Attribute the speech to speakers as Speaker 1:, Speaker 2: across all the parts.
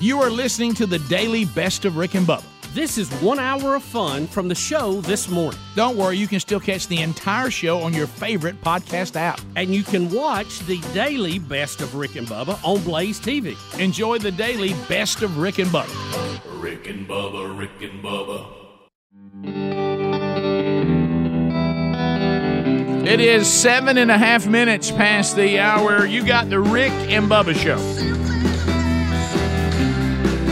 Speaker 1: You are listening to the daily best of Rick and Bubba.
Speaker 2: This is one hour of fun from the show this morning.
Speaker 1: Don't worry, you can still catch the entire show on your favorite podcast app.
Speaker 2: And you can watch the daily best of Rick and Bubba on Blaze TV.
Speaker 1: Enjoy the daily best of Rick and Bubba.
Speaker 3: Rick and Bubba, Rick and Bubba.
Speaker 1: It is seven and a half minutes past the hour. You got the Rick and Bubba show,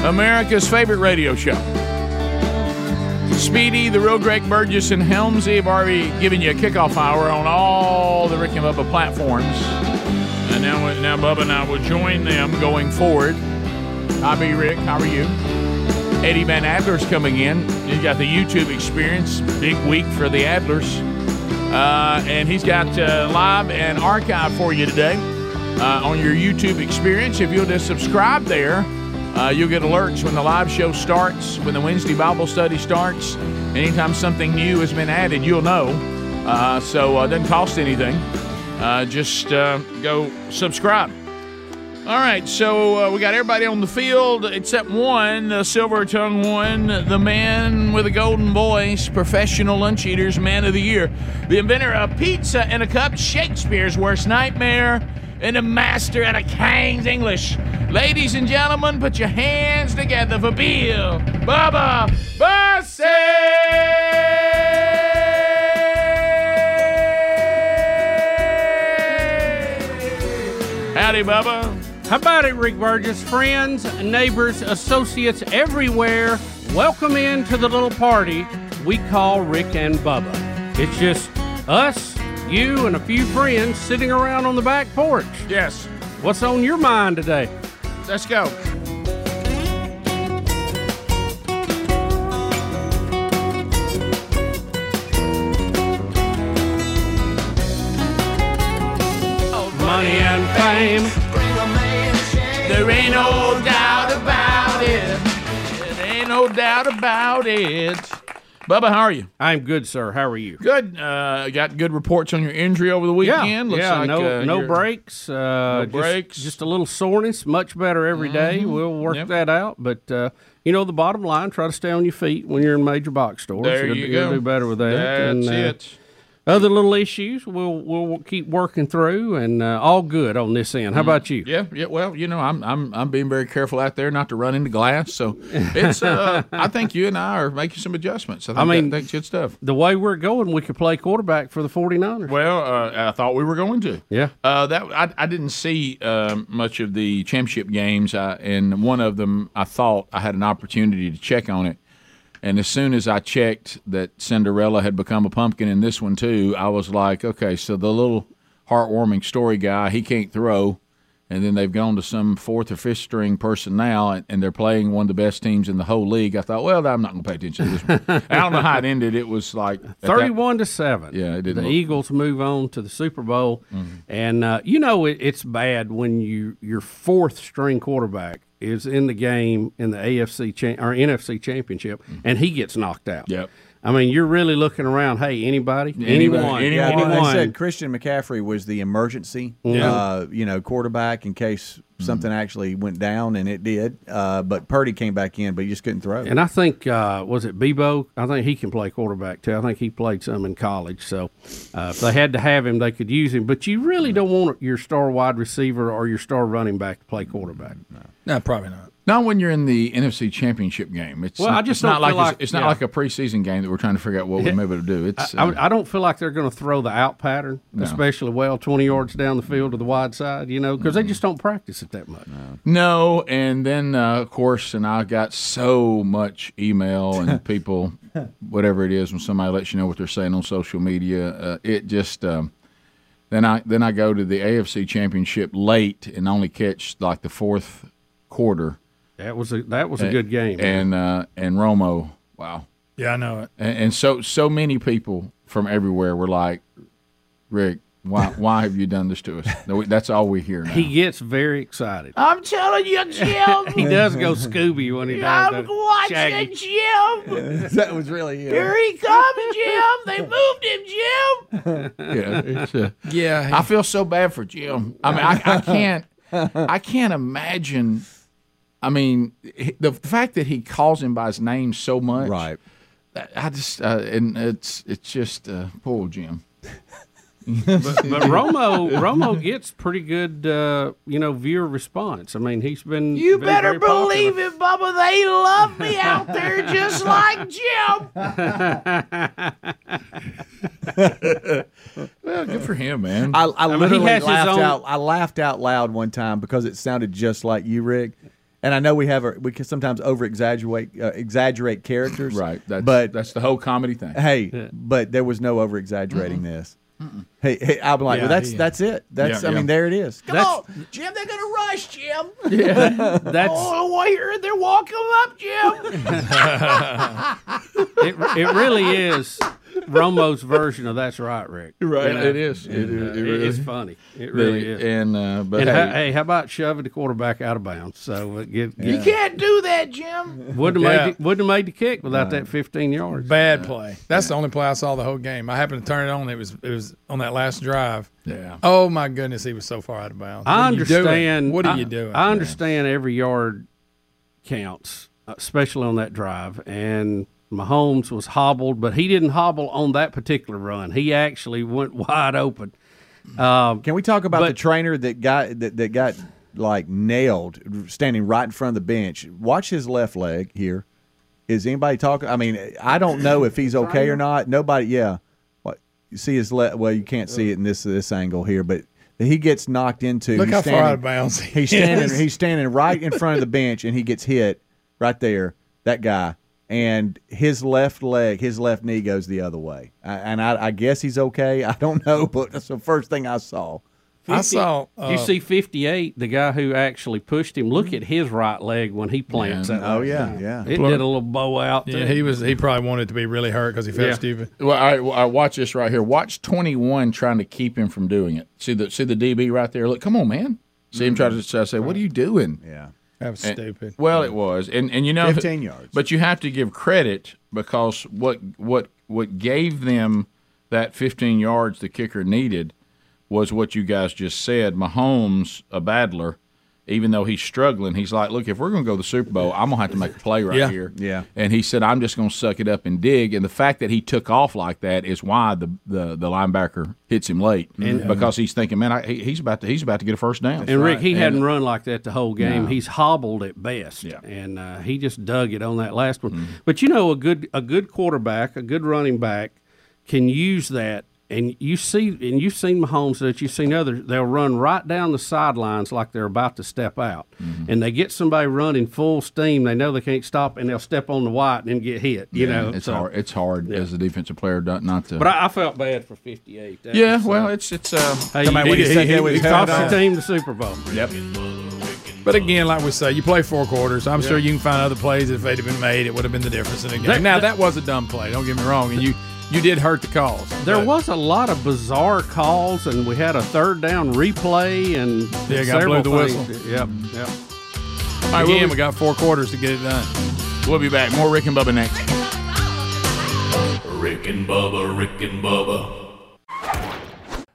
Speaker 1: America's favorite radio show. Speedy, the real Greg Burgess, and Helmsy have already given you a kickoff hour on all the Rick and Bubba platforms. And now, now Bubba and I will join them going forward. I'll be Rick. How are you? Eddie Van Adler's coming in. He's got the YouTube experience. Big week for the Adlers. Uh, and he's got uh, live and archive for you today uh, on your YouTube experience. If you'll just subscribe there, uh, you'll get alerts when the live show starts, when the Wednesday Bible study starts. Anytime something new has been added, you'll know. Uh, so uh, it doesn't cost anything. Uh, just uh, go subscribe. All right, so uh, we got everybody on the field except one, the silver tongue one, the man with a golden voice, professional lunch eaters, man of the year, the inventor of pizza and a cup, Shakespeare's worst nightmare, and a master at a king's English. Ladies and gentlemen, put your hands together for Bill Bubba Bussey! Howdy, Bubba.
Speaker 2: How about it, Rick Burgess? Friends, neighbors, associates everywhere, welcome in to the little party we call Rick and Bubba. It's just us, you, and a few friends sitting around on the back porch.
Speaker 1: Yes,
Speaker 2: What's on your mind today?
Speaker 1: let's go.
Speaker 2: Money and fame.
Speaker 1: There ain't no doubt about it. There ain't no doubt about it. Bubba, how are you?
Speaker 2: I'm good, sir. How are you?
Speaker 1: Good. Uh, got good reports on your injury over the weekend. Looks
Speaker 2: yeah,
Speaker 1: like,
Speaker 2: no,
Speaker 1: uh,
Speaker 2: no
Speaker 1: you're-
Speaker 2: breaks, uh, just,
Speaker 1: breaks. Mm-hmm.
Speaker 2: just a little soreness. Much better every day. We'll work
Speaker 1: Yep.
Speaker 2: that out. But uh, you know, the bottom line: try to stay on your feet when you're in major box stores.
Speaker 1: There
Speaker 2: you'll,
Speaker 1: you
Speaker 2: you'll
Speaker 1: go.
Speaker 2: do better with that.
Speaker 1: That's
Speaker 2: And, uh,
Speaker 1: it.
Speaker 2: Other little issues, we'll we'll keep working through, and uh, all good on this end. How
Speaker 1: Mm-hmm.
Speaker 2: about you?
Speaker 1: Yeah, yeah. Well, you know, I'm I'm I'm being very careful out there not to run into glass. So it's. Uh, I think you and I are making some adjustments. I, think
Speaker 2: mean-
Speaker 1: that- that's good stuff.
Speaker 2: The way we're going, we could play quarterback for the 49ers.
Speaker 1: Well, uh, I thought we were going to.
Speaker 2: Yeah.
Speaker 1: Uh, that I, I didn't see um, much of the championship games, I, and one of them I thought I had an opportunity to check on it, and as soon as I checked that Cinderella had become a pumpkin in this one too, I was like, okay, so the little heartwarming story guy, he can't throw, and then they've gone to some fourth or fifth string person now, and, and they're playing one of the best teams in the whole league. I thought, well, I'm not going to pay attention to this. One. I don't know how it ended. It was like at that-
Speaker 2: 31 to 7.
Speaker 1: Yeah, it didn't
Speaker 2: The
Speaker 1: look- Mm-hmm.
Speaker 2: Eagles move on to the Super Bowl. And, uh, you know, it, it's bad when you your fourth string quarterback is in the game in the AFC cha- or NFC championship and he gets knocked out.
Speaker 1: Mm-hmm. Yep.
Speaker 2: I mean, you're really looking around, hey, anybody,
Speaker 1: Anybody,
Speaker 2: anyone,
Speaker 1: anyone.
Speaker 4: Yeah,
Speaker 1: Anyone.
Speaker 4: they said Christian McCaffrey was the emergency, uh, you know, quarterback in case
Speaker 2: Hmm.
Speaker 4: something actually went down, and it did. Uh, but Purdy came back in, but he just couldn't throw.
Speaker 2: And I think uh, was it Bebo? I think he can play quarterback too. I think he played some in college. So uh, if they had to have him, they could use him. But you
Speaker 1: Mm-hmm.
Speaker 2: really don't want your star wide receiver or your star running back to play quarterback.
Speaker 5: No, probably not.
Speaker 1: Not when you're in the NFC Championship game. It's
Speaker 2: Well, I just
Speaker 1: it's not
Speaker 2: don't
Speaker 1: like,
Speaker 2: feel
Speaker 1: it's-
Speaker 2: like-
Speaker 1: it's, not
Speaker 2: yeah.
Speaker 1: like a preseason game that we're trying to figure out what we maybe to do. It's uh,
Speaker 2: I, I don't feel like they're going to throw the out pattern, especially well twenty yards down the field to the wide side. You know, because
Speaker 4: Mm-hmm.
Speaker 2: they just don't practice it that much.
Speaker 1: no, and then uh, of course, and I got so much email and people, whatever it is, when somebody lets you know what they're saying on social media, uh, it just. Um, then I then I go to the AFC Championship late and only catch like the fourth quarter
Speaker 2: That was a that was a good game.
Speaker 1: and uh, and Romo. Wow.
Speaker 5: Yeah, I know it.
Speaker 1: and, and so so many people from everywhere were like, Rick, why why have you done this to us? No, we- That's all we hear now.
Speaker 2: he gets very excited.
Speaker 1: I'm telling you, Jim.
Speaker 2: He does go Scooby when he does. that. Shaggy.
Speaker 1: Jim.
Speaker 4: that was really
Speaker 1: he comes, Jim. They moved him, Jim. yeah, it's, uh,
Speaker 5: Yeah,
Speaker 1: I feel so bad for Jim. I mean, I, I can't, I can't imagine. I mean, he- the fact that he calls him by his name so much,
Speaker 4: Right.
Speaker 1: I- I just uh, and it's it's just uh, poor Jim.
Speaker 2: But Romo, Romo gets pretty good, uh, you know, viewer response. I mean, he's been
Speaker 1: You
Speaker 2: been
Speaker 1: better
Speaker 2: very popular.
Speaker 1: believe it, Bubba. They love me out there just like Jim. well, good for him, man.
Speaker 4: I, I
Speaker 2: mean, he
Speaker 4: literally
Speaker 2: has his
Speaker 4: laughed
Speaker 2: own-
Speaker 4: out. I laughed out loud one time because it sounded just like you, Rick. And I know we have a, we can sometimes over exaggerate uh, exaggerate characters,
Speaker 1: right. That's,
Speaker 4: but
Speaker 1: that's the whole comedy thing.
Speaker 4: hey, but there was no over exaggerating this. Hey, hey, I'm like,
Speaker 2: Yeah,
Speaker 4: well, that's
Speaker 2: yeah.
Speaker 4: that's it. That's
Speaker 1: Yeah,
Speaker 4: I mean,
Speaker 1: yeah.
Speaker 4: there it is. Come
Speaker 2: That's-
Speaker 4: on, Jim, they're gonna rush, Jim.
Speaker 2: That's
Speaker 1: Oh,
Speaker 4: here, they're walking up, Jim.
Speaker 2: it. It really is Romo's version of that's right, Rick.
Speaker 1: Right.
Speaker 2: You know?
Speaker 1: It is. It,
Speaker 2: Uh,
Speaker 1: it, it
Speaker 2: it-
Speaker 1: really
Speaker 2: it's
Speaker 1: is.
Speaker 2: funny. It really is.
Speaker 1: And uh, but
Speaker 2: And
Speaker 1: hey,
Speaker 2: ho- hey, how about shoving the quarterback out of bounds? So uh, get, get,
Speaker 1: can't do that, Jim.
Speaker 2: wouldn't have
Speaker 5: Yeah.
Speaker 2: made the, wouldn't have made the kick without that 15 yards.
Speaker 5: Bad play. That's the only play I saw the whole game. I happened to turn it on. It was it was on that last drive.
Speaker 1: Yeah.
Speaker 5: Oh my goodness, he was so far out of bounds. What
Speaker 2: I
Speaker 5: are you doing?
Speaker 2: understand.
Speaker 5: What are
Speaker 2: I-
Speaker 5: you doing?
Speaker 2: I understand every yard counts, uh, especially on that drive. And Mahomes was hobbled, but he didn't hobble on that particular run. He actually went wide open.
Speaker 4: Can we talk about the
Speaker 2: But-
Speaker 4: trainer that got that, that got like nailed standing right in front of the bench? Watch his left leg here. Is anybody talking? I mean, I don't know if he's okay or not. Nobody. Yeah. What you see his left? Well, you can't see it in this this angle here, but he gets knocked into.
Speaker 5: Look
Speaker 4: he's
Speaker 5: how
Speaker 4: standing,
Speaker 5: far out of bounds he
Speaker 4: He's standing.
Speaker 5: is.
Speaker 4: He's standing right in front of the bench, and he gets hit right there. That guy, and his left leg, his left knee goes the other way. I, and I, I guess he's okay. I don't know, but that's the first thing I saw.
Speaker 5: I saw. Uh,
Speaker 2: you see 58, the guy who actually pushed him, look at his right leg when he plants that.
Speaker 4: Oh yeah, yeah.
Speaker 2: It did a little bow out.
Speaker 5: yeah,
Speaker 2: too.
Speaker 5: he was. He probably wanted to be really hurt because he felt
Speaker 2: Yeah.
Speaker 5: stupid.
Speaker 1: Well, I, well, I watch this right here. Watch twenty one trying to keep him from doing it. See the see the DB right there. Look, come on, man. See him try to I say, "What are you doing?"
Speaker 4: Yeah.
Speaker 5: That was stupid.
Speaker 1: Well, it was, and and you know,
Speaker 4: 15 yards.
Speaker 1: But you have to give credit because what what what gave them that 15 yards the kicker needed was what you guys just said. Mahomes, a battler, even though he's struggling, he's like, look, if we're going to go to the Super Bowl, I'm gonna have to make a play right
Speaker 5: Yeah.
Speaker 1: here.
Speaker 4: Yeah.
Speaker 1: And he said, I'm just going to suck it up and dig. And the fact that he took off like that is why the the, the linebacker hits him late because he's thinking, man, I, he, he's about to he's about to get a first down.
Speaker 2: uh-huh. And Rick, he hadn't run like that the whole game. He's hobbled at best,
Speaker 1: Yeah. Mm-hmm.
Speaker 2: and uh, he just dug it on that last one. But you know, a good a good quarterback, a good running back, can use that. And you see, and you've seen Mahomes that you've seen others. They'll run right down the sidelines like they're about to step out,
Speaker 1: Mm-hmm.
Speaker 2: and they get somebody running full steam. They know they can't stop, and they'll step on the white and then get hit. You know,
Speaker 1: it's
Speaker 2: so-
Speaker 1: hard. It's hard as a defensive player not, not to.
Speaker 2: But I, I felt bad for fifty eight.
Speaker 1: yeah, well, it's it's. Uh,
Speaker 2: hey,
Speaker 4: Somebody
Speaker 2: you-
Speaker 4: when he said that with
Speaker 2: he
Speaker 4: his helmet
Speaker 2: cost your
Speaker 4: on.
Speaker 2: team the Super Bowl.
Speaker 5: But again, like we say, you play four quarters. I'm sure you can find other plays if they'd have been made, it would have been the difference in the game.
Speaker 2: That-
Speaker 5: now that was a dumb play. Don't get me wrong, and you you did hurt the cause.
Speaker 2: There
Speaker 5: but-
Speaker 2: was a lot of bizarre calls, and we had a third down replay, and
Speaker 5: Yeah, guy
Speaker 2: several
Speaker 5: blew the
Speaker 2: things. Yep, yep.
Speaker 5: again. We got four quarters to get it done.
Speaker 1: We'll be back. More Rick and Bubba next.
Speaker 3: Rick and Bubba, Rick and Bubba,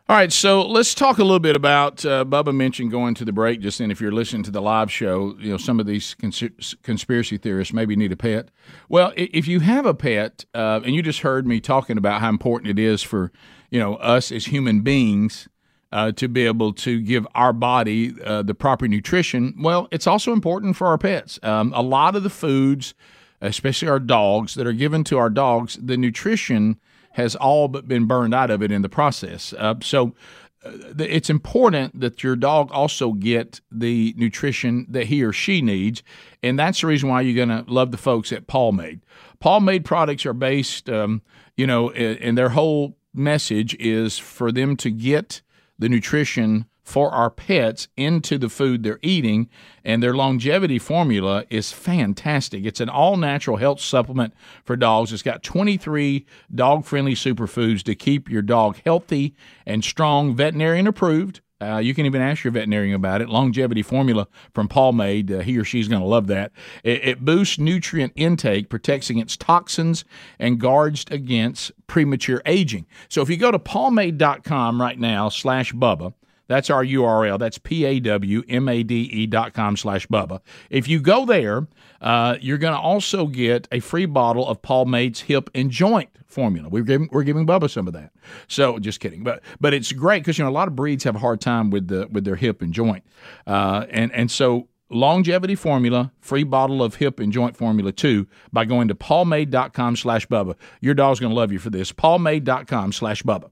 Speaker 1: All right, so let's talk a little bit about uh, Bubba mentioned going to the break. Just then, if you're listening to the live show, you know some of these cons- conspiracy theorists maybe need a pet. Well, i- if you have a pet, uh, and you just heard me talking about how important it is for you know us as human beings uh, to be able to give our body uh, the proper nutrition. Well, it's also important for our pets. Um, a lot of the foods, especially our dogs, that are given to our dogs, the nutrition has all but been burned out of it in the process. Uh, so uh, the- it's important that your dog also get the nutrition that he or she needs, and that's the reason why you're going to love the folks at Palmade. Palmade products are based, um, you know, a- and their whole message is for them to get the nutrition for our pets into the food they're eating, and their longevity formula is fantastic. It's an all natural health supplement for dogs. It's got 23 dog friendly superfoods to keep your dog healthy and strong, veterinarian approved. Uh, you can even ask your veterinarian about it. Longevity formula from Palmade. Uh, he or she's going to love that. It, it boosts nutrient intake, protects against toxins, and guards against premature aging. So if you go to palmade.com right now slash Bubba, That's our URL. That's P A W M A D E dot com slash Bubba. If you go there, uh, you're going to also get a free bottle of Paul Mate's hip and joint formula. We're giving, we're giving Bubba some of that. So just kidding. But but it's great because, you know, a lot of breeds have a hard time with the with their hip and joint. Uh, and, and so longevity formula, free bottle of hip and joint formula too by going to palmade.com slash Bubba. Your dog's going to love you for this. Palmade.com slash Bubba.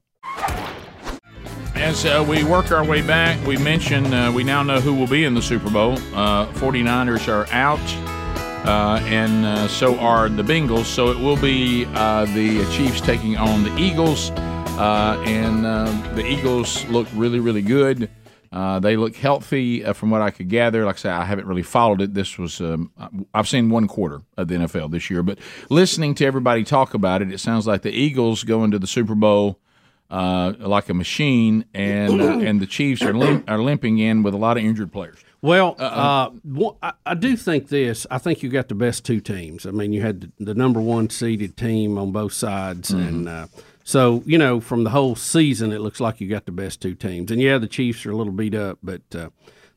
Speaker 1: As uh, we work our way back, we mentioned uh, we now know who will be in the Super Bowl. Uh, 49ers are out, uh, and uh, so are the Bengals. So it will be uh, the Chiefs taking on the Eagles. Uh, and uh, the Eagles look really, really good. Uh, they look healthy uh, from what I could gather. Like I say, I haven't really followed it. This was, um, I- I've seen one quarter of the NFL this year, but listening to everybody talk about it, it sounds like the Eagles go into the Super Bowl uh, like a machine, and uh, and the Chiefs are lim- are limping in with a lot of injured players.
Speaker 2: Well, uh, wha- I, I do think this. I think you got the best two teams. I mean, you had the, the number one seeded team on both sides,
Speaker 5: Mm-hmm.
Speaker 2: and uh, so you know from the whole season, it looks like you got the best two teams. And yeah, the Chiefs are a little beat up, but uh,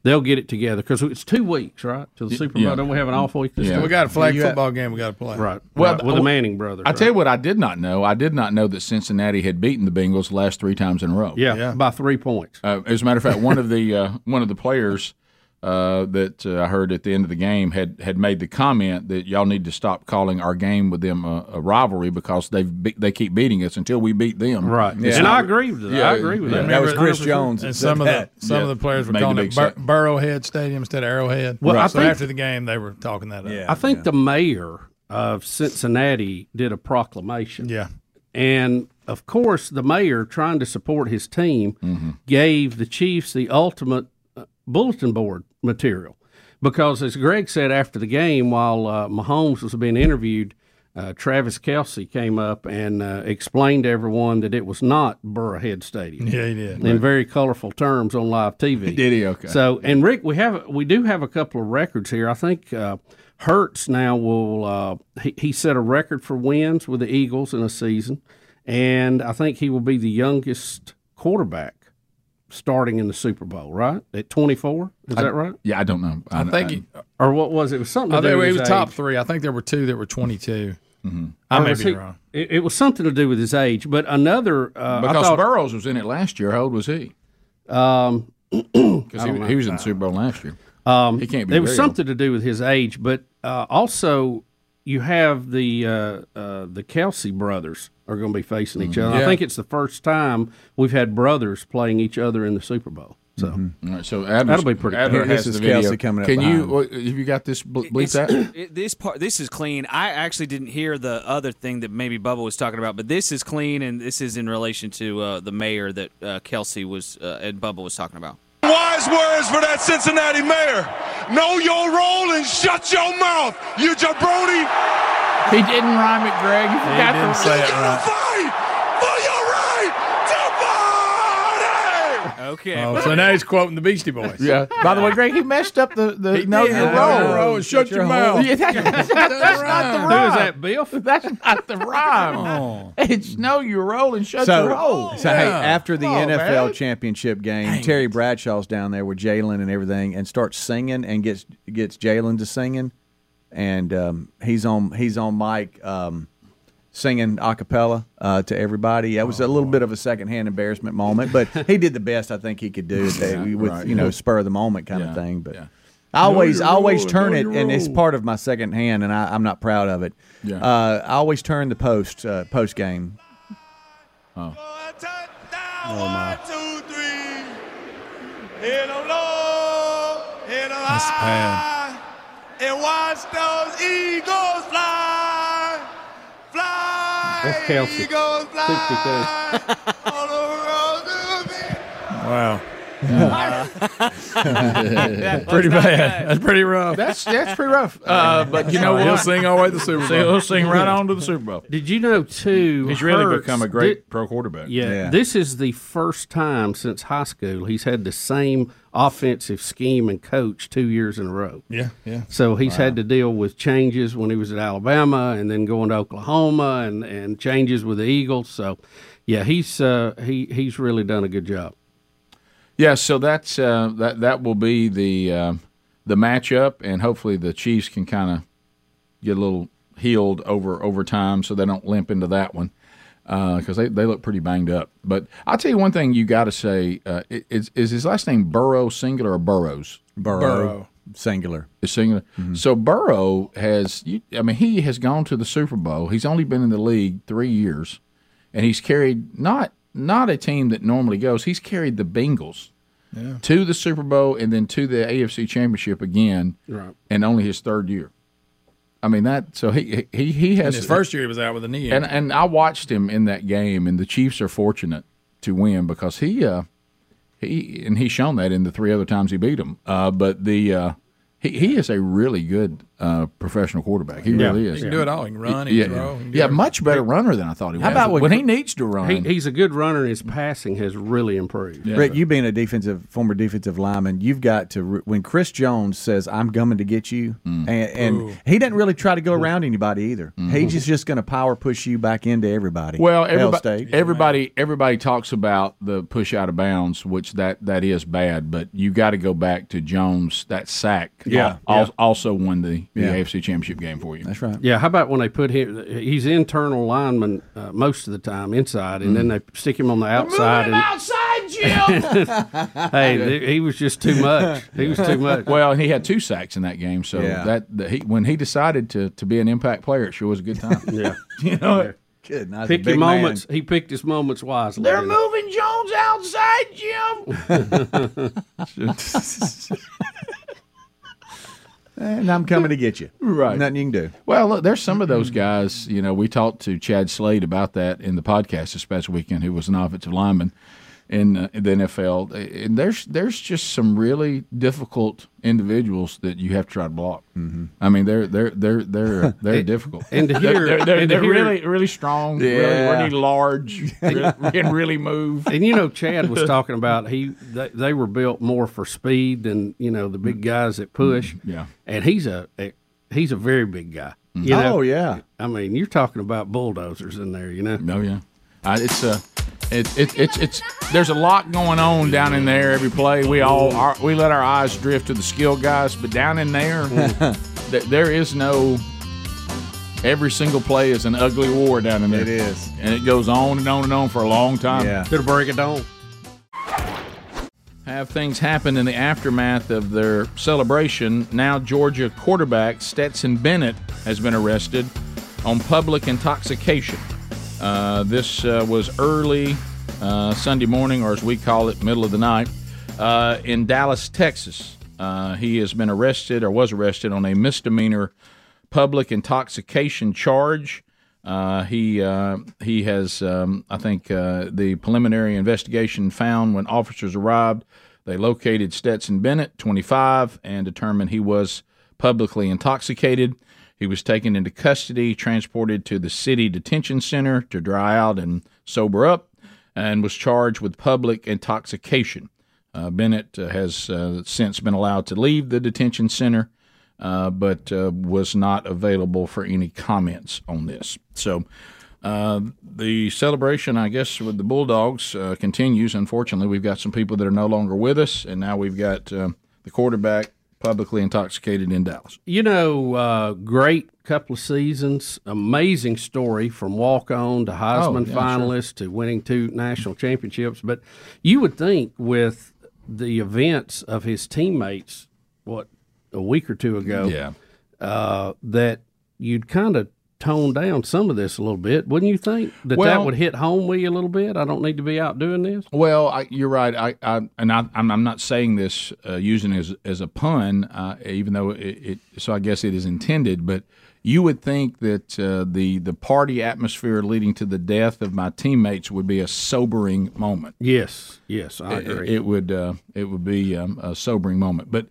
Speaker 2: they'll get it together because it's two weeks, right, to the Super Bowl.
Speaker 1: yeah.
Speaker 2: Don't we have an off week this
Speaker 1: Yeah.
Speaker 2: time?
Speaker 5: We got a flag
Speaker 4: You got-
Speaker 5: football game we got to play.
Speaker 2: Right.
Speaker 1: Well,
Speaker 2: Well, with
Speaker 1: I-
Speaker 2: the Manning brothers.
Speaker 1: I
Speaker 2: right.
Speaker 1: tell you what, I did not know. I did not know that Cincinnati had beaten the Bengals the last three times in a row.
Speaker 2: yeah,
Speaker 5: Yeah.
Speaker 2: by three points.
Speaker 1: Uh, as a matter of fact, one of the uh, one of the players uh, that uh, I heard at the end of the game had had made the comment that y'all need to stop calling our game with them a, a rivalry because they be- they keep beating us until we beat them.
Speaker 2: Right.
Speaker 1: It's
Speaker 2: And
Speaker 1: not-
Speaker 2: I agree with that. I
Speaker 1: Yeah,
Speaker 2: agree with
Speaker 1: yeah.
Speaker 2: that.
Speaker 4: That was
Speaker 5: Remember-
Speaker 4: Chris Jones.
Speaker 5: And
Speaker 4: that said
Speaker 5: some of the
Speaker 4: that.
Speaker 5: some
Speaker 1: Yeah.
Speaker 5: of the players were
Speaker 1: Made a
Speaker 5: calling
Speaker 1: big
Speaker 5: it Bur-
Speaker 1: set.
Speaker 5: Burrowhead Stadium instead of Arrowhead.
Speaker 2: Well, I
Speaker 5: so
Speaker 2: think-
Speaker 5: after the game they were talking that up.
Speaker 4: Yeah.
Speaker 2: I think the mayor of Cincinnati did a proclamation.
Speaker 5: Yeah.
Speaker 2: And of course, the mayor, trying to support his team,
Speaker 4: Mm-hmm.
Speaker 2: gave the Chiefs the ultimate uh, bulletin board material. Because, as Greg said after the game, while uh, Mahomes was being interviewed, uh, Travis Kelsey came up and uh, explained to everyone that it was not Burrowhead Stadium
Speaker 5: Yeah, he did.
Speaker 2: in very colorful terms on live TV.
Speaker 1: Did he? Okay.
Speaker 2: So, and Rick, we have we do have a couple of records here. I think uh, Hertz now will uh, he, he set a record for wins with the Eagles in a season, and I think he will be the youngest quarterback starting in the Super Bowl. Right at twenty four, is that right?
Speaker 1: Yeah, I don't know. I,
Speaker 5: I
Speaker 1: I-
Speaker 5: think he,
Speaker 2: Or what was it? It was something.
Speaker 5: I
Speaker 2: To do
Speaker 5: think
Speaker 2: with
Speaker 5: it
Speaker 2: his
Speaker 5: was top
Speaker 2: age.
Speaker 5: three. I think there were two that were 22.
Speaker 2: Or
Speaker 5: I may
Speaker 2: was
Speaker 5: be
Speaker 2: he-
Speaker 5: wrong.
Speaker 2: It, it was something to do with his age, but another uh, I
Speaker 1: because
Speaker 2: thought-
Speaker 1: Burrows was in it last year. How old was he?
Speaker 2: um,
Speaker 1: Because he, he was in the Super Bowl last year.
Speaker 2: Um,
Speaker 1: He can't be
Speaker 2: There was
Speaker 1: very old.
Speaker 2: something to do with his age, but uh, also you have the uh, uh, the Kelsey brothers are going to be facing each other. I
Speaker 1: Mm-hmm.
Speaker 5: Yeah.
Speaker 2: think it's the first time we've had brothers playing each other in the Super Bowl. So
Speaker 1: Mm-hmm. All right, so Adam's,
Speaker 2: That'll be pretty
Speaker 1: Adam
Speaker 4: cool. This
Speaker 1: has the
Speaker 4: is
Speaker 1: video.
Speaker 4: Kelsey coming up
Speaker 1: Can you?
Speaker 4: behind.
Speaker 1: what- Have you got this? ble- Bleep
Speaker 6: It's-
Speaker 1: that.
Speaker 6: it- this part, this is clean. I actually didn't hear the other thing that maybe Bubba was talking about, but this is clean, and this is in relation to uh, the mayor that uh, Kelsey was uh, and Bubba was talking about.
Speaker 7: Wise words for that Cincinnati mayor. Know your role and shut your mouth, you jabroni.
Speaker 1: He didn't rhyme it, Greg. You
Speaker 5: He
Speaker 1: forgot
Speaker 5: didn't
Speaker 1: the-
Speaker 5: say
Speaker 7: You
Speaker 5: it
Speaker 7: gotta
Speaker 5: right.
Speaker 7: fight for your right to party.
Speaker 6: Okay.
Speaker 5: Oh, so now he's quoting the Beastie Boys.
Speaker 1: Yeah. By the way, Greg, he messed up the the
Speaker 5: He
Speaker 1: no
Speaker 5: did.
Speaker 1: the
Speaker 5: Yeah,
Speaker 1: roll.
Speaker 5: yeah. Roll and shut your mouth.
Speaker 1: Yeah, that's, that's not the
Speaker 2: who is
Speaker 1: rhyme.
Speaker 2: that, Bill?
Speaker 1: That's not the rhyme. It's no, you roll and shut your roll.
Speaker 4: So, so hey, after the
Speaker 1: Come on,
Speaker 4: NFL
Speaker 1: man.
Speaker 4: championship game, Terry Bradshaw's down there with Jalen and everything, and starts singing and gets gets Jalen to singing, and um, he's on he's on mic um, singing a cappella uh, to everybody. That was a little bit of a secondhand embarrassment moment, but he did the best I think he could do at that- with you know spur of the moment kind
Speaker 1: Yeah,
Speaker 4: of thing. But
Speaker 1: yeah.
Speaker 4: I always
Speaker 1: your
Speaker 4: I always
Speaker 1: role,
Speaker 4: turn
Speaker 1: know
Speaker 4: it,
Speaker 1: your
Speaker 4: and it's
Speaker 1: role.
Speaker 4: part of my second hand, and I, I'm not proud of it.
Speaker 1: Yeah.
Speaker 4: Uh, I always turn the post uh, post game
Speaker 1: Oh.
Speaker 7: One, two, now, one, two, three. In a low, in a
Speaker 5: That's
Speaker 7: high, and watch those eagles fly, fly.
Speaker 2: That's Kelsey.
Speaker 7: Eagles fly.
Speaker 2: 50K.
Speaker 7: on the road to the-
Speaker 5: Wow. pretty bad. That's pretty rough.
Speaker 1: That's that's pretty rough. Uh, but you know
Speaker 5: He'll
Speaker 1: what?
Speaker 5: sing all the way to the Super
Speaker 1: See, he'll
Speaker 5: Bowl.
Speaker 1: sing right on to the Super Bowl.
Speaker 2: Did you know too?
Speaker 1: He's really
Speaker 2: Hurts
Speaker 1: become a
Speaker 2: did-
Speaker 1: great pro quarterback.
Speaker 2: Yeah,
Speaker 4: Yeah.
Speaker 2: this is the first time since high school he's had the same offensive scheme and coach two years in a row.
Speaker 5: Yeah, yeah.
Speaker 2: So he's had to deal with changes when he was at Alabama, and then going to Oklahoma, and, and changes with the Eagles. So, yeah, he's uh, he he's really done a good job.
Speaker 1: Yeah, so that's uh, that. That will be the um the matchup, and hopefully the Chiefs can kind of get a little healed over over time, so they don't limp into that one because they, they look pretty banged up. But I'll tell you one thing: you got to say uh, i- is is his last name Burrow singular or Burrows?
Speaker 4: Burrow,
Speaker 5: Burrow.
Speaker 4: singular. Mm-hmm.
Speaker 1: is singular. So Burrow has, you- I mean, he has gone to the Super Bowl. He's only been in the league three years, and he's carried not not a team that normally goes. He's carried the Bengals to the Super Bowl and then to the AFC Championship again,
Speaker 5: Right.
Speaker 1: and only his third year. I mean that. So he he he
Speaker 5: In
Speaker 1: has
Speaker 5: his first year, he was out with a knee.
Speaker 1: and and I watched him in that game, and the Chiefs are fortunate to win because he uh he and he's shown that in the three other times he beat them. Uh, but the uh, he he is a really good uh, professional quarterback. He really
Speaker 5: he
Speaker 1: is.
Speaker 5: can do it all. He can run. He
Speaker 1: Yeah,
Speaker 5: can throw. he can do
Speaker 1: yeah,
Speaker 5: everything.
Speaker 1: much better runner than I thought he was. How
Speaker 4: about when-
Speaker 1: when, he needs to run?
Speaker 2: He, he's a good runner. His passing has really improved.
Speaker 4: Rick, you being a defensive former defensive lineman, you've got to re- when Chris Jones says, "I'm coming to get you,"
Speaker 1: Mm.
Speaker 4: and, and he doesn't really try to go around anybody either. He's just, just going to power push you back into everybody.
Speaker 1: Mm-hmm. Well,
Speaker 4: Hell
Speaker 1: everybody,
Speaker 4: State.
Speaker 1: everybody, everybody talks about the push out of bounds, which that that is bad. But you got to go back to Jones that sack.
Speaker 2: Yeah.
Speaker 1: al- also won the, the
Speaker 4: Yeah.
Speaker 1: AFC Championship game for you.
Speaker 4: that's right.
Speaker 2: Yeah, how about when they put him? He's internal lineman uh, most of the time inside, and then they stick him on the outside. And,
Speaker 1: outside, Jim.
Speaker 2: hey, th- he was just too much. He was too much.
Speaker 1: Well, and he had two sacks in that game, so
Speaker 4: Yeah.
Speaker 1: that, that he, when he decided to, to be an impact player, it sure was a good time.
Speaker 2: Yeah,
Speaker 1: you know,
Speaker 4: Good, nice
Speaker 2: pick
Speaker 4: big
Speaker 2: your
Speaker 4: man.
Speaker 2: moments. He picked his moments wisely. you know.
Speaker 1: moving Jones outside, Jim.
Speaker 4: and I'm coming to get you.
Speaker 1: Right.
Speaker 4: nothing you can do.
Speaker 1: well, look, there's some of those
Speaker 2: Mm-hmm.
Speaker 1: guys. You know, we talked to Chad Slade about that in the podcast this past weekend, who was an offensive lineman in uh, the NFL. And there's there's just some really difficult individuals that you have to try to block. Mm-hmm. I mean, they're they're they're they're they're difficult.
Speaker 2: And to hear,
Speaker 1: They're, they're,
Speaker 2: and to
Speaker 1: they're
Speaker 2: hear-
Speaker 1: really, really strong,
Speaker 4: Yeah.
Speaker 1: really, really large, really, can really move.
Speaker 2: and you know, Chad was talking about he they, they were built more for speed than you know the big guys that push.
Speaker 1: Yeah.
Speaker 2: and he's a he's a very big guy. You know,
Speaker 4: Oh yeah,
Speaker 2: I mean, you're talking about bulldozers in there. You know,
Speaker 1: No, yeah. Uh, it's a. It, it, it's it's there's a lot going on down in there every play we all are, we let our eyes drift to the skill guys but down in there th- there is no every single play is an ugly war down in there
Speaker 4: it is.
Speaker 1: and it goes on and on and on for a long time
Speaker 4: Yeah.
Speaker 2: to the break it down.
Speaker 1: have things happen in the aftermath of their celebration. Now, Georgia quarterback Stetson Bennett has been arrested on public intoxication. Uh, this uh, was early uh, Sunday morning, or as we call it, middle of the night, uh, in Dallas, Texas. Uh, he has been arrested or was arrested on a misdemeanor public intoxication charge. Uh, he uh, he has, um, I think, uh, the preliminary investigation found when officers arrived, they located Stetson Bennett, 25, and determined he was publicly intoxicated. He was taken into custody, transported to the city detention center to dry out and sober up, and was charged with public intoxication. Uh, Bennett uh, has uh, since been allowed to leave the detention center uh, but uh, was not available for any comments on this. So uh, the celebration, I guess, with the Bulldogs uh, continues. Unfortunately, we've got some people that are no longer with us, and now we've got uh, the quarterback publicly intoxicated in Dallas.
Speaker 2: you know, uh, great couple of seasons, amazing story from walk on to Heisman finalist to winning two national championships. But you would think with the events of his teammates, what a week or two ago, uh, that you'd kind of tone down some of this a little bit, wouldn't you think? That that
Speaker 1: Well-
Speaker 2: would hit home with you a little bit. I don't need to be out doing this.
Speaker 1: Well, I, you're right. I, I and I, I'm, I'm not saying this uh, using it as as a pun, uh, even though it, it. So I guess it is intended, but you would think that uh, the the party atmosphere leading to the death of my teammates would be a sobering moment.
Speaker 2: Yes, yes, I agree.
Speaker 1: It, it would uh, it would be um, a sobering moment, but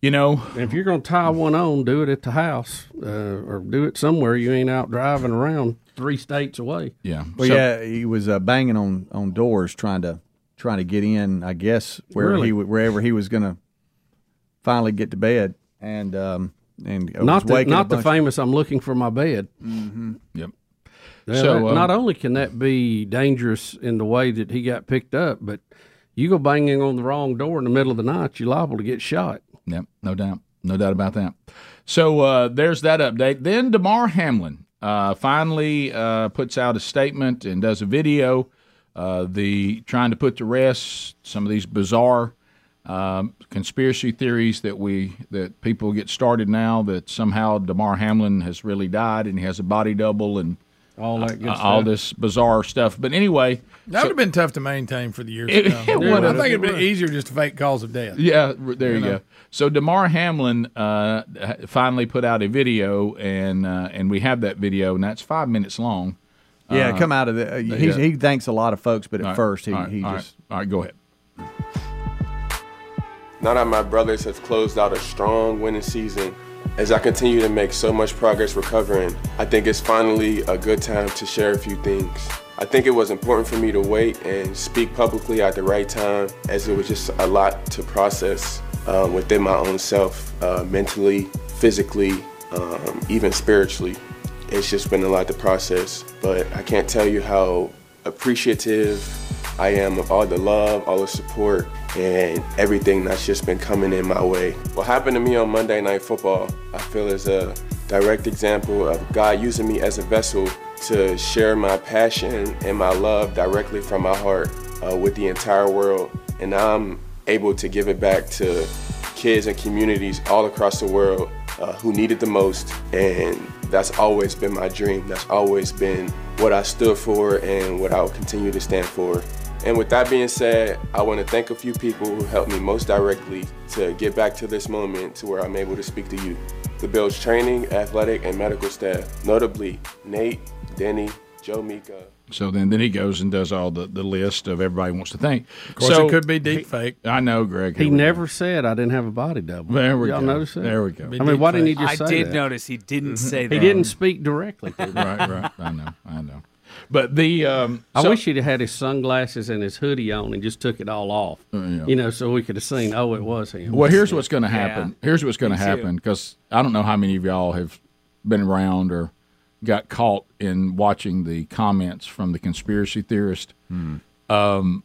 Speaker 1: you know,
Speaker 2: And if you're going to tie one on, do it at the house uh, or do it somewhere you ain't out driving around three states away.
Speaker 1: yeah.
Speaker 4: Well,
Speaker 1: So-
Speaker 4: yeah, he was uh, banging on on doors trying to trying to get in. I guess where
Speaker 2: Really?
Speaker 4: he w- wherever he was going to finally get to bed, and um and was
Speaker 2: Not the,
Speaker 4: waking a
Speaker 2: not the
Speaker 4: bunch-
Speaker 2: famous, I'm looking for my bed.
Speaker 1: Yep.
Speaker 2: Yeah,
Speaker 1: So,
Speaker 4: Uh,
Speaker 2: that-
Speaker 1: um,
Speaker 2: not only can that be dangerous in the way that he got picked up, but you go banging on the wrong door in the middle of the night, you're liable to get shot.
Speaker 1: Yep, no doubt. No doubt about that. So uh, there's that update. Then DeMar Hamlin uh, finally uh, puts out a statement and does a video uh, the trying to put to rest some of these bizarre um, conspiracy theories that we that people get started now that somehow DeMar Hamlin has really died and he has a body double and
Speaker 2: All that good
Speaker 1: uh,
Speaker 2: stuff.
Speaker 1: all this bizarre stuff. But anyway,
Speaker 5: That would have been tough to maintain for the years
Speaker 1: It-
Speaker 5: to come.
Speaker 1: it would've.
Speaker 5: I think it'd been easier just to fake cause of death.
Speaker 1: Yeah, r- there you,
Speaker 5: know?
Speaker 1: go. So Damar Hamlin uh, h- finally put out a video, and uh, and we have that video, and that's five minutes long.
Speaker 4: Yeah, come out of the. Uh, he's,
Speaker 1: yeah.
Speaker 4: He thanks a lot of folks, but at
Speaker 1: All right,
Speaker 4: first he,
Speaker 1: all right,
Speaker 4: he
Speaker 1: all right,
Speaker 4: just.
Speaker 1: all right, go ahead.
Speaker 8: Now that my brothers have closed out a strong winning season, as I continue to make so much progress recovering, I think it's finally a good time to share a few things. I think it was important for me to wait and speak publicly at the right time, as it was just a lot to process uh, within my own self, uh, mentally, physically, um, even spiritually. It's just been a lot to process, but I can't tell you how appreciative I am of all the love, all the support, and everything that's just been coming in my way. What happened to me on Monday Night Football, I feel is a direct example of God using me as a vessel to share my passion and my love directly from my heart uh, with the entire world. And I'm able to give it back to kids and communities all across the world uh, who need it the most. And that's always been my dream. That's always been what I stood for and what I'll continue to stand for. And with that being said, I want to thank a few people who helped me most directly to get back to this moment to where I'm able to speak to you. The Bills training, athletic, and medical staff, notably Nate, Denny, Joe Mika.
Speaker 1: So then, then he goes and does all the, the list of everybody he wants to thank. Of
Speaker 5: course, it could be deep fake.
Speaker 1: I know, Greg.
Speaker 2: He
Speaker 1: here we go.
Speaker 2: never said I didn't have a body double.
Speaker 1: There we
Speaker 2: Y'all
Speaker 1: go.
Speaker 2: notice that?
Speaker 1: There we go. Mm-hmm.
Speaker 2: I mean, why didn't he just say
Speaker 6: I did
Speaker 2: that?
Speaker 6: notice he didn't say that.
Speaker 2: He didn't speak directly. to me.
Speaker 1: right, right. I know, I know. But the um,
Speaker 2: I
Speaker 1: so-
Speaker 2: wish he'd have had his sunglasses and his hoodie on and just took it all off.
Speaker 1: Uh, yeah.
Speaker 2: You know, so we could have seen. Oh, it was him.
Speaker 1: Well, here's what's going to happen. Here's what's going to happen because I don't know how many of y'all have been around or got caught in watching the comments from the conspiracy theorist. Um,
Speaker 2: Hmm.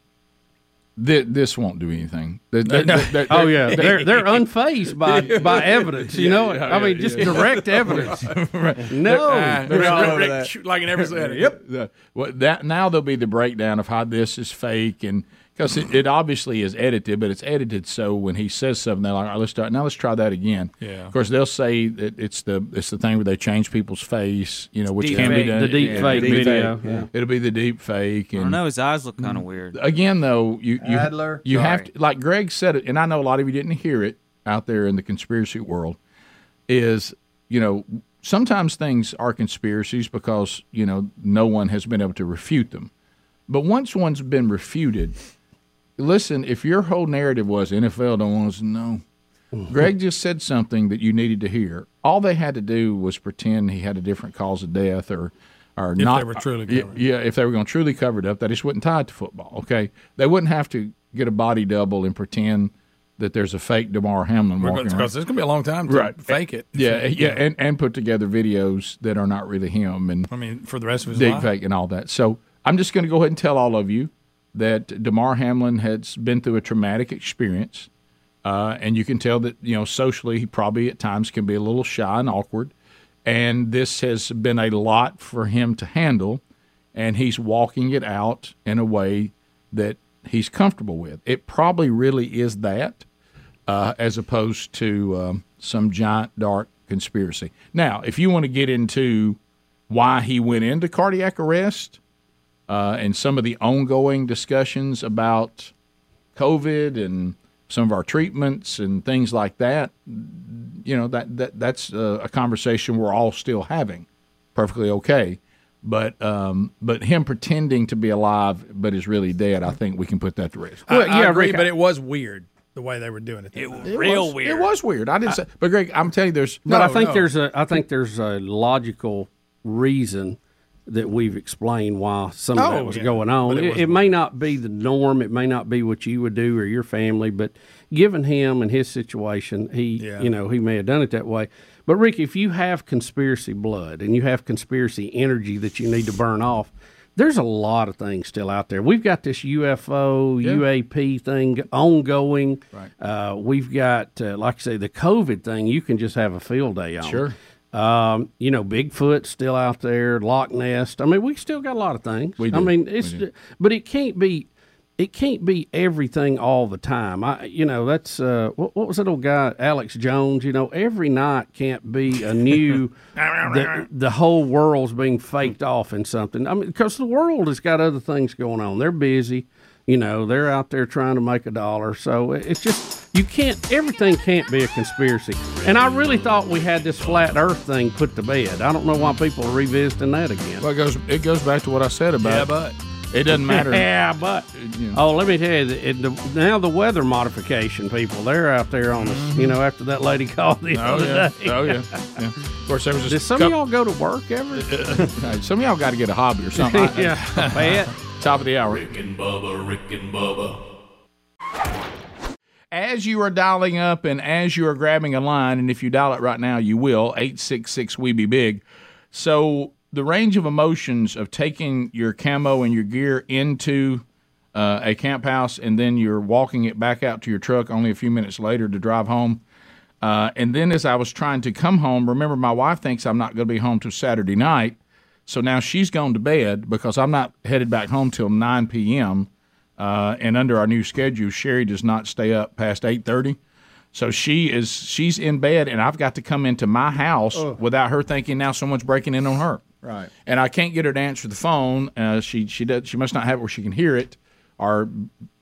Speaker 1: thi- this won't do anything. They- they- they- they-
Speaker 2: Oh yeah, they're they're unfazed by by evidence. You know, it. I mean, just direct evidence. uh, No,
Speaker 4: They're all over
Speaker 5: Rick,
Speaker 4: that.
Speaker 5: shoot, like in every setting.
Speaker 1: Yep. The, what that now there'll be the breakdown of how this is fake and because it, it obviously is edited, but it's edited so when he says something, they're like, "All right, let's start now. Let's try that again."
Speaker 5: Yeah.
Speaker 1: Of course, they'll say that it's the it's the thing where they change people's face, you know, which
Speaker 6: Deep
Speaker 1: can be
Speaker 6: fake.
Speaker 1: done.
Speaker 2: The deep
Speaker 1: yeah,
Speaker 2: fake
Speaker 1: it'll be
Speaker 2: video,
Speaker 1: fake.
Speaker 2: yeah.
Speaker 1: It'll be the deep fake.
Speaker 6: I
Speaker 1: And
Speaker 6: don't know. His eyes look kind of weird.
Speaker 1: again, though, you you,
Speaker 4: Adler?
Speaker 1: you have
Speaker 6: Sorry.
Speaker 1: to like Greg said it, and I know a lot of you didn't hear it out there in the conspiracy world. Is you know sometimes things are conspiracies because you know no one has been able to refute them, but once one's been refuted, listen. If your whole narrative was NFL don't want us to know, Greg just said something that you needed to hear. All they had to do was pretend he had a different cause of death or. Or
Speaker 5: they
Speaker 1: not,
Speaker 5: were truly
Speaker 1: yeah,
Speaker 5: covering.
Speaker 1: yeah, if they were going to truly cover it up, they just wouldn't tie it to football. Okay, they wouldn't have to get a body double and pretend that there's a fake Demar Hamlin walking around.
Speaker 5: Because it's going to be a long time to
Speaker 1: Right.
Speaker 5: fake it.
Speaker 1: Yeah, yeah, and, and put together videos that are not really him and
Speaker 5: I mean, for the rest of his
Speaker 1: deep
Speaker 5: life.
Speaker 1: fake and all that. So I'm just going to go ahead and tell all of you that Demar Hamlin has been through a traumatic experience, uh, and you can tell that you know socially he probably at times can be a little shy and awkward, and this has been a lot for him to handle, and he's walking it out in a way that he's comfortable with. It probably really is that uh, as opposed to um, some giant dark conspiracy. Now, if you want to get into why he went into cardiac arrest uh, and some of the ongoing discussions about COVID and some of our treatments and things like that, you know that that that's uh, a conversation we're all still having. Perfectly okay. But um, but him pretending to be alive but is really dead, I think we can put that to rest.
Speaker 5: I-
Speaker 2: Well,
Speaker 5: I
Speaker 2: yeah,
Speaker 5: agree,
Speaker 2: Rick,
Speaker 5: but
Speaker 2: I-
Speaker 5: it was weird the way they were doing it. It was.
Speaker 6: Real
Speaker 1: was-
Speaker 6: weird.
Speaker 1: It was weird. I didn't say, but Greg, I'm telling you, there's
Speaker 2: but I
Speaker 5: No,
Speaker 2: think
Speaker 5: no.
Speaker 2: there's a I think there's a logical reason that we've explained why some of
Speaker 5: Oh,
Speaker 2: that was
Speaker 5: yeah.
Speaker 2: going on.
Speaker 5: But
Speaker 2: It,
Speaker 5: it
Speaker 2: it,
Speaker 5: was weird.
Speaker 2: may not be the norm. It may not be what you would do or your family, but given him and his situation, he
Speaker 5: Yeah.
Speaker 2: you know he may have done it that way. But Rick, if you have conspiracy blood and you have conspiracy energy that you need to burn off, there's a lot of things still out there. We've got this UFO, UAP thing ongoing. Right. Uh, we've got, uh, like I say, the COVID thing. You can just have a field day on.
Speaker 1: Sure.
Speaker 2: Um, you know, Bigfoot's still out there. Loch Ness. I mean, we still got a lot of things.
Speaker 1: We
Speaker 2: I
Speaker 1: do.
Speaker 2: mean, it's
Speaker 1: We do.
Speaker 2: but it can't be. It can't be everything all the time. I, you know, that's uh, what, what was that old guy, Alex Jones? You know, every night can't be a new. the, the whole world's being faked off in something. I mean, because the world has got other things going on. They're busy. You know, they're out there trying to make a dollar. So it- it's just, you can't, everything can't be a conspiracy. And I really thought we had this flat earth thing put to bed. I don't know why people are revisiting that again.
Speaker 1: Well, it goes it goes back to what I said about.
Speaker 5: Yeah, but
Speaker 1: It doesn't matter.
Speaker 2: Yeah, but
Speaker 1: you know.
Speaker 2: oh, let me tell you, the- it, the, now the weather modification people—they're out there on us. You know, after that lady called the
Speaker 1: Oh
Speaker 2: other
Speaker 1: yeah.
Speaker 2: day.
Speaker 1: Oh yeah. yeah. Of course, there was
Speaker 2: Did
Speaker 1: just
Speaker 2: some of
Speaker 1: couple-
Speaker 2: y'all go to work ever?
Speaker 1: Hey, some of y'all got to get a hobby or something. I-
Speaker 2: yeah, I bet.
Speaker 1: Top of the hour.
Speaker 3: Rick and Bubba, Rick and Bubba.
Speaker 1: As you are dialing up and as you are grabbing a line, and if you dial it right now, you will, 866 We Be Big. So the range of emotions of taking your camo and your gear into uh, a camp house and then you're walking it back out to your truck only a few minutes later to drive home. Uh, and then as I was trying to come home, remember, my wife thinks I'm not going to be home till Saturday night. So now she's gone to bed because I'm not headed back home till 9 p.m. Uh, and under our new schedule, Sherry does not stay up past 8:30. So she is she's in bed, and I've got to come into my house without her thinking now someone's breaking in on her.
Speaker 4: Right.
Speaker 1: And I can't get her to answer the phone. Uh, she she does she must not have it where she can hear it or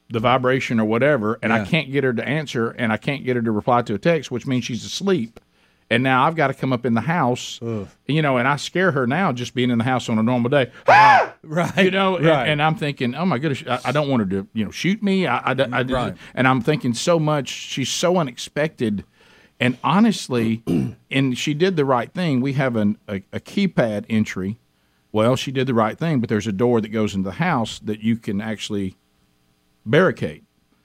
Speaker 1: the vibration or whatever. And I can't get her to answer, and I can't get her to reply to a text, which means she's asleep. And now I've got to come up in the house, you know, and I scare her now just being in the house on a normal day.
Speaker 4: Ah! Right.
Speaker 1: You know, and-
Speaker 4: Right.
Speaker 1: and, I'm thinking, oh my goodness, I, I don't want her to, you know, shoot me. I, I, don't- I,
Speaker 4: Mm, Right.
Speaker 1: and I'm thinking so much. She's so unexpected, and honestly, and she did the right thing. We have an, a, a keypad entry. Well, she did the right thing, but there's a door that goes into the house that you can actually barricade.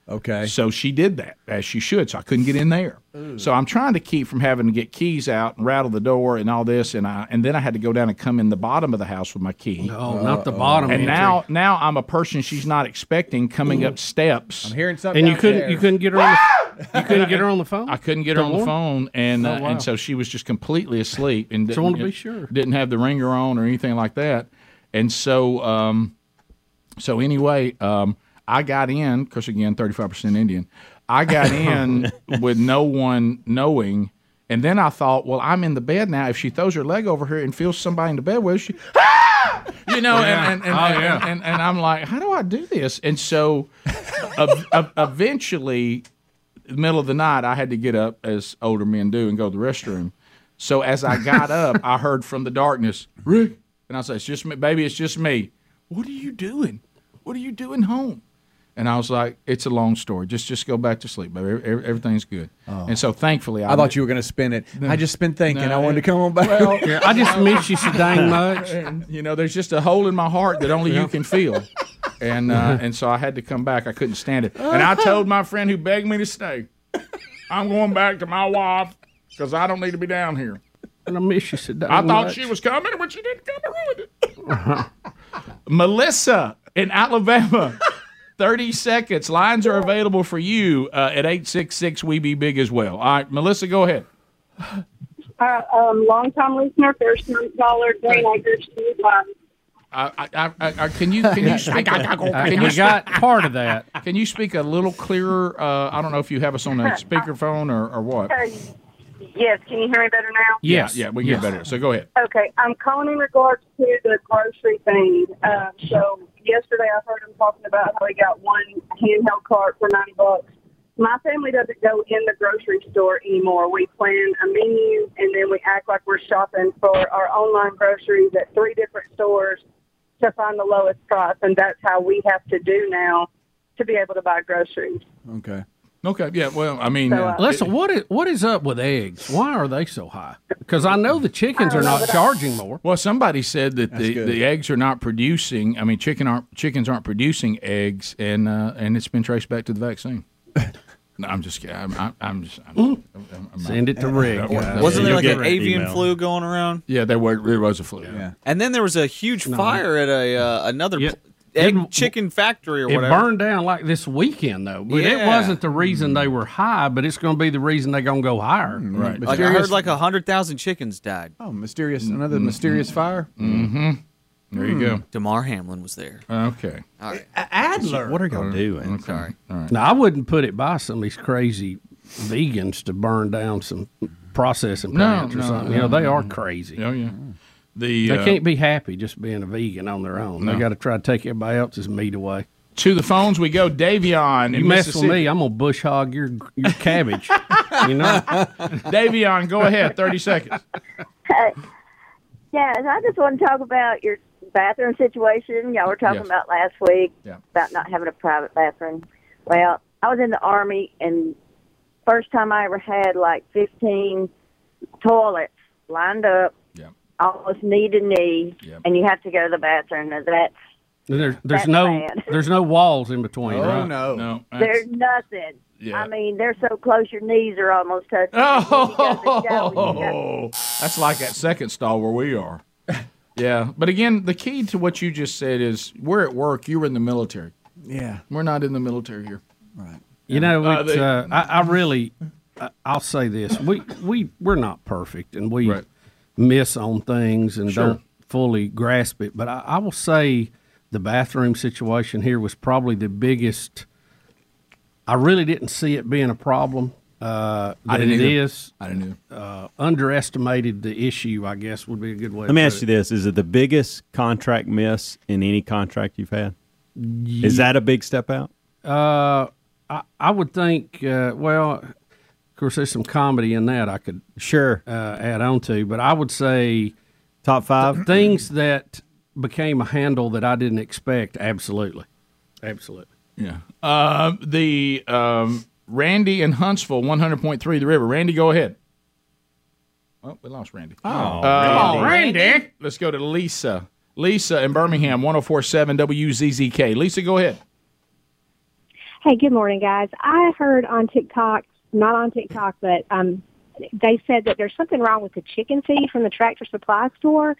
Speaker 4: Okay.
Speaker 1: So she did that as she should. So I couldn't get in there. So I'm trying to keep from having to get keys out and rattle the door and all this. And I and then I had to go down and come in the bottom of the house with my key.
Speaker 2: Oh, not the bottom.
Speaker 1: And
Speaker 2: entry.
Speaker 1: now, now I'm a person she's not expecting coming up steps.
Speaker 4: I'm hearing something.
Speaker 2: and you
Speaker 4: down
Speaker 2: couldn't,
Speaker 4: there.
Speaker 2: you couldn't get her. On the, you couldn't get her on the phone.
Speaker 1: I couldn't get her on the phone, and
Speaker 2: Oh,
Speaker 1: uh, and so she was just completely asleep and didn't,
Speaker 2: wanted to be sure.
Speaker 1: didn't have the ringer on or anything like that. And so, um, so anyway, um, I got in because again, thirty five percent Indian. I got in with no one knowing. And then I thought, well, I'm in the bed now. If she throws her leg over here and feels somebody in the bed with, she, you know, and, and, and, and, and, and I'm like, how do I do this? And so, ev- ev- eventually, the middle of the night, I had to get up as older men do and go to the restroom. So as I got up, I heard from the darkness, Rick, and I said, "It's just me, baby. It's just me. What are you doing? What are you doing home?" And I was like, "It's a long story. Just just go back to sleep, baby. Ev- ev- Everything's good." And so thankfully, I,
Speaker 4: Oh. I thought you were going to spin it. I just been thinking. I wanted to come on back.
Speaker 2: I just miss you so dang much.
Speaker 1: you know, there's just a hole in my heart that only you can feel. And uh, and so I had to come back. I couldn't stand it. And I told my friend who begged me to stay, I'm going back to my wife because I don't need to be down here.
Speaker 2: And I miss you so dang
Speaker 1: I thought
Speaker 2: much.
Speaker 1: she was coming, but she didn't come and ruined it. Melissa in Alabama. 30 seconds. Lines are available for you uh, at 866 We Be Big as well. All right, Melissa, go ahead.
Speaker 9: Uh, um, longtime listener, first time caller, Green Acres, Steve Lyon.
Speaker 1: I, I, I, I, can you can you speak can you,
Speaker 2: We got part of that.
Speaker 1: can you speak a little clearer? Uh, I don't know if you have us on a speakerphone or, or what.
Speaker 9: Yes, can you hear me better now?
Speaker 2: Yes.
Speaker 1: Yeah, we get better. So go ahead.
Speaker 9: Okay, I'm calling in regards to the grocery thing. Um, so yesterday I heard him talking about how he got one handheld cart for 90 bucks. My family doesn't go in the grocery store anymore. We plan a menu and then we act like we're shopping for our online groceries at three different stores to find the lowest price, and that's how we have to do now to be able to buy groceries.
Speaker 4: okay.
Speaker 1: Okay. Yeah. Well, I mean,
Speaker 9: So, uh,
Speaker 2: Listen, what is what is up with eggs? Why are they so high? Because I know the chickens are not charging more.
Speaker 1: Well, somebody said that the,
Speaker 4: good.
Speaker 1: the eggs are not producing. I mean, chicken aren't chickens aren't producing eggs, and uh, and it's been traced back to the vaccine. No, I'm just kidding. I'm, I'm, I'm just. I'm, I'm, I'm, I'm
Speaker 2: Send it to Rick.
Speaker 6: Wasn't there
Speaker 1: You'll
Speaker 6: like
Speaker 1: get
Speaker 6: an
Speaker 1: it.
Speaker 6: avian
Speaker 1: Email.
Speaker 6: flu going around?
Speaker 1: Yeah, there were. There was a flu. Yeah.
Speaker 6: And then there was a huge fire at a uh, another
Speaker 2: Yeah.
Speaker 6: pl- egg
Speaker 2: Didn't-
Speaker 6: chicken factory or
Speaker 2: It
Speaker 6: whatever.
Speaker 2: burned down like this weekend though, but it
Speaker 6: Yeah.
Speaker 2: wasn't the reason they were high. But it's going to be the reason they're going to go higher.
Speaker 1: Right.
Speaker 6: Like I heard, like hundred thousand chickens died.
Speaker 4: Oh, mysterious! Another
Speaker 1: Mm-hmm.
Speaker 4: mysterious fire.
Speaker 1: there you go.
Speaker 6: Mm. Damar Hamlin was there.
Speaker 1: Okay.
Speaker 2: Adler.
Speaker 10: What are y'all doing?
Speaker 6: Sorry.
Speaker 2: Now I wouldn't put it by some of these crazy vegans to burn down some processing plants
Speaker 1: no,
Speaker 2: or something. you know they are crazy.
Speaker 1: Oh yeah. The
Speaker 2: They
Speaker 1: uh,
Speaker 2: can't be happy just being a vegan on their own. They got to try to take everybody else's meat away.
Speaker 1: to the phones we go. Davion,
Speaker 2: You
Speaker 1: in
Speaker 2: mess with
Speaker 1: Mississippi.
Speaker 2: me, I'm gonna bush hog your your cabbage. you know,
Speaker 1: Davion, go ahead. Thirty seconds.
Speaker 9: Yeah, I just want to talk about your bathroom situation. Y'all were talking
Speaker 1: Yes.
Speaker 9: about last week
Speaker 1: Yeah.
Speaker 9: about not having a private bathroom. Well, I was in the army, and first time I ever had like fifteen toilets lined up,
Speaker 1: Yeah.
Speaker 9: almost knee to knee,
Speaker 1: Yeah.
Speaker 9: and you have to go to the bathroom. Now that's
Speaker 2: there's there's
Speaker 9: That's
Speaker 2: no
Speaker 9: bad.
Speaker 2: there's no walls in between. right?
Speaker 1: Oh, No.
Speaker 9: there's
Speaker 1: that's-
Speaker 9: nothing.
Speaker 1: Yeah.
Speaker 9: I mean, they're so close, your knees are almost touching.
Speaker 1: Oh, that's like that second stall where we are. Yeah, but again, the key to what you just said is we're at work. You were in the military.
Speaker 4: Yeah.
Speaker 1: We're not in the military here.
Speaker 2: You know,
Speaker 1: Uh,
Speaker 2: it's,
Speaker 1: they-
Speaker 2: uh, I, I really, I- I'll say this: we we we're not perfect, and we
Speaker 1: Right.
Speaker 2: miss on things and
Speaker 1: Sure.
Speaker 2: don't fully grasp it. But I, I will say, the bathroom situation here was probably the biggest. I really didn't see it being a problem. Uh, that
Speaker 1: didn't
Speaker 2: it
Speaker 1: either.
Speaker 2: is Uh,
Speaker 1: I didn't. Know.
Speaker 2: underestimated the issue. I guess would be a good way.
Speaker 10: Let me ask you this: Is it the biggest contract miss in any contract you've had? Is that a big step out?
Speaker 2: Uh, I, I would think. Uh, well, of course, there's some comedy in that I could
Speaker 10: Sure.
Speaker 2: uh, add on to, but I would say.
Speaker 10: Top five.
Speaker 2: things that became a handle that I didn't expect. Absolutely, absolutely.
Speaker 1: Yeah. Uh, the um, Randy in Huntsville, one hundred point three, the river. Randy, go ahead. Well, we lost Randy. Oh, Randy. Let's go to Lisa. Lisa in Birmingham, 1047 WZZK. Lisa, go ahead.
Speaker 11: Hey, good morning, guys. I heard on TikTok, not on TikTok, but um, they said that there's something wrong with the chicken feed from the tractor supply store,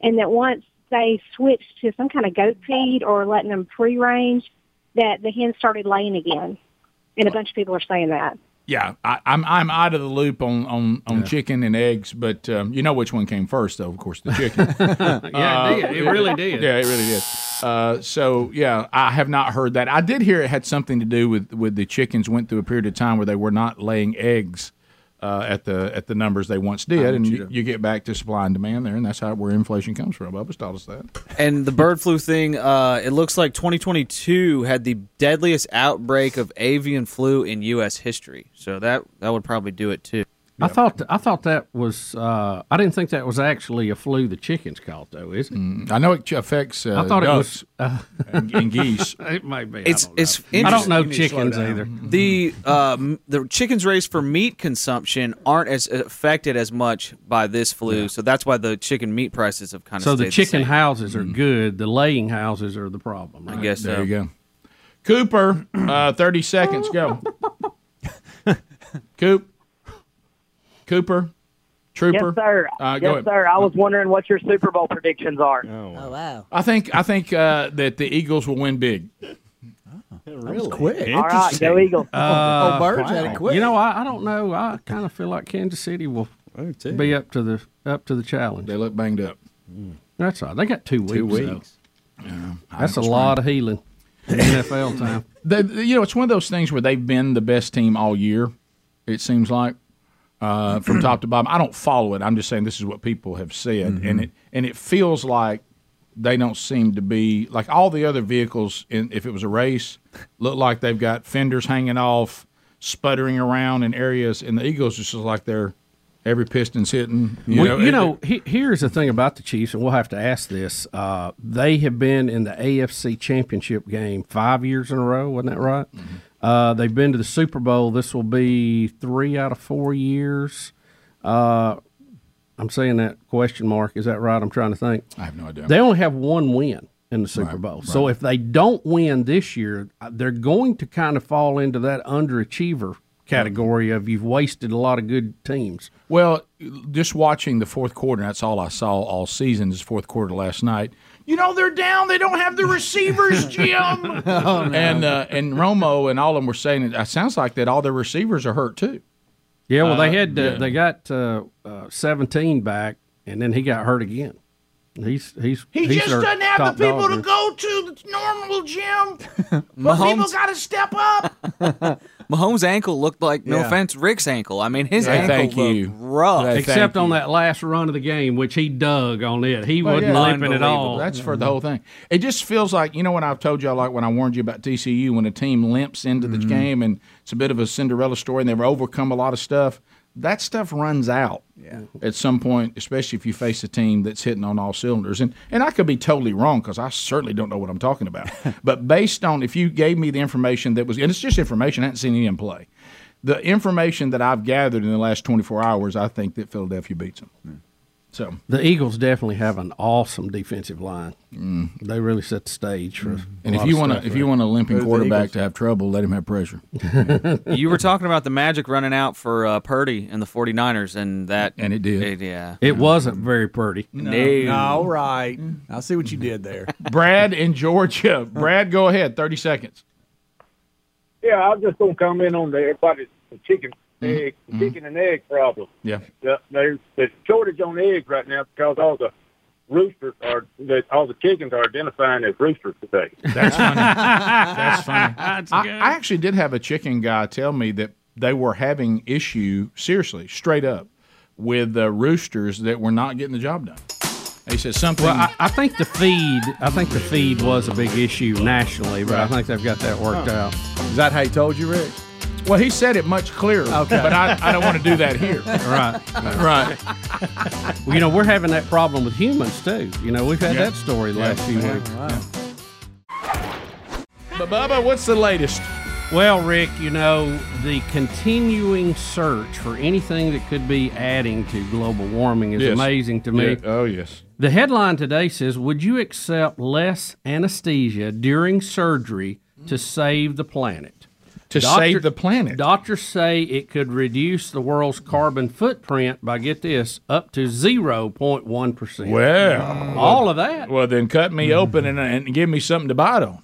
Speaker 11: and that once they switched to some kind of goat feed or letting them free range, that the hens started laying again. And a bunch of people are saying that.
Speaker 1: Yeah, I, I'm I'm out of the loop on on, on chicken and eggs, but um, you know which one came first, though. Of course, the chicken.
Speaker 2: Yeah, it, did. it really did.
Speaker 1: yeah, it really did. Uh, so yeah, I have not heard that. I did hear it had something to do with with the chickens went through a period of time where they were not laying eggs. Uh, at the at the numbers they once did, and you, you get back to supply and demand there, and that's how where inflation comes from. Bubba's taught us that.
Speaker 6: And the bird flu thing, uh, it looks like 2022 had the deadliest outbreak of avian flu in U.S. history. So that that would probably do it too.
Speaker 2: I thought I thought that was. Uh, I didn't think that was actually a flu the chickens caught though. Is it?
Speaker 1: Mm, I know it affects. Uh,
Speaker 2: I thought it
Speaker 1: ducks
Speaker 2: was. Uh,
Speaker 1: and, and geese.
Speaker 2: it might be.
Speaker 6: It's
Speaker 2: I don't know.
Speaker 6: it's
Speaker 2: I
Speaker 6: interesting.
Speaker 2: don't know chickens either.
Speaker 6: the um, the chickens raised for meat consumption aren't as affected as much by this flu, so that's why the chicken meat prices have kind of
Speaker 2: So
Speaker 6: stayed
Speaker 2: the chicken
Speaker 6: same.
Speaker 2: houses are good. The laying houses are the problem.
Speaker 6: I
Speaker 2: Right?
Speaker 6: guess
Speaker 1: Mm-hmm. There
Speaker 6: so.
Speaker 1: you go. Cooper, uh, 30 seconds. Go. Coop. Cooper. Trooper.
Speaker 12: Yes, sir.
Speaker 1: Uh, go
Speaker 12: yes,
Speaker 1: ahead.
Speaker 12: sir. I was wondering what your Super Bowl predictions are.
Speaker 10: Oh,
Speaker 13: wow.
Speaker 1: I think I think uh, that the Eagles will win big.
Speaker 10: really? Quick.
Speaker 12: All right, go Eagles.
Speaker 1: Uh,
Speaker 13: oh, birds had it quick.
Speaker 2: Uh, You know, I, I don't know. I kind of feel like Kansas City will be up to the up to the challenge.
Speaker 1: Oh, They look banged up.
Speaker 2: That's all. They got two weeks.
Speaker 10: Two
Speaker 2: though.
Speaker 10: weeks.
Speaker 2: That's a lot of healing. in NFL time.
Speaker 1: They, they- you know, it's one of those things where they've been the best team all year. It seems like uh, from top to bottom. I don't follow it. I'm just saying this is what people have said,
Speaker 2: Mm-hmm.
Speaker 1: and it and it feels like they don't seem to be like all the other vehicles. In, if it was a race, look like they've got fenders hanging off, sputtering around in areas, and the Eagles just look like they're every piston's hitting. You
Speaker 2: Well,
Speaker 1: know,
Speaker 2: you
Speaker 1: it-
Speaker 2: know, he, here's the thing about the Chiefs, and we'll have to ask this. Uh, they have been in the AFC Championship game five years in a row, wasn't that right?
Speaker 1: Mm-hmm.
Speaker 2: Uh, they've been to the Super Bowl. This will be three out of four years. Uh, I'm saying that question mark. Is that right? I'm trying to think.
Speaker 1: I have no idea.
Speaker 2: They only have one win in the Super Bowl. So if they don't win this year, uh, they're going to kind of fall into that underachiever
Speaker 1: Mm-hmm.
Speaker 2: category of you've wasted a lot of good teams.
Speaker 1: Well, just watching the fourth quarter, that's all I saw all season is fourth quarter last night. You know they're down. They don't have the receivers, Jim. And uh, and Romo and all of them were saying it, it sounds like that all their receivers are hurt too.
Speaker 2: Yeah, well, they
Speaker 1: Uh,
Speaker 2: had uh,
Speaker 1: yeah.
Speaker 2: they got uh, uh, seventeen back, and then he got hurt again. He's he's
Speaker 1: He
Speaker 2: he's
Speaker 1: just
Speaker 2: their
Speaker 1: doesn't have the
Speaker 2: top
Speaker 1: people
Speaker 2: dog,
Speaker 1: to
Speaker 2: man.
Speaker 1: go to the normal gym. But people
Speaker 6: Mahomes-
Speaker 1: got to step up.
Speaker 6: Mahomes' ankle looked like, no
Speaker 2: Yeah.
Speaker 6: offense, Rick's ankle. I mean, his
Speaker 2: Yeah,
Speaker 6: ankle
Speaker 2: thank
Speaker 6: looked
Speaker 2: you.
Speaker 6: rough.
Speaker 2: Except on that last run of the game, which he dug on it. He
Speaker 1: Well,
Speaker 2: wasn't
Speaker 1: yeah.
Speaker 2: limping at all.
Speaker 1: That's for the whole thing. It just feels like you know when I've told y'all like when I warned you about TCU when a team limps into the game and it's a bit of a Cinderella story and they've overcome a lot of stuff. That stuff runs out at some point, especially if you face a team that's hitting on all cylinders. And and I could be totally wrong because I certainly don't know what I'm talking about. but based on if you gave me the information that was and it's just information, I hadn't seen any in play. The information that I've gathered in the last 24 hours, I think that Philadelphia beats them. So
Speaker 2: The Eagles definitely have an awesome defensive line. They really set the stage for.
Speaker 1: Mm. And if you want to, if you want a limping quarterback to have trouble, let him have pressure.
Speaker 6: you were talking about the magic running out for uh, Purdy and the 49ers, and that.
Speaker 1: And it did.
Speaker 6: yeah.
Speaker 2: it wasn't very pretty.
Speaker 6: No.
Speaker 13: All right. I see what you did there.
Speaker 1: Brad in Georgia. Brad, go ahead. Thirty seconds.
Speaker 14: Yeah, I was just gonna comment on the everybody's the chicken egg,
Speaker 1: Mhm.
Speaker 14: chicken and egg problem.
Speaker 1: Yeah.
Speaker 14: The, there's the shortage on eggs right now because all the roosters are that all the chickens are identifying as roosters today.
Speaker 1: That's funny. That's funny. I, I actually did have a chicken guy tell me that they were having issue seriously, straight up, with the roosters that were not getting the job done. He said something.
Speaker 2: Well, I, I think the feed. I think the feed was a big issue nationally, but I
Speaker 1: Right.
Speaker 2: think they've got that worked
Speaker 1: Huh.
Speaker 2: out.
Speaker 4: Is that how he told you, Rick?
Speaker 1: Well, he said it much clearer.
Speaker 2: Okay.
Speaker 1: But I, I don't want to do that here.
Speaker 2: Right.
Speaker 1: Right.
Speaker 2: Well, you know, we're having that problem with humans too. You know, we've had
Speaker 1: Yeah.
Speaker 2: that story the last few
Speaker 1: Yeah.
Speaker 2: weeks.
Speaker 1: But Bubba, what's the latest?
Speaker 2: Well, Rick, you know, the continuing search for anything that could be adding to global warming is
Speaker 1: Yes.
Speaker 2: amazing to me.
Speaker 1: Yeah. Oh yes.
Speaker 2: The headline today says Would you accept less anesthesia during surgery to save the planet?
Speaker 1: To save the planet.
Speaker 2: Doctors say it could reduce the world's carbon footprint by, get this, up to 0.1%.
Speaker 1: Well,
Speaker 2: all of that.
Speaker 1: Well, then cut me open and, and give me something to bite on.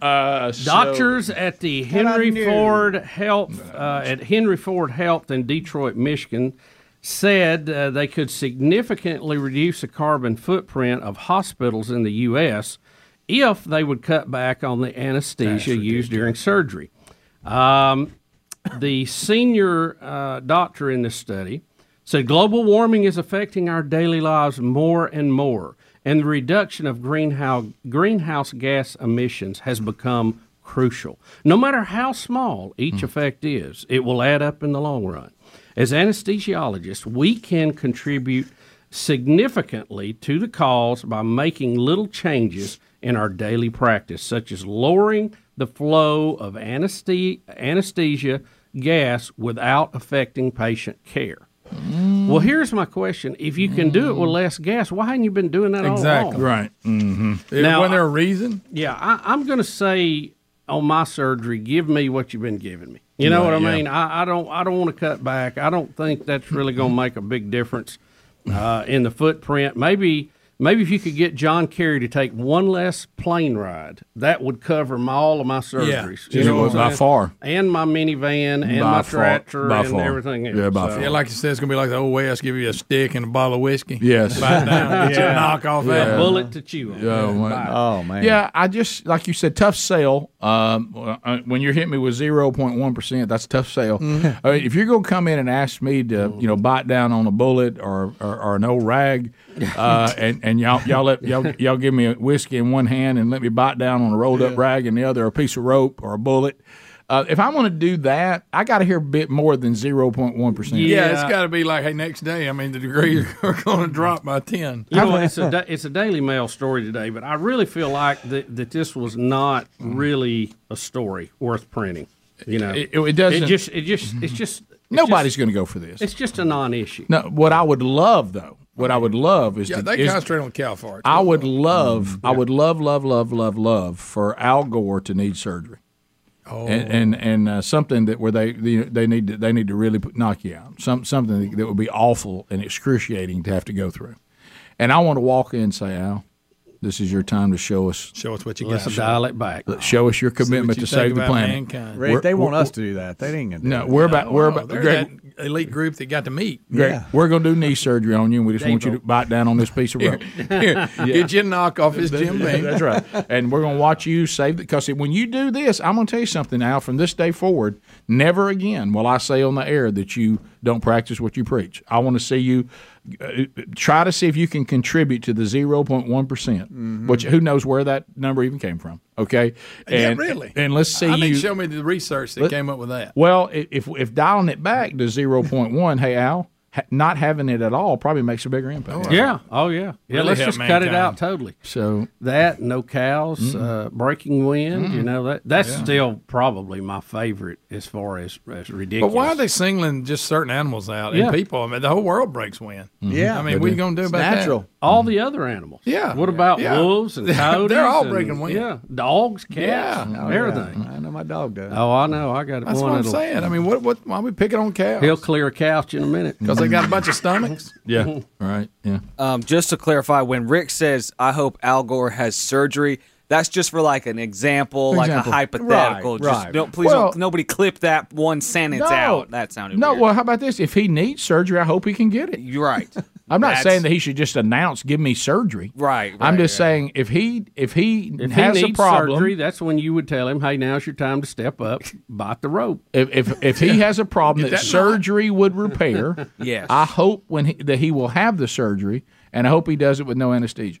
Speaker 1: Uh, so-
Speaker 2: Doctors at the
Speaker 1: That I
Speaker 2: Henry
Speaker 1: knew.
Speaker 2: Ford Health uh, at Henry Ford Health in Detroit, Michigan, said uh, they could significantly reduce the carbon footprint of hospitals in the U.S. if they would cut back on the anesthesia used during surgery. Um, the senior uh, doctor in this study said global warming is affecting our daily lives more and more, and the reduction of greenhouse, greenhouse gas emissions has become crucial. No matter how small each effect is, it will add up in the long run. As anesthesiologists, we can contribute significantly to the cause by making little changes in our daily practice, such as lowering the flow of anesthe- anesthesia gas without affecting patient care.
Speaker 1: Mm.
Speaker 2: Well, here's my question: If you can do it with less gas, why haven't you been doing that all
Speaker 5: Exactly.
Speaker 2: along?
Speaker 5: Right.
Speaker 1: Mm-hmm.
Speaker 2: Now,
Speaker 5: Wasn't there a reason?
Speaker 2: Yeah, I, I'm going to say on my surgery, give me what you've been giving me. You know
Speaker 5: Right,
Speaker 2: what I
Speaker 5: yeah.
Speaker 2: mean? I, I don't. I don't want to cut back. I don't think that's really going to make a big difference uh, in the footprint. Maybe. Maybe if you could get John Kerry to take one less plane ride, that would cover my, all of my surgeries.
Speaker 5: just
Speaker 2: what I'm
Speaker 5: by
Speaker 2: saying?
Speaker 5: far.
Speaker 2: and my minivan and my tractor and everything else. so.
Speaker 5: Yeah, like you said, it's gonna be like the old West. Give you a stick and a bottle of whiskey.
Speaker 1: Yes.
Speaker 5: Bite down, get your knock off that
Speaker 1: Yeah, man. Yeah, I just like you said, tough sale. Um, uh, when you're hitting me with zero point one percent, that's a tough sale.
Speaker 5: Mhm.
Speaker 1: I mean, if you're gonna come in and ask me to, you know, bite down on a bullet or or, or an old rag, uh, and and y'all y'all let y'all y'all give me a whiskey in one hand and let me bite down on a rolled up rag in the other, or a piece of rope or a bullet. Uh, if I want to do that, I got to hear a bit more than zero point one percent.
Speaker 5: Yeah, it's got to be like, hey, next day. I mean, the degrees are going to drop by ten.
Speaker 2: You know, what, it's a da- it's a Daily Mail story today, but I really feel like that, that this was not
Speaker 5: Mm-hmm.
Speaker 2: really a story worth printing. You know,
Speaker 1: It- it- it doesn't-
Speaker 2: It just it just it's just it's
Speaker 1: Nobody's
Speaker 2: just-
Speaker 1: going to go for this.
Speaker 2: It's just a non-issue.
Speaker 1: No, what I would love though, what I would love is
Speaker 5: Yeah,
Speaker 1: to,
Speaker 5: they
Speaker 1: is-
Speaker 5: concentrate on cow farts.
Speaker 1: I would love, I would love, love, love, love, love for Al Gore to need surgery.
Speaker 5: Oh.
Speaker 1: and and, and uh, something that where they they, they need to, they need to really put, knock you out. Some something that would be awful and excruciating to have to go through. And I want to walk in and say, Al, this is your time to show us
Speaker 5: Show us what you
Speaker 1: Let's
Speaker 5: got.
Speaker 1: dial it back. show us your
Speaker 5: See what
Speaker 1: commitment
Speaker 5: you
Speaker 1: to
Speaker 5: think
Speaker 1: save the
Speaker 5: about
Speaker 1: planet.
Speaker 5: mankind.
Speaker 4: Rick,
Speaker 1: We're-
Speaker 4: they want
Speaker 1: we're-
Speaker 4: us to do that. They ain't gonna. Do
Speaker 1: No,
Speaker 4: it.
Speaker 1: we're about we're about
Speaker 5: They're
Speaker 1: Greg,
Speaker 5: that elite group that got to meet.
Speaker 1: Greg, we're going to do knee surgery on you, and we just want you to
Speaker 5: Dable.
Speaker 1: bite down on this piece of rope.
Speaker 5: Here, get your knock off his Jim Beam.
Speaker 1: That's right. And we're going to watch you save it because when you do this, I'm going to tell you something, Al. From this day forward, never again will I say on the air that you don't practice what you preach. I want to see you uh, try to see if you can contribute to the 0one percent, which who knows where that number even came from. Okay,
Speaker 5: Yeah,
Speaker 1: and,
Speaker 5: really.
Speaker 1: And let's see
Speaker 5: I mean,
Speaker 1: you
Speaker 5: show me the research that
Speaker 1: Let-
Speaker 5: came up with that.
Speaker 1: well, i- if if dialing it back to zero point one, hey Al, ha- not having it at all probably makes a bigger impact.
Speaker 2: Yeah. Oh, yeah. Yeah.
Speaker 1: Really
Speaker 2: let's
Speaker 1: help
Speaker 2: just cut it
Speaker 1: mankind.
Speaker 2: out totally.
Speaker 1: So
Speaker 2: that no cows,
Speaker 1: Mm.
Speaker 2: uh, breaking wind. You
Speaker 5: Mm.
Speaker 2: know that that's
Speaker 5: mm-hmm. Yeah.
Speaker 2: still probably my favorite as far as as
Speaker 5: But
Speaker 2: ridiculous.
Speaker 5: why are they singling just certain animals out
Speaker 2: Yeah.
Speaker 5: and people? I mean, the whole world breaks wind.
Speaker 1: Mm-hmm.
Speaker 5: I mean, what are you going to do about that?
Speaker 2: All the other animals.
Speaker 5: Yeah.
Speaker 2: What about
Speaker 5: Yeah.
Speaker 2: wolves and
Speaker 5: They're
Speaker 2: coyotes?
Speaker 5: all
Speaker 2: and-
Speaker 5: breaking wind.
Speaker 2: Yeah. Dogs, cats,
Speaker 5: Yeah.
Speaker 2: and
Speaker 5: Oh, yeah.
Speaker 2: everything.
Speaker 4: I know my dog does.
Speaker 2: Oh, I know. I got
Speaker 5: That's
Speaker 2: one.
Speaker 5: what I'm
Speaker 2: that'll-
Speaker 5: saying. I mean, what, what, why are we picking on cows?
Speaker 2: he'll clear a couch in a minute
Speaker 5: 'Cause they got a bunch of stomachs.
Speaker 1: Yeah. right. Yeah.
Speaker 6: Um, just to clarify, when Rick says, "I hope Al Gore has surgery," that's just for like an example,
Speaker 1: For
Speaker 6: like
Speaker 1: example.
Speaker 6: a hypothetical.
Speaker 1: Right,
Speaker 6: just
Speaker 1: right.
Speaker 6: don't please
Speaker 1: Well-
Speaker 6: don't nobody clip that one sentence
Speaker 1: No.
Speaker 6: out. That sounded
Speaker 1: No,
Speaker 6: weird.
Speaker 1: well, how about this? If he needs surgery, I hope he can get it.
Speaker 6: You're right.
Speaker 1: I'm not
Speaker 6: That's-
Speaker 1: saying that he should just announce, "Give me surgery."
Speaker 6: Right.
Speaker 1: I'm just saying if he if he
Speaker 2: If
Speaker 1: has
Speaker 2: he needs
Speaker 1: a problem,
Speaker 2: surgery, that's when you would tell him, "Hey, now's your time to step up, bite the rope."
Speaker 1: If if, if he has a problem
Speaker 2: Get
Speaker 1: that,
Speaker 2: that
Speaker 1: surgery would repair,
Speaker 2: Yes.
Speaker 1: I hope when he, that he will have the surgery, and I hope he does it with no anesthesia,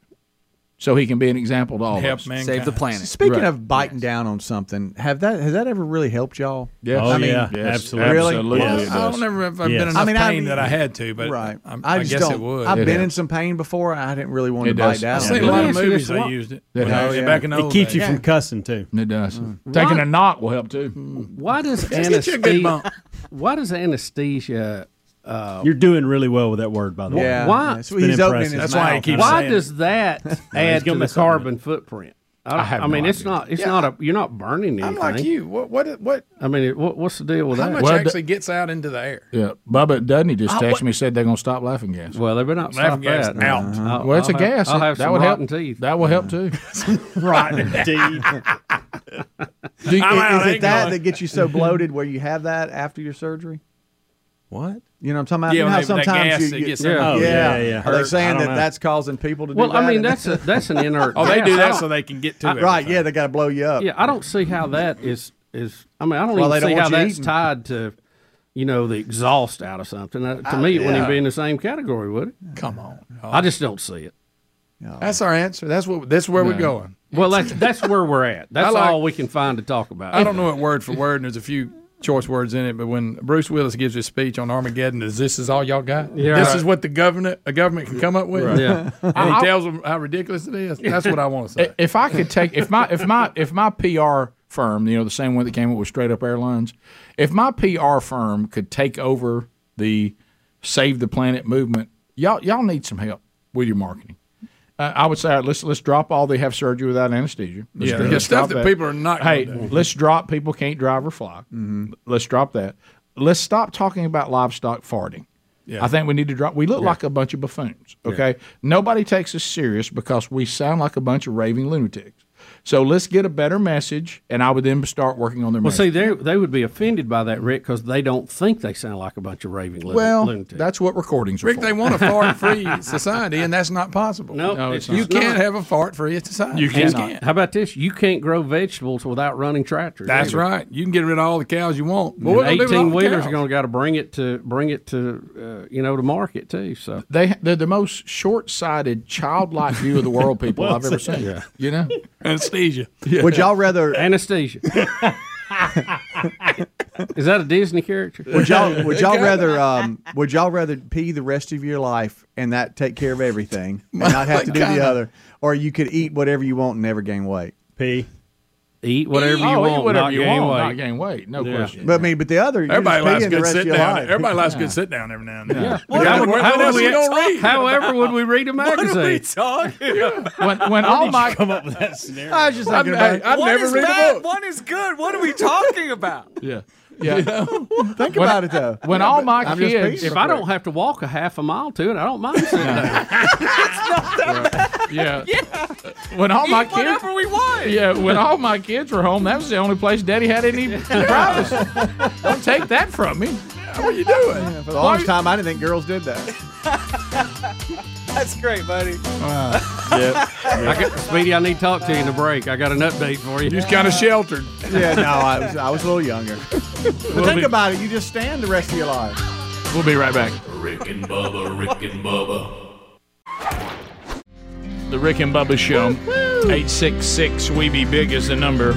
Speaker 1: so he can be an example to all
Speaker 5: Help
Speaker 1: of us.
Speaker 5: mankind. Save the planet.
Speaker 4: Speaking
Speaker 1: Right.
Speaker 4: of biting down on something, have that has that ever really helped y'all?
Speaker 1: Yes. Oh, yeah. Yes.
Speaker 4: Really?
Speaker 1: Absolutely Yes. it
Speaker 5: I don't ever have I've been in enough pain that I had to, but
Speaker 4: right.
Speaker 5: I, I,
Speaker 4: just
Speaker 5: guess
Speaker 4: don't,
Speaker 5: it would.
Speaker 4: I've been in some pain before. I didn't really want
Speaker 5: It
Speaker 4: to bite
Speaker 5: does.
Speaker 4: down.
Speaker 5: I've seen a lot of movies they used it. That When I was helps. back in the
Speaker 10: It
Speaker 5: old
Speaker 10: keeps
Speaker 5: days.
Speaker 10: you
Speaker 5: Yeah. Mm.
Speaker 10: from cussing too.
Speaker 1: It does. Taking a knock will help too.
Speaker 2: Why does
Speaker 5: Just get you a good bump.
Speaker 2: anesthesia? Why does anesthesia? Uh,
Speaker 10: You're doing really well with that word, by the way.
Speaker 2: Yeah. Why-
Speaker 10: It's
Speaker 2: That's what
Speaker 10: been
Speaker 2: he's opening
Speaker 10: impressive.
Speaker 2: his That's why he mouth. keeps Why saying it. does that add to the carbon footprint? I,
Speaker 5: have
Speaker 2: I mean,
Speaker 5: no
Speaker 2: it's not. It's not a. You're not burning anything.
Speaker 5: I'm like you. What? What? What?
Speaker 2: I mean, it, what, what's the deal with
Speaker 5: How
Speaker 2: that?
Speaker 5: much
Speaker 1: Well,
Speaker 5: actually gets out into the air?
Speaker 1: Yeah, Bubba Dudney just
Speaker 5: I
Speaker 1: texted
Speaker 5: wa-
Speaker 1: me said they're gonna stop laughing gas.
Speaker 2: Well, they better not
Speaker 5: Laughing stop gas that. out.
Speaker 2: I'll-
Speaker 1: well, it's
Speaker 2: I'll
Speaker 1: a
Speaker 2: have-
Speaker 1: gas.
Speaker 2: I'll have
Speaker 1: that
Speaker 2: some
Speaker 1: would help.
Speaker 2: rotten teeth.
Speaker 1: That will help too.
Speaker 4: Rotten
Speaker 10: teeth.
Speaker 4: Do you,
Speaker 5: I'm out,
Speaker 4: is
Speaker 5: I
Speaker 4: it
Speaker 5: ain't
Speaker 4: that
Speaker 5: going.
Speaker 4: that gets you so bloated where you have that after your surgery?
Speaker 10: What?
Speaker 4: You know what I'm talking about?
Speaker 5: Yeah,
Speaker 4: you know how
Speaker 5: when they- that
Speaker 4: sometimes
Speaker 5: gas
Speaker 4: you,
Speaker 5: that
Speaker 4: you-
Speaker 5: gets in-
Speaker 4: yeah,
Speaker 5: Oh, yeah, yeah,
Speaker 4: Are they
Speaker 5: hurt. I
Speaker 4: saying
Speaker 5: don't
Speaker 4: that
Speaker 5: know.
Speaker 4: that's causing people to do
Speaker 2: Well,
Speaker 4: that?
Speaker 2: I mean, that's a that's an inert.
Speaker 5: Oh, they
Speaker 2: gas.
Speaker 5: do
Speaker 2: I
Speaker 5: that
Speaker 2: don't-
Speaker 5: so they can get to
Speaker 2: I-
Speaker 5: it.
Speaker 4: Uh, right, yeah, they got to blow you up.
Speaker 2: Yeah, I don't see how that is is. I mean, I don't
Speaker 4: Well, they
Speaker 2: even
Speaker 4: don't
Speaker 2: see
Speaker 4: want
Speaker 2: how
Speaker 4: you
Speaker 2: that's
Speaker 4: eating.
Speaker 2: tied to, you know, the exhaust out of something. That- to
Speaker 5: I-
Speaker 2: me, it wouldn't even
Speaker 5: yeah.
Speaker 2: be in the same category, would it?
Speaker 5: Come on.
Speaker 2: I just don't see it.
Speaker 5: That's our answer. That's what. That's where we're
Speaker 2: No.
Speaker 5: going.
Speaker 2: Well, that's that's where we're at.
Speaker 5: I
Speaker 2: That's
Speaker 5: like-
Speaker 2: all we can find to talk about.
Speaker 5: I don't know it word for word, and there's a few choice words in it. But when Bruce Willis gives his speech on Armageddon, is this is all y'all got?
Speaker 2: Yeah.
Speaker 5: this
Speaker 2: Right.
Speaker 5: is what the government a government can come up with.
Speaker 2: Right. Yeah.
Speaker 5: and
Speaker 1: I-
Speaker 5: he tells them how ridiculous it is. That's what I want to say.
Speaker 1: If I could take if my if my if my PR firm, you know, the same one that came up with Straight Up Airlines, if my PR firm could take over the Save the Planet movement, y'all y'all need some help with your marketing. Uh, I would say all right, let's let's drop all they have surgery without anesthesia. Let's
Speaker 5: Yeah,
Speaker 1: dro-
Speaker 5: yeah,
Speaker 1: let's
Speaker 5: stuff
Speaker 1: drop
Speaker 5: that people are not
Speaker 1: Hey,
Speaker 5: gonna do.
Speaker 1: let's drop people can't drive or fly. Let's drop that. Let's stop talking about livestock farting.
Speaker 5: Yeah.
Speaker 1: I think we need to drop. We look
Speaker 5: Yeah.
Speaker 1: like a bunch of buffoons. Okay, nobody takes us serious because we sound like a bunch of raving lunatics. So let's get a better message, and I would then start working on their
Speaker 2: Well, see,
Speaker 1: message.
Speaker 2: they they would be offended by that, Rick, because they don't think they sound like a bunch of raving lun-
Speaker 1: well,
Speaker 2: lunatics.
Speaker 1: that's what recordings are
Speaker 5: Rick,
Speaker 1: for.
Speaker 5: they want a fart free society, and that's not possible.
Speaker 2: No, No, it's it's not.
Speaker 5: you
Speaker 2: not.
Speaker 5: can't have a fart free society.
Speaker 2: You
Speaker 5: just
Speaker 2: can't. How about this? You can't grow vegetables without running tractors.
Speaker 5: That's
Speaker 2: either.
Speaker 5: right. You can get rid of all the cows you want. But what are we
Speaker 2: And
Speaker 5: gonna do with all
Speaker 2: Eighteen
Speaker 5: the
Speaker 2: wheelers
Speaker 5: cows?
Speaker 2: are going to got to bring it to bring it to uh, you know to market too. So
Speaker 1: They they're the most short-sighted, childlike view of the world people
Speaker 2: Well
Speaker 1: I've ever
Speaker 2: said.
Speaker 1: seen.
Speaker 2: Yeah.
Speaker 1: You know,
Speaker 5: anesthesia.
Speaker 4: Would y'all rather
Speaker 2: anesthesia? Is that a Disney character?
Speaker 4: Would y'all would y'all rather um, would y'all rather pee the rest of your life and that take care of everything and not have to do the
Speaker 5: Kinda.
Speaker 4: other, or you could eat whatever you want and never gain weight?
Speaker 10: Pee.
Speaker 2: eat whatever you
Speaker 1: oh,
Speaker 2: want.
Speaker 1: eat whatever
Speaker 2: not
Speaker 1: you
Speaker 2: gain
Speaker 1: want,
Speaker 2: weight.
Speaker 1: not gain weight. No
Speaker 2: Yeah.
Speaker 1: question.
Speaker 4: But I mean, but the other, you're just
Speaker 5: Everybody likes
Speaker 4: peeing the
Speaker 5: good
Speaker 4: rest of
Speaker 5: sit
Speaker 4: your
Speaker 5: down.
Speaker 4: life.
Speaker 5: Everybody likes good sit down every now and then. Yeah.
Speaker 2: How would-
Speaker 5: What,
Speaker 2: how would
Speaker 5: else
Speaker 2: we-
Speaker 5: you gonna read?
Speaker 2: However, would we read a magazine?
Speaker 5: are we
Speaker 6: talking?
Speaker 1: when when all my
Speaker 5: come up with that scenario?
Speaker 1: I was just thinking
Speaker 5: I'm-
Speaker 1: about-
Speaker 5: I- I've
Speaker 6: One
Speaker 5: never
Speaker 6: is
Speaker 5: read
Speaker 6: bad,
Speaker 5: a book.
Speaker 6: One is good. What are we talking about?
Speaker 1: yeah, yeah.
Speaker 4: Think
Speaker 1: When-
Speaker 4: about it though.
Speaker 1: when all my
Speaker 4: I'm just
Speaker 1: kids,
Speaker 4: being
Speaker 2: If I don't have to walk a half a mile to it, I don't mind sitting down.
Speaker 1: yeah, when all
Speaker 6: Eat
Speaker 1: my kids,
Speaker 6: whatever we want.
Speaker 1: yeah, when all my kids were home, that was the only place Daddy had any privacy. Don't take that from me.
Speaker 5: What are you doing?
Speaker 4: For the longest time, I didn't think girls did that.
Speaker 6: That's great, buddy.
Speaker 2: I got, Speedy, I need to talk to you in the break. I got an update for you.
Speaker 5: You just kind of sheltered.
Speaker 4: yeah, no, I was, I was a little younger. But think
Speaker 1: bit.
Speaker 4: about it. You just stand the rest of your life.
Speaker 1: We'll be right back.
Speaker 3: Rick and Bubba, Rick and Bubba.
Speaker 1: The Rick and Bubba Show. 866 We Be Big is the number.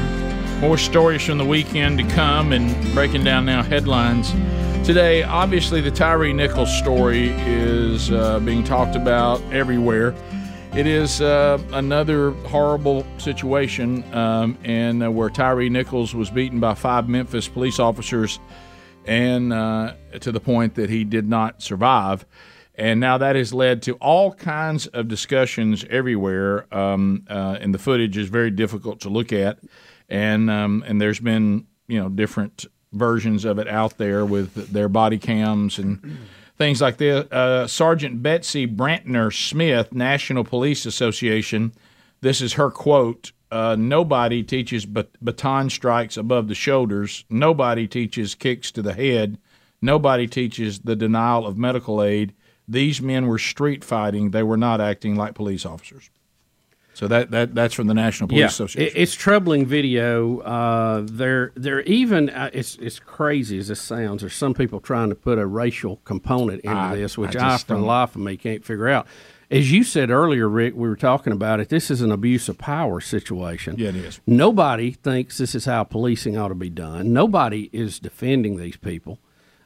Speaker 1: More stories from the weekend to come and breaking down now headlines. Today, obviously, the Tyree Nichols story is uh, being talked about everywhere. It is uh, another horrible situation, um, and uh, where Tyree Nichols was beaten by five Memphis police officers and uh, to the point that he did not survive. And now that has led to all kinds of discussions everywhere, um, uh, and the footage is very difficult to look at. And um, and there's been you know different versions of it out there with their body cams and things like this. Uh, Sergeant Betsy Brantner Smith, National Police Association. This is her quote. Uh, nobody teaches bat- baton strikes above the shoulders. Nobody teaches kicks to the head. Nobody teaches the denial of medical aid. These men were street fighting. They were not acting like police officers. So that, that that's from the National Police
Speaker 2: Yeah,
Speaker 1: Association.
Speaker 2: it- it's troubling video. Uh, they're they're even uh, it's it's crazy as this sounds. There's some people trying to put a racial component into
Speaker 1: I-
Speaker 2: this,
Speaker 1: I
Speaker 2: which I,
Speaker 1: just
Speaker 2: for the
Speaker 1: don't-
Speaker 2: life of me can't figure out. As you said earlier, Rick, we were talking about it. This is an abuse of power situation.
Speaker 1: yeah, it is.
Speaker 2: Nobody thinks this is how policing ought to be done. Nobody is defending these people.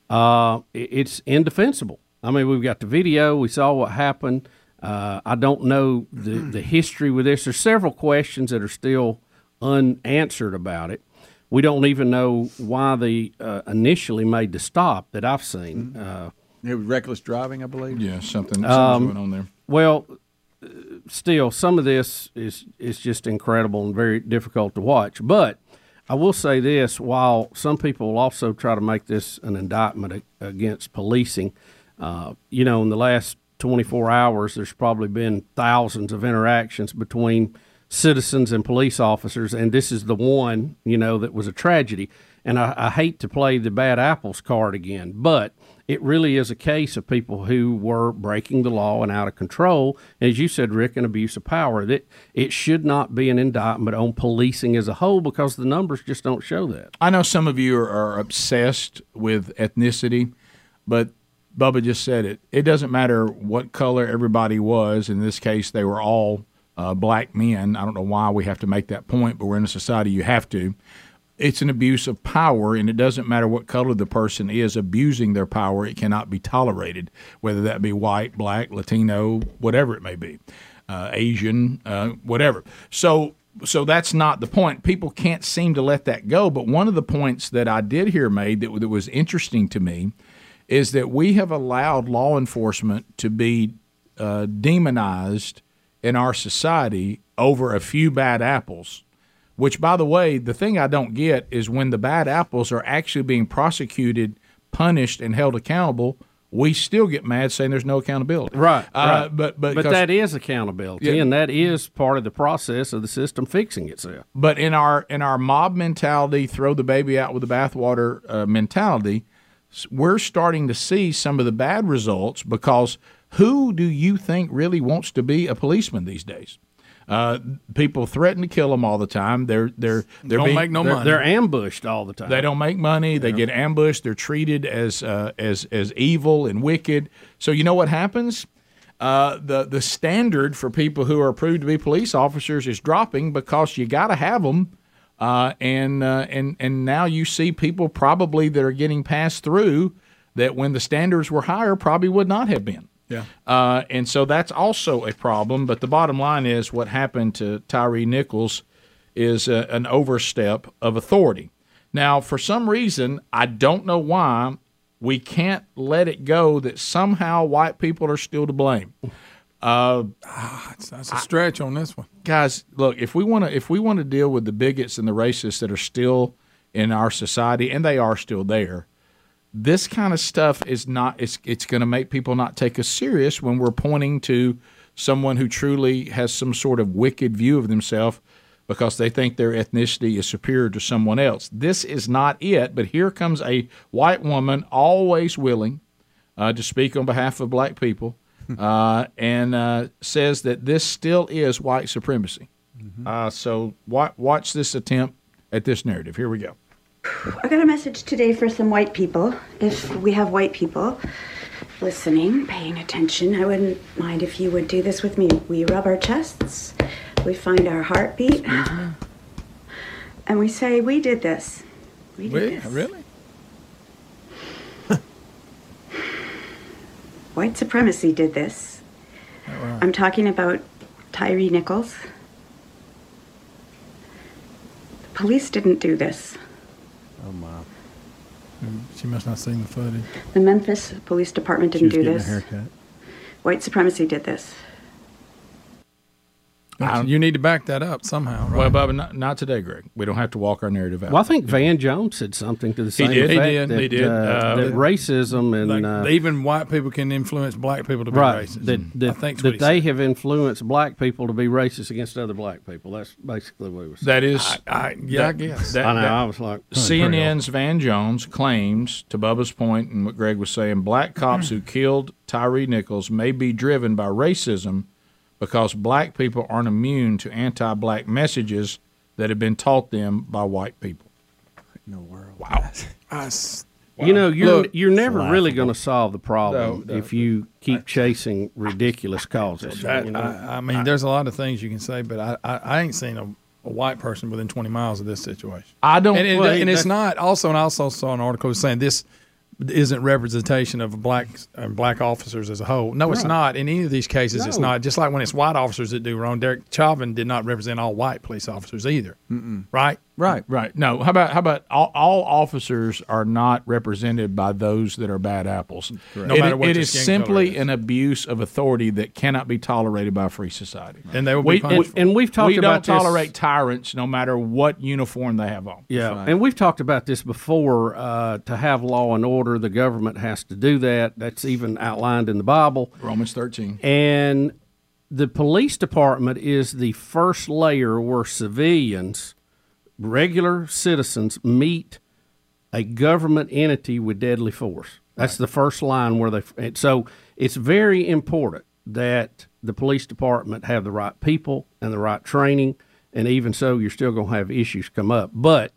Speaker 2: Uh, i- it's indefensible. I mean, we've got the video. We saw what happened. Uh, I don't know the, the history with this. There's several questions that are still unanswered about it. We don't even know why they uh, initially made the stop that I've seen.
Speaker 1: Mm-hmm.
Speaker 2: Uh,
Speaker 4: It was reckless driving, I believe.
Speaker 1: Yeah, something, something
Speaker 2: Um,
Speaker 1: going on there.
Speaker 2: well, uh, still, some of this is is just incredible and very difficult to watch. But I will say this: while some people will also try to make this an indictment a- against policing, uh, you know, in the last 24 hours, there's probably been thousands of interactions between citizens and police officers, and this is the one you know that was a tragedy. And I, I hate to play the bad apples card again, but it really is a case of people who were breaking the law and out of control. As you said, Rick, an abuse of power. That it should not be an indictment on policing as a whole because the numbers just don't show that.
Speaker 1: I know some of you are obsessed with ethnicity, but Bubba just said it. It doesn't matter what color everybody was. In this case, they were all uh, black men. I don't know why we have to make that point, but we're in a society you have to. It's an abuse of power, and it doesn't matter what color the person is abusing their power. It cannot be tolerated, whether that be white, black, Latino, whatever it may be uh, Asian, uh, whatever. So so that's not the point. People can't seem to let that go. But one of the points that I did hear made that, that was interesting to me is that we have allowed law enforcement to be uh, demonized in our society over a few bad apples. Which, by the way, the thing I don't get is when the bad apples are actually being prosecuted, punished, and held accountable. We still get mad saying there's no accountability.
Speaker 2: Right,
Speaker 1: Uh,
Speaker 2: right.
Speaker 1: But but
Speaker 2: But
Speaker 1: 'cause-
Speaker 2: that is accountability,
Speaker 1: Yeah.
Speaker 2: and that is part of the process of the system fixing itself.
Speaker 1: But in our in our mob mentality, throw the baby out with the bathwater uh, mentality, s- we're starting to see some of the bad results because who do you think really wants to be a policeman these days? Uh, people threaten to kill them all the time. They're they're they're
Speaker 5: Don't
Speaker 1: being-
Speaker 5: make no
Speaker 1: they're-
Speaker 5: money.
Speaker 2: They're ambushed all the time.
Speaker 1: They don't make money. They get ambushed. They're treated as uh, as as evil and wicked. So you know what happens? Uh, the the standard for people who are approved to be police officers is dropping because you got to have them. Uh, and uh, and and now you see people probably that are getting passed through that when the standards were higher probably would not have been.
Speaker 5: Yeah.
Speaker 1: Uh, and so that's also a problem. But the bottom line is what happened to Tyree Nichols is a, an overstep of authority. Now, for some reason, I don't know why, we can't let it go that somehow white people are still to blame. Uh,
Speaker 5: That's a stretch on this one.
Speaker 1: guys, look, if we want to if we want to deal with the bigots and the racists that are still in our society and they are still there, this kind of stuff is not it's it's going to make people not take us serious when we're pointing to someone who truly has some sort of wicked view of themselves because they think their ethnicity is superior to someone else. This is not it, but here comes a white woman always willing uh, to speak on behalf of black people uh, and uh, says that this still is white supremacy. Uh, so wa- watch this attempt at this narrative. Here we go.
Speaker 15: I got a message today for some white people. If we have white people listening, paying attention, I wouldn't mind if you would do this with me. We rub our chests, we find our heartbeat, and we say, We did this. We did
Speaker 5: Wait,
Speaker 15: this.
Speaker 5: really?
Speaker 15: White supremacy did this. I'm talking about Tyree Nichols. The police didn't do this.
Speaker 5: Oh my! Mm, She must not seen the footage.
Speaker 15: The Memphis Police Department
Speaker 5: She
Speaker 15: didn't
Speaker 5: was
Speaker 15: do
Speaker 5: getting
Speaker 15: this.
Speaker 5: A haircut.
Speaker 15: White supremacy did this.
Speaker 1: You need to back that up somehow. Well, Bubba, not, not today, Greg. We don't have to walk our narrative out.
Speaker 2: Well, I think Van Jones said something to the same
Speaker 1: did. He
Speaker 2: effect
Speaker 1: did.
Speaker 2: That,
Speaker 1: He did.
Speaker 2: uh,
Speaker 1: Uh,
Speaker 2: that racism and
Speaker 5: Like,
Speaker 2: uh,
Speaker 5: even white people can influence black people to be
Speaker 2: right
Speaker 5: racist. Mm.
Speaker 2: that, that,
Speaker 5: I think
Speaker 2: that
Speaker 5: that's what he said.
Speaker 2: they have influenced black people to be racist against other black people. That's basically what he was.
Speaker 1: That is,
Speaker 5: I,
Speaker 2: yeah, I guess. I know, I was like, hmm, huh,
Speaker 1: CNN's Van Jones claims, to Bubba's point and what Greg was saying, black cops who killed Tyree Nichols may be driven by racism because black people aren't immune to anti-black messages that have been taught them by white people.
Speaker 2: You know, you're
Speaker 1: Look,
Speaker 2: you're never
Speaker 1: it's
Speaker 2: really
Speaker 1: laughable.
Speaker 2: going to solve the problem
Speaker 5: No, no,
Speaker 2: if you keep chasing ridiculous causes.
Speaker 5: That- uh,
Speaker 2: you know?
Speaker 5: I, I mean, there's a lot of things you can say, but I, I, I ain't seen a, a white person within 20 miles of this situation.
Speaker 1: I don't-
Speaker 5: and, and,
Speaker 1: well,
Speaker 5: and it's
Speaker 1: that-
Speaker 5: not. Also, and I also saw an article saying this isn't representation of blacks and black officers as a whole. No, it's
Speaker 1: Right.
Speaker 5: not. In any of these cases, it's
Speaker 1: No.
Speaker 5: not. Just like when it's white officers that do wrong. Derek Chauvin did not represent all white police officers either. Mm-mm. Right.
Speaker 1: Right, right. No, Oh, how about how about all, all officers are not represented by those that are bad apples.
Speaker 5: Correct. No
Speaker 1: It-
Speaker 5: matter what
Speaker 1: it
Speaker 5: their
Speaker 1: is
Speaker 5: skin
Speaker 1: simply an abuse of authority that cannot be tolerated by a free society.
Speaker 5: And they will be
Speaker 1: we,
Speaker 5: punished
Speaker 1: we-
Speaker 5: for it. And we've talked
Speaker 1: we
Speaker 5: about
Speaker 1: don't
Speaker 5: this-
Speaker 1: tolerate tyrants, no matter what uniform they have on.
Speaker 2: Yeah, and we've talked about this before. Uh, to have law and order, the government has to do that. That's even outlined in the Bible,
Speaker 1: Romans thirteen.
Speaker 2: And the police department is the first layer where civilians, regular citizens, meet a government entity with deadly force. That's the first line where they. and So it's very important that the police department have the right people and the right training. And even so, you're still going to have issues come up. But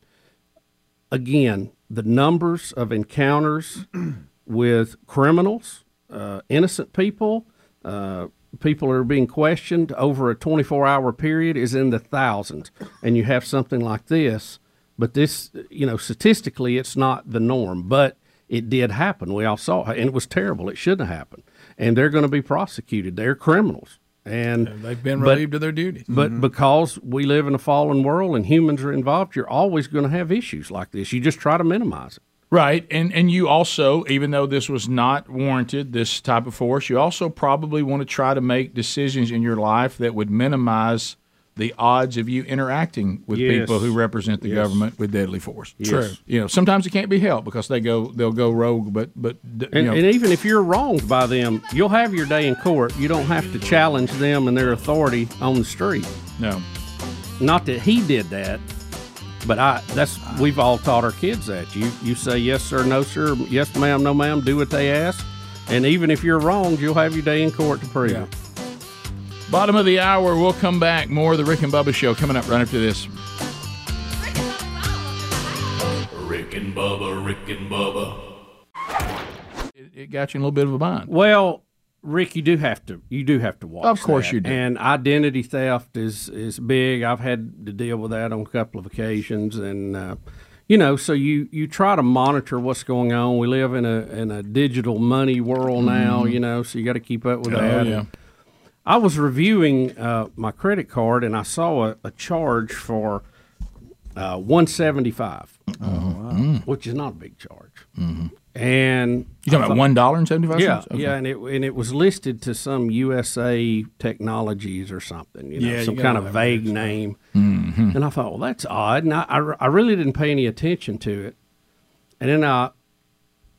Speaker 2: again, the numbers of encounters with criminals, uh, innocent people, uh, people that are being questioned over a 24 hour period is in the thousands. And you have something like this, but this, you know, statistically, it's not the norm, but it did happen. We all saw it, and it was terrible. It shouldn't have happened. And they're going to be prosecuted. They're criminals. And
Speaker 5: They've been
Speaker 2: but-
Speaker 5: relieved of their duties.
Speaker 2: But
Speaker 1: Mm-hmm.
Speaker 2: because we live in a fallen world and humans are involved, you're always going to have issues like this. You just try to minimize it.
Speaker 1: Right, and and you also, even though this was not warranted, this type of force, you also probably want to try to make decisions in your life that would minimize the odds of you interacting with
Speaker 5: Yes.
Speaker 1: people who represent the
Speaker 5: Yes.
Speaker 1: government with deadly force.
Speaker 5: Yes. True.
Speaker 1: You know, sometimes it can't be helped because they go they'll go rogue, but but d- you
Speaker 2: And,
Speaker 1: know,
Speaker 2: and even if you're wronged by them, you'll have your day in court. You don't have to challenge them and their authority on the street.
Speaker 1: No.
Speaker 2: Not that he did that, but I that's we've all taught our kids that. You you say yes sir, no sir, yes ma'am, no ma'am, do what they ask. And even if you're wronged, you'll have your day in court to prove it.
Speaker 1: bottom of the hour, we'll come back. More of the Rick and Bubba show coming up right after this.
Speaker 3: Rick and Bubba, Rick and Bubba.
Speaker 1: It got you in a little bit of a bind.
Speaker 2: Well, Rick, you do have to you do have to watch.
Speaker 1: Of course
Speaker 2: that.
Speaker 1: you do.
Speaker 2: And identity theft is is big. I've had to deal with that on a couple of occasions, and uh, you know, so you you try to monitor what's going on. We live in a in a digital money world now,
Speaker 1: Mhm.
Speaker 2: you know, so you got to keep up with
Speaker 1: Oh,
Speaker 2: that.
Speaker 1: yeah.
Speaker 2: I was reviewing uh, my credit card and I saw a, a charge for uh, 175
Speaker 1: Uh-huh.
Speaker 2: which is not a big charge.
Speaker 1: Mm-hmm.
Speaker 2: And
Speaker 1: You talking about one dollar and seventy five
Speaker 2: Yeah,
Speaker 1: cents? Okay.
Speaker 2: yeah, and it and it was listed to some USA Technologies or something, you know,
Speaker 1: Yeah, you
Speaker 2: some
Speaker 1: got
Speaker 2: kind
Speaker 1: all
Speaker 2: of
Speaker 1: that
Speaker 2: vague name.
Speaker 1: Mhm.
Speaker 2: And I thought, well, that's odd, and I, I re- I really didn't pay any attention to it. And then I,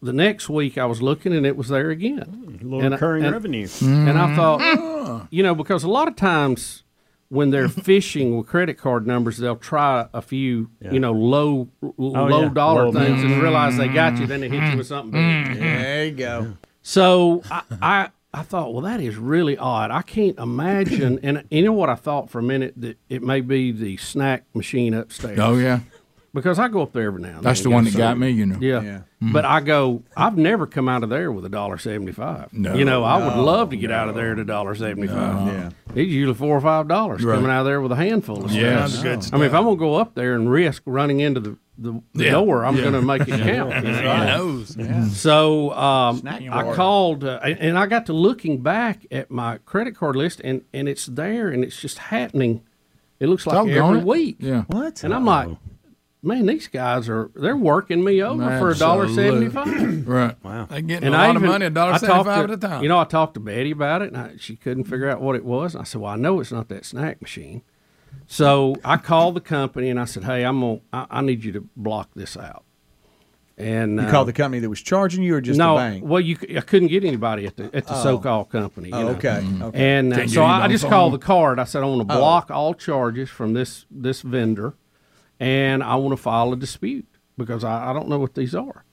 Speaker 2: the next week, I was looking, and it was there again.
Speaker 10: Mm, little
Speaker 2: And I-
Speaker 10: recurring
Speaker 2: and- Mm-hmm.
Speaker 10: revenue.
Speaker 2: And I
Speaker 10: Mhm.
Speaker 1: Mm-hmm.
Speaker 6: Mm-hmm.
Speaker 2: thought, you know, because a lot of times when they're phishing with credit card numbers, they'll try a few, you know, low
Speaker 10: Oh,
Speaker 2: l- low
Speaker 13: yeah.
Speaker 2: dollar
Speaker 13: Low
Speaker 2: things, and
Speaker 13: amount.
Speaker 2: realize they got you, then they hit
Speaker 1: Mm-hmm.
Speaker 2: you with something.
Speaker 4: Mm-hmm.
Speaker 2: big.
Speaker 13: There you go.
Speaker 2: So I, I I thought, well, that is really odd. I can't imagine. And you know what I thought for a minute that it may be the snack machine upstairs.
Speaker 1: Oh, yeah.
Speaker 2: because I go up there every now and then.
Speaker 1: That's the
Speaker 2: and get
Speaker 1: one
Speaker 2: a
Speaker 1: that got
Speaker 2: soda.
Speaker 1: me, you know.
Speaker 2: Yeah,
Speaker 1: Yeah.
Speaker 2: but I go. I've never come out of there with a dollar seventy-five.
Speaker 1: No,
Speaker 2: you know, I would
Speaker 1: no,
Speaker 2: love to get out of there at a dollar seventy-five.
Speaker 1: No. Yeah.
Speaker 2: these are usually four or five dollars
Speaker 1: Right.
Speaker 2: coming out of there with a handful of
Speaker 1: Yes.
Speaker 2: stuff.
Speaker 1: Sounds good
Speaker 2: I mean, if I'm gonna go up there and risk running into the the, the
Speaker 1: Yeah.
Speaker 2: door, I'm
Speaker 1: Yeah.
Speaker 2: gonna make it
Speaker 1: Yeah. Mm-hmm.
Speaker 2: count.
Speaker 1: That's
Speaker 2: you know?
Speaker 1: right. Knows. Yeah.
Speaker 2: So um,
Speaker 1: Snack
Speaker 2: I
Speaker 1: bar.
Speaker 2: called uh, and and I got to looking back at my credit card list, and, and it's there, and it's just happening. It looks like
Speaker 1: Doggone
Speaker 2: every
Speaker 1: it.
Speaker 2: week.
Speaker 1: Yeah.
Speaker 2: What? And I'm like, man, these guys are they're working me over for a dollar
Speaker 1: Absolutely.
Speaker 2: seventy five.
Speaker 1: Right.
Speaker 2: Wow.
Speaker 1: They're getting a lot of money, $1.75 at a time.
Speaker 2: You know, I talked to Betty about it, and I, she couldn't figure out what it was. And I said, well, I know it's not that snack machine. So I called the company and I said, hey, I'm gonna, I, I need you to block this out. And
Speaker 4: You
Speaker 2: uh,
Speaker 4: called the company that was charging you, or just
Speaker 2: no,
Speaker 4: the bank?
Speaker 2: Well, you c- I couldn't get anybody at the at the
Speaker 4: Oh.
Speaker 2: so-called company. you
Speaker 4: Oh,
Speaker 2: know.
Speaker 4: okay,
Speaker 1: Mm-hmm.
Speaker 4: okay.
Speaker 2: And uh,
Speaker 4: Can't
Speaker 2: so
Speaker 4: get
Speaker 2: I, I
Speaker 4: anybody
Speaker 2: just
Speaker 4: on
Speaker 2: called the
Speaker 4: phone.
Speaker 2: card. I said I want to
Speaker 4: Oh.
Speaker 2: block all charges from this this vendor, and I want to file a dispute because I, I don't know what these are.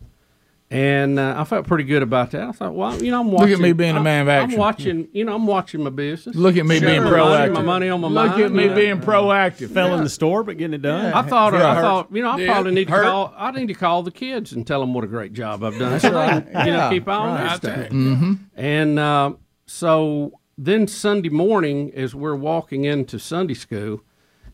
Speaker 2: And uh, I felt pretty good about that. I thought, well, you know, I'm
Speaker 1: Look
Speaker 2: watching.
Speaker 1: at me being a
Speaker 2: I-
Speaker 1: man of
Speaker 2: I'm
Speaker 1: action.
Speaker 2: watching. You know, I'm watching my business.
Speaker 1: Look at me
Speaker 2: Sure,
Speaker 1: being
Speaker 2: I'm
Speaker 1: proactive.
Speaker 2: watching My money on my
Speaker 1: Look
Speaker 2: mind,
Speaker 1: at me
Speaker 2: you know.
Speaker 1: being proactive.
Speaker 10: Fell in
Speaker 2: Yeah.
Speaker 10: the store, but getting it done.
Speaker 2: I
Speaker 1: uh,
Speaker 2: thought,
Speaker 10: Yeah.
Speaker 2: I thought, you know, I
Speaker 10: Hurt.
Speaker 2: probably need to
Speaker 10: Hurt.
Speaker 2: call. I need to call the kids and tell them what a great job I've done.
Speaker 10: That's
Speaker 2: So they,
Speaker 10: right.
Speaker 2: You know,
Speaker 10: Yeah.
Speaker 2: keep eye on
Speaker 10: Right.
Speaker 2: that stuff.
Speaker 10: Mhm.
Speaker 2: And uh, so then Sunday morning, as we're walking into Sunday school,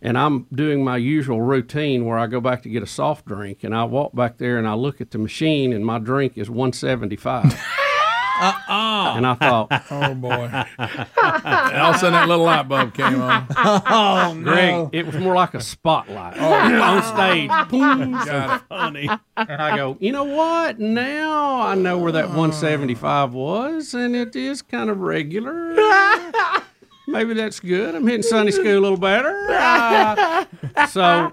Speaker 2: and I'm doing my usual routine where I go back to get a soft drink, and I walk back there and I look at the machine, and my drink is 175.
Speaker 5: Uh-uh.
Speaker 2: And I thought,
Speaker 5: oh boy.
Speaker 2: and
Speaker 5: all of a sudden, that little light bulb came on. Oh, no.
Speaker 2: Greg, it was more like a spotlight
Speaker 5: Oh,
Speaker 1: Oh,
Speaker 2: on stage. Boom.
Speaker 5: Got it. Funny.
Speaker 2: And I go, you know what? Now I know where that 175 was, and it is kind of regular. Maybe that's good. I'm hitting Sunday school a little better. Uh, so,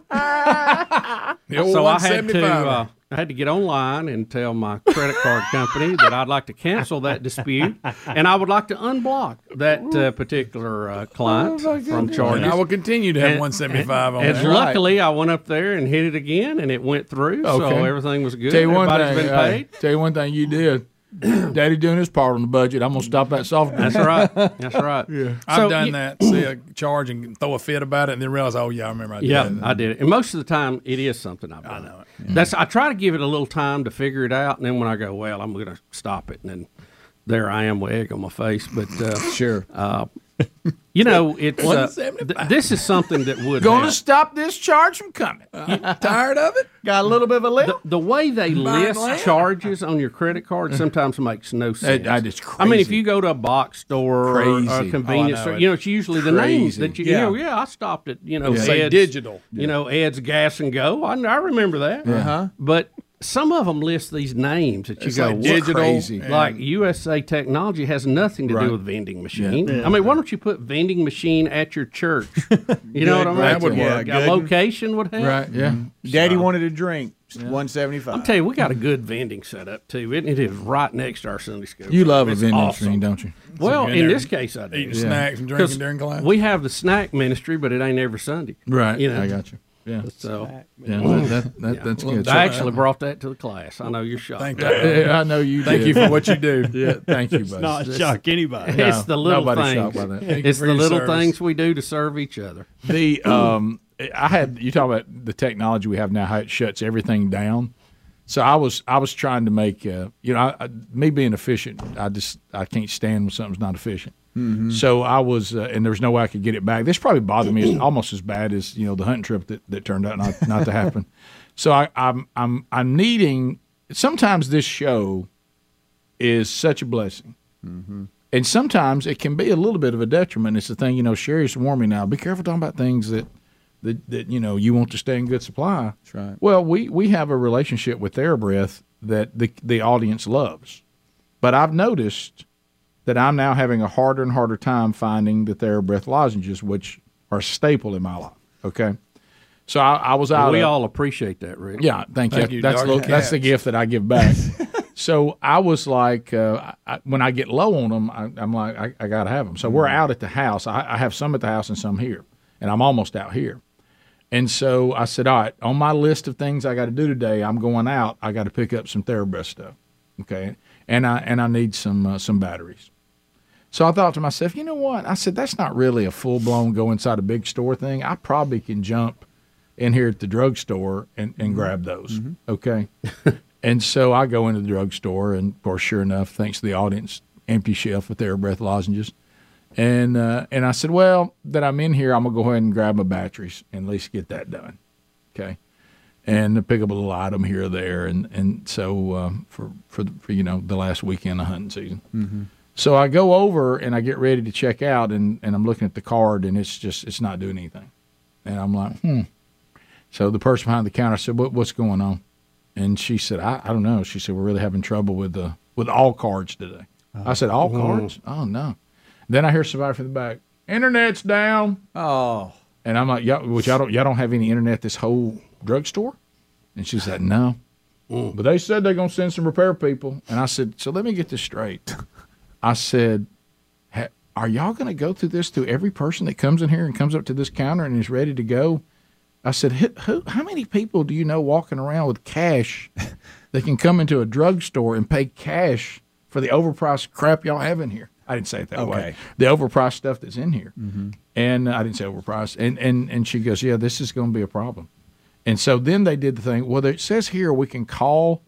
Speaker 5: The old
Speaker 2: so I had to.
Speaker 5: 175.
Speaker 2: Uh, I had to get online and tell my credit card company that I'd like to cancel that dispute, and I would like to unblock that uh, particular uh, client
Speaker 5: Oh, my
Speaker 2: from
Speaker 5: goodness.
Speaker 2: charges.
Speaker 5: And I will continue to have
Speaker 2: And-
Speaker 5: 175 on
Speaker 2: and
Speaker 5: that.
Speaker 2: luckily, I went up there and hit it again, and it went through, so everything was good.
Speaker 1: Tell you one
Speaker 2: Everybody's
Speaker 1: thing,
Speaker 2: been
Speaker 1: uh,
Speaker 2: paid.
Speaker 1: tell you one thing you did. Daddy doing his part on the budget. I'm gonna stop that soft drink.
Speaker 2: That's right. That's right.
Speaker 5: Yeah. I've
Speaker 2: So
Speaker 5: done
Speaker 2: you-
Speaker 5: that. See a charge and throw a fit about it and then realize, oh, yeah, I remember I did
Speaker 2: yeah,
Speaker 5: that.
Speaker 2: I did it. And most of the time, it is something I've done. I know it. That's I try to give it a little time to figure it out, and then when I go, well, I'm going to stop it, and then there I am with egg on my face. But uh, sure, uh, you know, it's uh, th- this is something that would
Speaker 1: Gonna
Speaker 2: happen.
Speaker 1: stop this charge from coming. tired of it?
Speaker 4: Got a little bit of a
Speaker 1: lip.
Speaker 2: The way they
Speaker 1: Buying
Speaker 2: list
Speaker 1: land?
Speaker 2: charges on your credit card sometimes makes no sense.
Speaker 1: Mm-hmm. that is
Speaker 2: I mean, if
Speaker 1: crazy.
Speaker 2: you go to a box store
Speaker 1: Crazy.
Speaker 2: or a convenience
Speaker 1: Oh, I know
Speaker 2: store,
Speaker 1: it.
Speaker 2: you know it's usually the names
Speaker 1: Crazy.
Speaker 2: that you,
Speaker 1: Yeah.
Speaker 2: you know. Yeah, I stopped at you know
Speaker 1: Yeah.
Speaker 2: Ed's
Speaker 1: Say digital.
Speaker 2: You know Ed's Gas and Go. I, I remember that.
Speaker 1: Yeah. Uh-huh.
Speaker 2: But some of them list these names that you
Speaker 1: It's
Speaker 2: go
Speaker 1: like
Speaker 2: "What?"
Speaker 1: digital Crazy.
Speaker 2: Like USA Technology has nothing to
Speaker 1: Right.
Speaker 2: do with vending machine.
Speaker 1: Yeah.
Speaker 2: I mean, why don't you put vending machine at your church? You know what I mean?
Speaker 4: Good. That would
Speaker 2: Yeah,
Speaker 4: work.
Speaker 2: A
Speaker 4: Good.
Speaker 2: location would help.
Speaker 4: Mhm. Daddy wanted a drink. One seventy five.
Speaker 2: I'm telling you, we got a good vending setup too. It, it is right next to our Sunday school.
Speaker 1: You love a
Speaker 2: It's
Speaker 1: vending
Speaker 2: awesome.
Speaker 1: machine, don't you?
Speaker 2: Well,
Speaker 1: So
Speaker 2: in
Speaker 1: you're
Speaker 2: this
Speaker 1: there
Speaker 2: case, I do.
Speaker 1: eating snacks and drinking
Speaker 2: 'Cause
Speaker 1: during class?
Speaker 2: We have the snack ministry, but it ain't every Sunday.
Speaker 1: Right.
Speaker 2: You know?
Speaker 1: I got you. Yeah.
Speaker 2: So
Speaker 1: Yeah, that- that- that-
Speaker 2: Yeah.
Speaker 1: that's
Speaker 2: Well,
Speaker 1: good.
Speaker 2: I
Speaker 1: So-
Speaker 2: actually brought that to the class. I know you're shocked.
Speaker 1: Thank you. Yeah, I know you
Speaker 2: Thank
Speaker 1: did.
Speaker 2: you for what you do.
Speaker 1: Yeah, thank you,
Speaker 2: It's
Speaker 1: buddy.
Speaker 2: not
Speaker 1: That's-
Speaker 2: shock anybody.
Speaker 1: No,
Speaker 2: It's the little
Speaker 1: nobody's
Speaker 2: things.
Speaker 1: shocked by that. Thank you
Speaker 2: It's
Speaker 1: for
Speaker 2: the
Speaker 1: your
Speaker 2: little
Speaker 1: service.
Speaker 2: things we do to serve each other.
Speaker 1: The um, I had you talk about the technology we have now, how it shuts everything down. So I was I was trying to make uh, you know I, I, me being efficient. I just I can't stand when something's not efficient.
Speaker 5: Mhm.
Speaker 1: So I was, uh, and there was no way I could get it back. This probably bothered me as, almost as bad as you know the hunting trip that, that turned out not, not to happen. So I, I'm I'm I'm
Speaker 4: Mm-hmm.
Speaker 1: needing. Sometimes this show is such a blessing. And sometimes it can be a little bit of a detriment. It's the thing, you know, Sherry's warming now. Be careful talking about things that, that, that you know, you want to stay in good supply. That's right. Well, we, we have a relationship with TheraBreath that the, the audience loves. But I've noticed that I'm now having a harder and harder time finding the TheraBreath lozenges, which are a staple in my life. Okay. So I, I was out.
Speaker 2: we
Speaker 1: of-
Speaker 2: all appreciate that, Rick.
Speaker 1: yeah, thank, you. That's the, that's the gift that I give back. so I was like, uh, I, when I get low on them, I, I'm like, I, I got to have them. So we're out at the house. I, I have some at the house and some here, and I'm almost out here. And so I said, all right, on my list of things I got to do today, I'm going out. I got to pick up some TheraBreath stuff, okay, and I and I need some uh, some batteries. So I thought to myself, you know what? I said that's not really a full blown go inside a big store thing. I probably can jump in here at the drugstore and, and grab those. Okay. and so I go into the drugstore, and of course, sure enough, thanks to the audience, empty shelf with their breath lozenges. And uh, and I said, well, that I'm in here, I'm gonna go ahead and grab my batteries and at least get that done. Okay. And pick up a little item here or there, and and so um, for for the- for you know the last weekend of hunting season.
Speaker 16: Mm-hmm.
Speaker 1: So I go over and I get ready to check out, and, and I'm looking at the card, and it's just it's not doing anything. And I'm like, hmm. So the person behind the counter said, what, "What's going on?" And she said, I, "I don't know." She said, "We're really having trouble with the with all cards today." I said, "All
Speaker 13: Oh.
Speaker 1: cards? Oh no." Then I hear somebody from the back, "Internet's down." Oh. And I'm like, "Y'all, which y'all don't y'all don't have any internet this whole drugstore?" And she said, "No." But they said they're gonna send some repair people, and I said, "So let me get this straight." I said, "Ha- "Are y'all going to go through this to every person that comes in here and comes up to this counter and is ready to go?" I said, "Who? who how many people do you know walking around with cash that can come into a drugstore and pay cash for the overpriced crap y'all have in here?" I didn't say it that way.
Speaker 13: Okay.
Speaker 1: The overpriced stuff that's in here,
Speaker 16: Mm-hmm.
Speaker 1: and uh, I didn't say overpriced. And and and she goes, "Yeah, this is going to be a problem." And so then they did the thing. Well, it says here we can call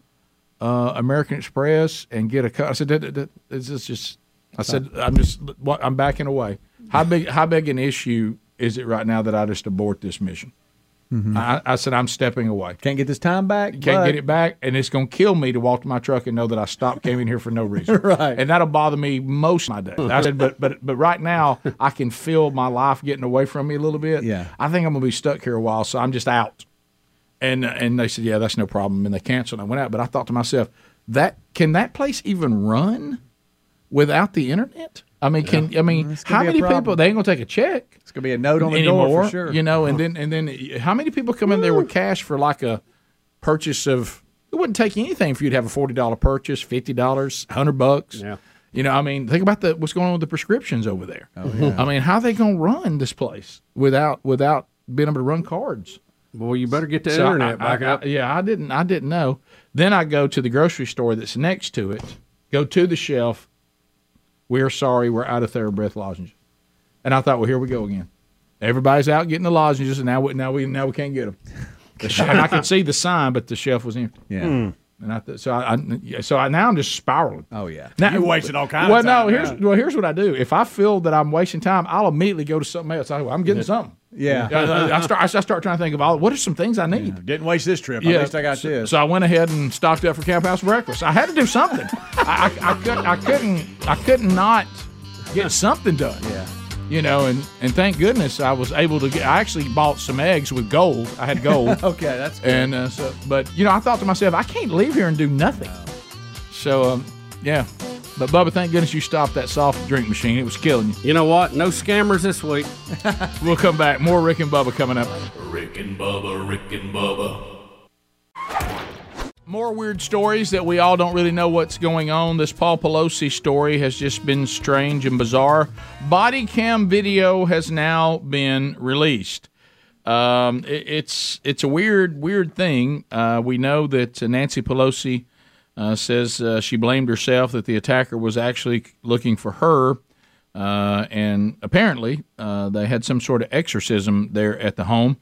Speaker 1: uh, American Express and get a cut. I said, that, that, that, this is just. I said, I'm just. What, I'm backing away. How big? How big an issue is it right now that I just abort this mission? I, I said, I'm stepping away. Mm-hmm. Can't get this time back. Can't
Speaker 4: but-
Speaker 1: get it back, and it's going to kill me to walk to my truck and know that I stopped, came in here for no reason. right. And that'll bother me most of my day. I said, but but but right now, I can feel my life getting away from me a little bit.
Speaker 4: Yeah.
Speaker 1: I think I'm going to be stuck here a while, so I'm just out. And and they said, yeah, that's no problem, and they canceled. And I went out, but I thought to myself, that can that place even run without the internet? I mean, can I mean
Speaker 4: gonna
Speaker 1: how
Speaker 4: be a
Speaker 1: many
Speaker 4: problem.
Speaker 1: people? They ain't gonna take a check. It's
Speaker 4: gonna be a note on the door for sure.
Speaker 1: You know, and then and then how many people come in there with cash for like a purchase of? It wouldn't take anything for you to have a forty dollar purchase, fifty dollars, hundred bucks. Yeah. You know, I mean, think about the what's going on with the prescriptions over there. Oh,
Speaker 2: yeah.
Speaker 1: I mean, how they gonna run this place without without being able to run cards?
Speaker 2: Well, you better get the
Speaker 1: So I-
Speaker 2: internet
Speaker 1: I-
Speaker 2: back
Speaker 1: I-
Speaker 2: up.
Speaker 1: yeah, I didn't. I didn't know. Then I go to the grocery store that's next to it. Go to the shelf. We're sorry, we're out of TheraBreath lozenges. And I thought, well, here we go again. Everybody's out getting the lozenges, and now we now we now we can't get them. The sh- and I could see the sign, but the shelf was empty.
Speaker 4: Yeah. Hmm.
Speaker 1: And I th- so I, I yeah, so I now I'm just spiraling. Oh yeah. Now,
Speaker 13: You've wasted all kinds of
Speaker 1: Well,
Speaker 13: time
Speaker 1: no. Here's
Speaker 13: now.
Speaker 1: well, here's what I do. If I feel that I'm wasting time, I'll immediately go to something else. I, I'm getting something.
Speaker 4: Yeah.
Speaker 1: I, I start. I start trying to think of all. What are some things I need?
Speaker 4: Didn't waste this trip. At least I got
Speaker 1: so,
Speaker 4: this.
Speaker 1: So I went ahead and stocked up for Camp House breakfast. I had to do something. I, I, I, could, I couldn't. I couldn't not get something done. Yeah. You know, and and thank goodness I was able to get. I actually bought some eggs with gold. I had gold.
Speaker 4: Okay, that's good.
Speaker 1: And uh, so, but you know, I thought to myself, I can't leave here and do nothing. So, um, yeah. But Bubba, thank goodness you stopped that soft drink machine. It was killing you.
Speaker 2: You know what? No scammers this week.
Speaker 1: we'll come back. More Rick and Bubba coming up.
Speaker 3: Rick and Bubba, Rick and Bubba.
Speaker 1: More weird stories that we all don't really know what's going on. This Paul Pelosi story has just been strange and bizarre. Body cam video has now been released. Um, it- it's it's a weird weird thing. Uh, we know that Nancy Pelosi uh, says uh, she blamed herself that the attacker was actually looking for her, uh, and apparently uh, they had some sort of exorcism there at the home.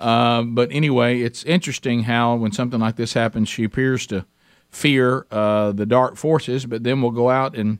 Speaker 1: Uh, but anyway, it's interesting how when something like this happens, she appears to fear uh, the dark forces, but then will go out and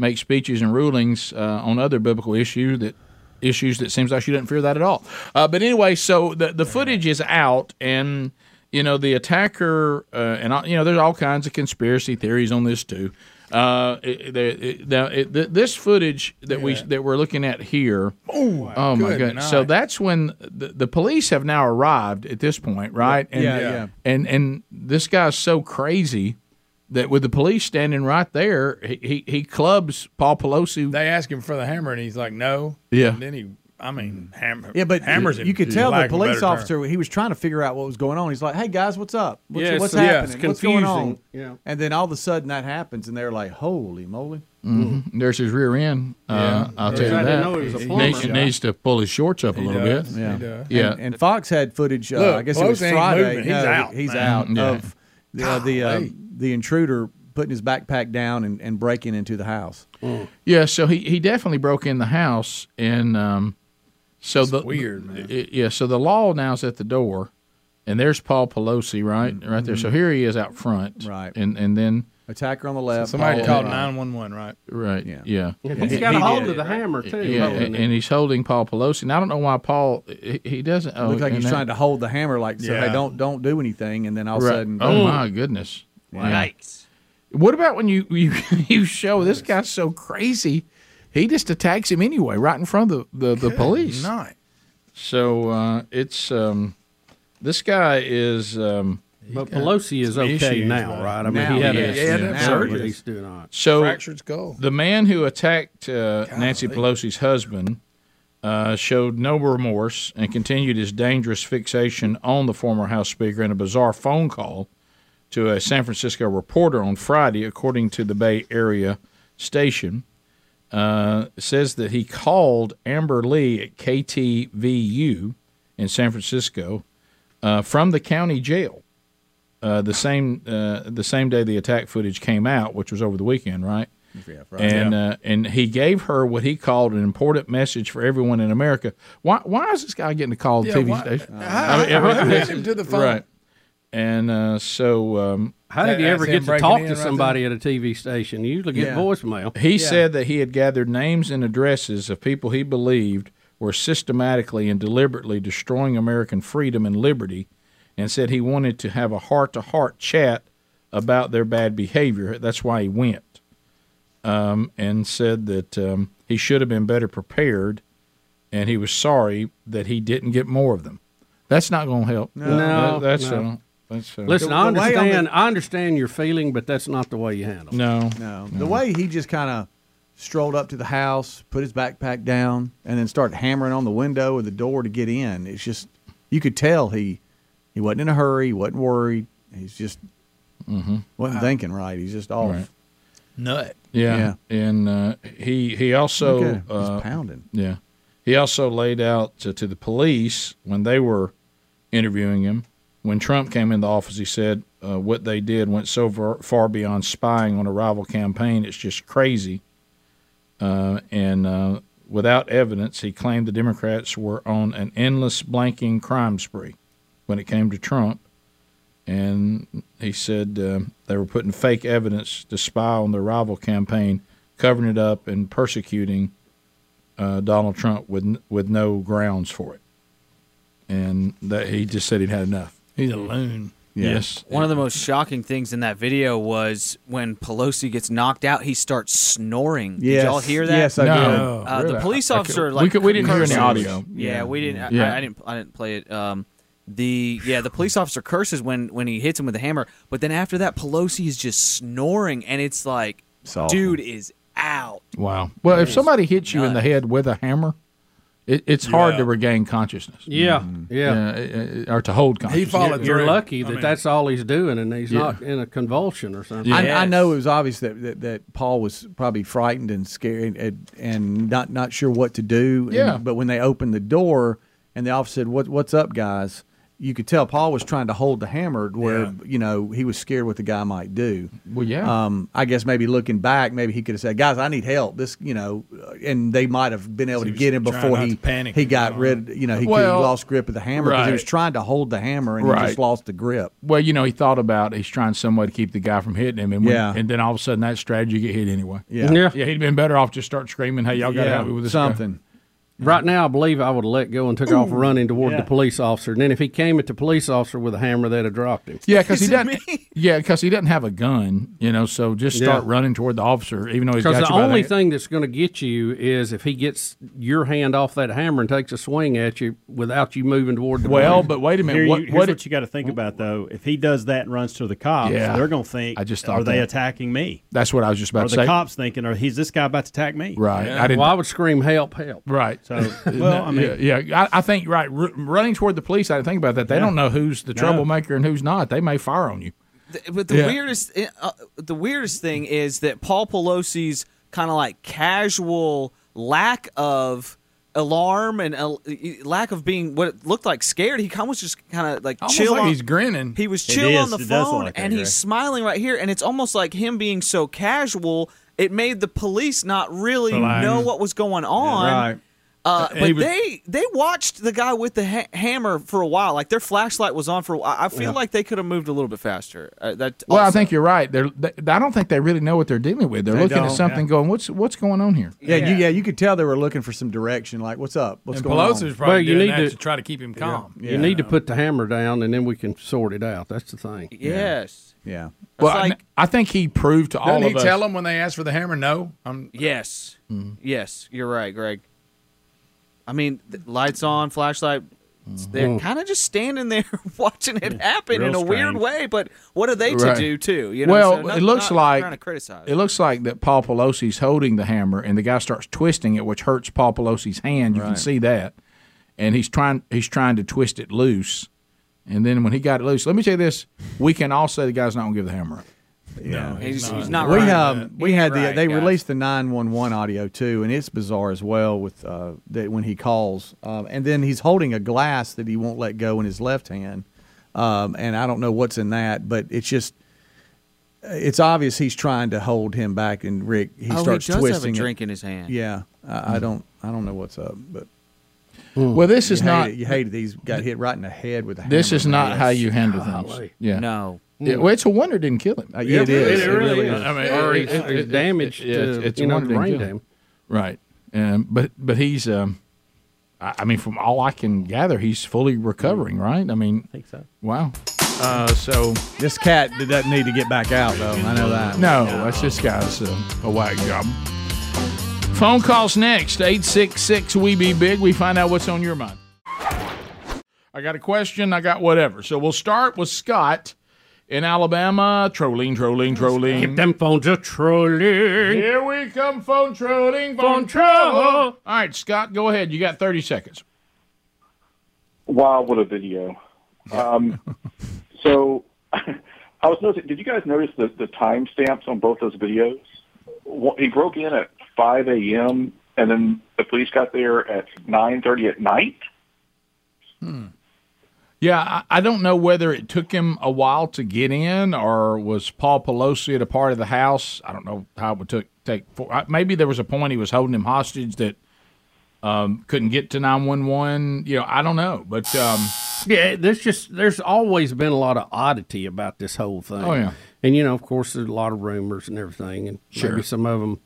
Speaker 1: make speeches and rulings uh, on other biblical issues that issues that seems like she doesn't fear that at all. Uh, but anyway, so the the footage is out and you know, the attacker, uh, and I- you know, there's all kinds of conspiracy theories on this too. Uh, it, it, it, now, it, th- this footage that we that we're looking at here.
Speaker 5: Oh,
Speaker 1: Oh my
Speaker 5: good
Speaker 1: god! So that's when the, the police have now arrived at this point, right? And,
Speaker 5: Yeah, yeah.
Speaker 1: And and this guy's so crazy that with the police standing right there, he he, he clubs Paul Pelosi.
Speaker 5: They ask him for the hammer, and he's like, "No."
Speaker 1: Yeah.
Speaker 5: And then he, I mean, hammer.
Speaker 4: Yeah, but
Speaker 5: hammers him.
Speaker 4: you could
Speaker 5: for
Speaker 4: tell
Speaker 5: lack
Speaker 4: the
Speaker 5: of a better
Speaker 4: police
Speaker 5: term.
Speaker 4: officer he was trying to figure out what was going on. He's like, "Hey guys, what's up? What's,
Speaker 5: Yeah, it's-
Speaker 4: what's
Speaker 5: yeah, it's
Speaker 4: happening? what's going on?"
Speaker 5: confusing. Yeah.
Speaker 4: And then all of a sudden that happens, and they're like, "Holy moly!"
Speaker 1: Mhm. There's his rear end. Uh, I'll tell you
Speaker 4: I
Speaker 1: that.
Speaker 4: didn't know he was a
Speaker 1: He
Speaker 4: plumber.
Speaker 1: needs, needs to pull his shorts up a little
Speaker 4: does.
Speaker 1: bit.
Speaker 4: Yeah. He
Speaker 1: yeah.
Speaker 4: does. And- and Fox had footage. Uh,
Speaker 1: Look,
Speaker 4: I guess it was
Speaker 1: Pelosi ain't
Speaker 4: Friday.
Speaker 1: moving. He's
Speaker 4: No,
Speaker 1: out,
Speaker 4: He's
Speaker 1: man.
Speaker 4: out
Speaker 1: Yeah.
Speaker 4: of the uh, the, uh,
Speaker 1: Golly.
Speaker 4: the intruder putting his backpack down and, and breaking into the house.
Speaker 1: Yeah, so he, he definitely broke in the house, and um, so the
Speaker 5: weird, man.
Speaker 1: it- yeah, so the law now's at the door, and there's Paul Pelosi right
Speaker 5: Mm-hmm.
Speaker 1: right there. So here he is out front, right, and and then
Speaker 4: Attacker on the left.
Speaker 5: Somebody
Speaker 1: Paul-
Speaker 5: called
Speaker 1: right.
Speaker 5: nine one one, right?
Speaker 1: Right. Yeah. Yeah.
Speaker 2: He's got a hold of the hammer, too.
Speaker 1: Yeah,
Speaker 2: Holding
Speaker 1: and,
Speaker 2: it.
Speaker 1: and he's holding Paul Pelosi. And I don't know why Paul he, he doesn't. Oh,
Speaker 4: Looks like
Speaker 1: and
Speaker 4: he's
Speaker 1: that-
Speaker 4: trying to hold the hammer, like so
Speaker 1: Yeah.
Speaker 4: they don't don't do anything, and then all
Speaker 1: Right.
Speaker 4: of a sudden,
Speaker 1: oh my goodness! Yeah. What about when you you, you show this guy's so crazy, he just attacks him anyway, right in front of the the, the police.
Speaker 5: night.
Speaker 1: So uh, it's um, this guy is. Um,
Speaker 2: But Pelosi is okay now, right? I mean, he had a- yeah, now, but he's doing all right.
Speaker 1: So
Speaker 5: Fractured skull.
Speaker 1: The man who attacked uh, Nancy Pelosi's husband uh, showed no remorse and continued his dangerous fixation on the former House Speaker in a bizarre phone call to a San Francisco reporter on Friday, according to the Bay Area station. Uh, says that he called Amber Lee at KTVU in San Francisco uh, from the county jail. Uh, the same uh, the same day the attack footage came out, which was over the weekend, right?
Speaker 4: Yeah,
Speaker 1: And uh, and he gave her what he called an important message for everyone in America. Why why is this guy getting a call to
Speaker 5: Yeah,
Speaker 1: TV
Speaker 5: why-
Speaker 1: station?
Speaker 5: how- how-
Speaker 1: every-
Speaker 5: how did he get him to the phone?
Speaker 1: Right. And uh, so, um,
Speaker 2: How did he ever get to talk to somebody at a TV station? You usually get
Speaker 1: Yeah.
Speaker 2: voicemail.
Speaker 1: He said that he had gathered names and addresses of people he believed were systematically and deliberately destroying American freedom and liberty, and said he wanted to have a heart to heart chat about their bad behavior. That's why he went. Um, and said that um, he should have been better prepared, and he was sorry that he didn't get more of them. That's not going to help. That-
Speaker 2: No,
Speaker 1: that's
Speaker 2: no.
Speaker 1: uh, that's uh,
Speaker 2: Listen, I
Speaker 4: The- the way on the-
Speaker 2: understand. I understand your feeling, but that's not the way you handle. it.
Speaker 1: No,
Speaker 4: no. The way he just kind of strolled up to the house, put his backpack down, and then started hammering on the window or the door to get in. It's just you could tell he he wasn't in a hurry, he wasn't worried. He's just wasn't thinking right. He's just off.
Speaker 1: Mm-hmm. Right.
Speaker 5: Nut.
Speaker 1: Yeah, and uh, he he also
Speaker 4: Okay. He's
Speaker 1: uh,
Speaker 4: pounding.
Speaker 1: Yeah, he also laid out to, to the police when they were interviewing him. When Trump came into office, he said uh, what they did went so far, far beyond spying on a rival campaign. It's just crazy. Uh, and uh, without evidence, he claimed the Democrats were on an endless blanking crime spree when it came to Trump. And he said uh, they were putting fake evidence to spy on the rival campaign, covering it up and persecuting uh, Donald Trump with n- with no grounds for it. And that he just said he'd had enough.
Speaker 5: He's a loon.
Speaker 1: Yes.
Speaker 6: One of the most shocking things in that video was when Pelosi gets knocked out, he starts snoring.
Speaker 1: Yes.
Speaker 6: Did y'all hear that?
Speaker 1: Yes, I did. No.
Speaker 6: Uh,
Speaker 1: Really?
Speaker 6: The police
Speaker 1: I- I
Speaker 6: officer,
Speaker 1: could-
Speaker 6: like,
Speaker 1: we could- we didn't hear any
Speaker 6: curses.
Speaker 1: audio.
Speaker 6: Yeah,
Speaker 1: Yeah.
Speaker 6: we didn't.
Speaker 1: Yeah.
Speaker 6: I, I didn't. I didn't play it. Um, the yeah, the police officer curses when when he hits him with the hammer, but then after that, Pelosi is just snoring, and it's like,
Speaker 1: awful.
Speaker 6: dude is out.
Speaker 1: Wow. Well, if somebody hits you in the head with a hammer, it, it's hard to regain consciousness.
Speaker 2: Yeah, yeah.
Speaker 1: Mm-hmm. Yeah, uh, uh, or to hold consciousness.
Speaker 2: You're lucky that
Speaker 1: I mean-
Speaker 2: that's all he's doing, and he's
Speaker 1: Yeah.
Speaker 2: not in a convulsion or something.
Speaker 4: I, I know it was obvious that, that, that Paul was probably frightened and scared and, and not, not sure what to do. And-
Speaker 2: Yeah.
Speaker 4: but when they opened the door and the officer said, what, What's up, guys? You could tell Paul was trying to hold the hammer where, you know, he was scared what the guy might do.
Speaker 1: Well, yeah.
Speaker 4: Um, I guess maybe looking back, maybe he could have said, Guys, I need help. This, you know, and they might have been able
Speaker 5: He
Speaker 4: to
Speaker 5: was
Speaker 4: get him
Speaker 5: trying
Speaker 4: before
Speaker 5: not
Speaker 4: he
Speaker 5: to panic
Speaker 4: he
Speaker 5: and
Speaker 4: got rid, you know, he, he
Speaker 1: Well,
Speaker 4: lost grip of the hammer because he
Speaker 1: right.
Speaker 4: was trying to hold the hammer and he
Speaker 1: Right.
Speaker 4: just lost the grip.
Speaker 1: Well, you know, he thought about he's trying some way to keep the guy from hitting him, and when-
Speaker 4: Yeah.
Speaker 1: and then all of a sudden that strategy get hit anyway.
Speaker 4: Yeah. Yeah.
Speaker 1: he'd been better off just start screaming, "Hey, y'all got to
Speaker 4: Yeah,
Speaker 1: help me with this
Speaker 4: something."
Speaker 1: Guy.
Speaker 2: Right now, I believe I would have let go and took off running toward
Speaker 1: Yeah.
Speaker 2: the police officer. And then if he came at the police officer with a hammer, they'd have dropped him.
Speaker 1: Yeah, because he doesn't. Yeah, because he doesn't have a gun. You know, so just start
Speaker 2: Yeah.
Speaker 1: running toward the officer, even though he's got
Speaker 2: Because
Speaker 1: you
Speaker 2: the
Speaker 1: by
Speaker 2: only
Speaker 1: the-
Speaker 2: thing that's going to get you is if he gets your hand off that hammer and takes a swing at you without you moving toward the.
Speaker 1: Well,
Speaker 2: police.
Speaker 1: but wait a minute.
Speaker 10: Here you-
Speaker 1: what,
Speaker 10: here's
Speaker 1: what, Oh.
Speaker 10: what you got to think about though. If he does that and runs to the cops,
Speaker 1: Yeah.
Speaker 10: they're going to think,
Speaker 1: I just thought
Speaker 10: are they
Speaker 1: that.
Speaker 10: attacking me?
Speaker 1: That's what I was just about
Speaker 10: Are
Speaker 1: to
Speaker 10: the
Speaker 1: say.
Speaker 10: cops thinking, or he's this guy about to attack me?
Speaker 1: Right. I didn't.
Speaker 2: would scream help, help.
Speaker 1: Right.
Speaker 10: So, well, I mean,
Speaker 1: yeah, yeah. I, I think right. R- running toward the police, I didn't think about that. They
Speaker 6: Yeah.
Speaker 1: don't know who's the
Speaker 6: No.
Speaker 1: troublemaker and who's not. They may fire on you.
Speaker 6: But the
Speaker 1: Yeah.
Speaker 6: weirdest, uh, the weirdest thing is that Paul Pelosi's kind of like casual lack of alarm and uh, lack of being what it looked like scared. He almost just kind of like
Speaker 1: Almost
Speaker 6: chill.
Speaker 1: like
Speaker 6: on-
Speaker 1: he's grinning.
Speaker 6: He was
Speaker 1: It
Speaker 6: chill
Speaker 1: is.
Speaker 6: on the
Speaker 1: It does look
Speaker 6: phone
Speaker 1: like that,
Speaker 6: and he's
Speaker 1: right?
Speaker 6: smiling right here, and it's almost like him being so casual. It made the police not really
Speaker 1: Relax.
Speaker 6: know what was going on.
Speaker 1: right.
Speaker 6: Uh,
Speaker 1: Uh, and he
Speaker 6: but
Speaker 1: was-
Speaker 6: they they watched the guy with the ha- hammer for a while. Like their flashlight was on for. a while. I feel
Speaker 1: Yeah.
Speaker 6: like they could have moved a little bit faster. Uh, that
Speaker 1: Well, I
Speaker 6: also-
Speaker 1: think you're right. They're, they, I don't think they really know what they're dealing with. They're
Speaker 4: They
Speaker 1: looking at
Speaker 4: don't,
Speaker 1: something,
Speaker 4: yeah.
Speaker 1: going, "What's what's going on here?"
Speaker 4: Yeah, You, yeah, you could tell they were looking for some direction. Like, what's up? What's
Speaker 5: And
Speaker 4: going
Speaker 5: Pelosi's
Speaker 4: on?
Speaker 5: probably Well, you doing need that to- to try to keep him calm.
Speaker 2: you need to put the hammer down, and then we can sort it out. That's the thing.
Speaker 6: Yes.
Speaker 4: Yeah.
Speaker 1: Well, I- I think he proved to all
Speaker 5: Didn't
Speaker 1: of
Speaker 5: he
Speaker 1: us.
Speaker 5: tell them when they asked for the hammer? No, I'm.
Speaker 6: Yes.
Speaker 1: Mm-hmm.
Speaker 6: Yes, you're right, Greg. I mean, th- lights on, flashlight. s- They're
Speaker 5: Mhm.
Speaker 6: kind of just standing there watching it happen
Speaker 1: Mm-hmm. Real
Speaker 6: in a weird
Speaker 1: strange.
Speaker 6: way. But what are they to
Speaker 1: Right.
Speaker 6: do too? You know,
Speaker 1: well,
Speaker 6: so not-
Speaker 1: it looks
Speaker 6: not
Speaker 1: like
Speaker 6: trying to criticize.
Speaker 1: It looks like that Paul Pelosi's holding the hammer, and the guy starts twisting it, which hurts Paul Pelosi's hand. You can
Speaker 6: Right.
Speaker 1: see that, and he's trying he's trying to twist it loose. And then when he got it loose, let me tell you this: we can all say the guy's not going to give the hammer up.
Speaker 4: Yeah,
Speaker 6: he's, he's not, right.
Speaker 4: we
Speaker 6: with
Speaker 4: um,
Speaker 6: it.
Speaker 4: we
Speaker 6: He
Speaker 4: had
Speaker 6: ain't
Speaker 4: the
Speaker 6: right,
Speaker 4: they
Speaker 6: guys.
Speaker 4: released the nine one one audio too, and it's bizarre as well with uh, that when he calls, um, and then he's holding a glass that he won't let go in his left hand, um, and I don't know what's in that, but it's just it's obvious he's trying to hold him back, and Rick he
Speaker 6: Oh, he
Speaker 4: starts
Speaker 6: does have a
Speaker 4: twisting it.
Speaker 6: drink in his hand.
Speaker 4: Yeah, I, I don't I don't know what's up, but
Speaker 2: Hmm.
Speaker 1: Well, this is
Speaker 4: You hate
Speaker 1: not-
Speaker 4: it. you hated these got hit right in the head with a hammer.
Speaker 1: This is not
Speaker 4: man.
Speaker 1: how you handle things.
Speaker 4: Golly.
Speaker 1: Yeah.
Speaker 6: No.
Speaker 1: Yeah, well, it's a wonder it didn't kill him.
Speaker 4: Uh, yeah, it is. It really is.
Speaker 1: I mean,
Speaker 4: Yeah,
Speaker 1: or
Speaker 4: it's-
Speaker 1: it-
Speaker 4: it's
Speaker 1: it-
Speaker 4: damaged
Speaker 1: yeah, it's,
Speaker 4: to,
Speaker 1: it's
Speaker 4: you
Speaker 1: a
Speaker 4: know,
Speaker 1: wonder it didn't
Speaker 4: brain
Speaker 1: kill him.
Speaker 4: damage.
Speaker 1: Right. Um, but but he's, um, I, I mean, from all I can gather, he's fully recovering, right? I mean, Mm. I think so. Wow. Uh, so
Speaker 4: this cat doesn't need to get back out though. I know that.
Speaker 1: No, that's this guy's uh, a whack job. Phone calls next. Eight six six. We be big. We find out what's on your mind. I got a question. I got whatever. So we'll start with Scott in Alabama. Trolling, trolling, trolling.
Speaker 2: Keep them phones a trolling.
Speaker 1: Here we come, phone trolling, phone
Speaker 2: Phone
Speaker 1: troll.
Speaker 2: troll.
Speaker 1: All right, Scott, go ahead. You got 30 seconds.
Speaker 17: Wow, what a video. Um, so I was noticing, did you guys notice the, the time stamps on both those videos? Well, He broke in at 5 a.m., and then the police got there at 9.30 at night?
Speaker 1: Yeah, I, I don't know whether it took him a while to get in or was Paul Pelosi at a part of the house. I don't know how it would took, take. For, I- maybe there was a point he was holding him hostage that um, couldn't get to 911. You know, I don't know. But um,
Speaker 2: Yeah, there's just there's always been a lot of oddity about this whole thing.
Speaker 1: Oh, yeah.
Speaker 2: and you know, of course, there's a lot of rumors and everything, and
Speaker 1: Sure.
Speaker 2: maybe some of them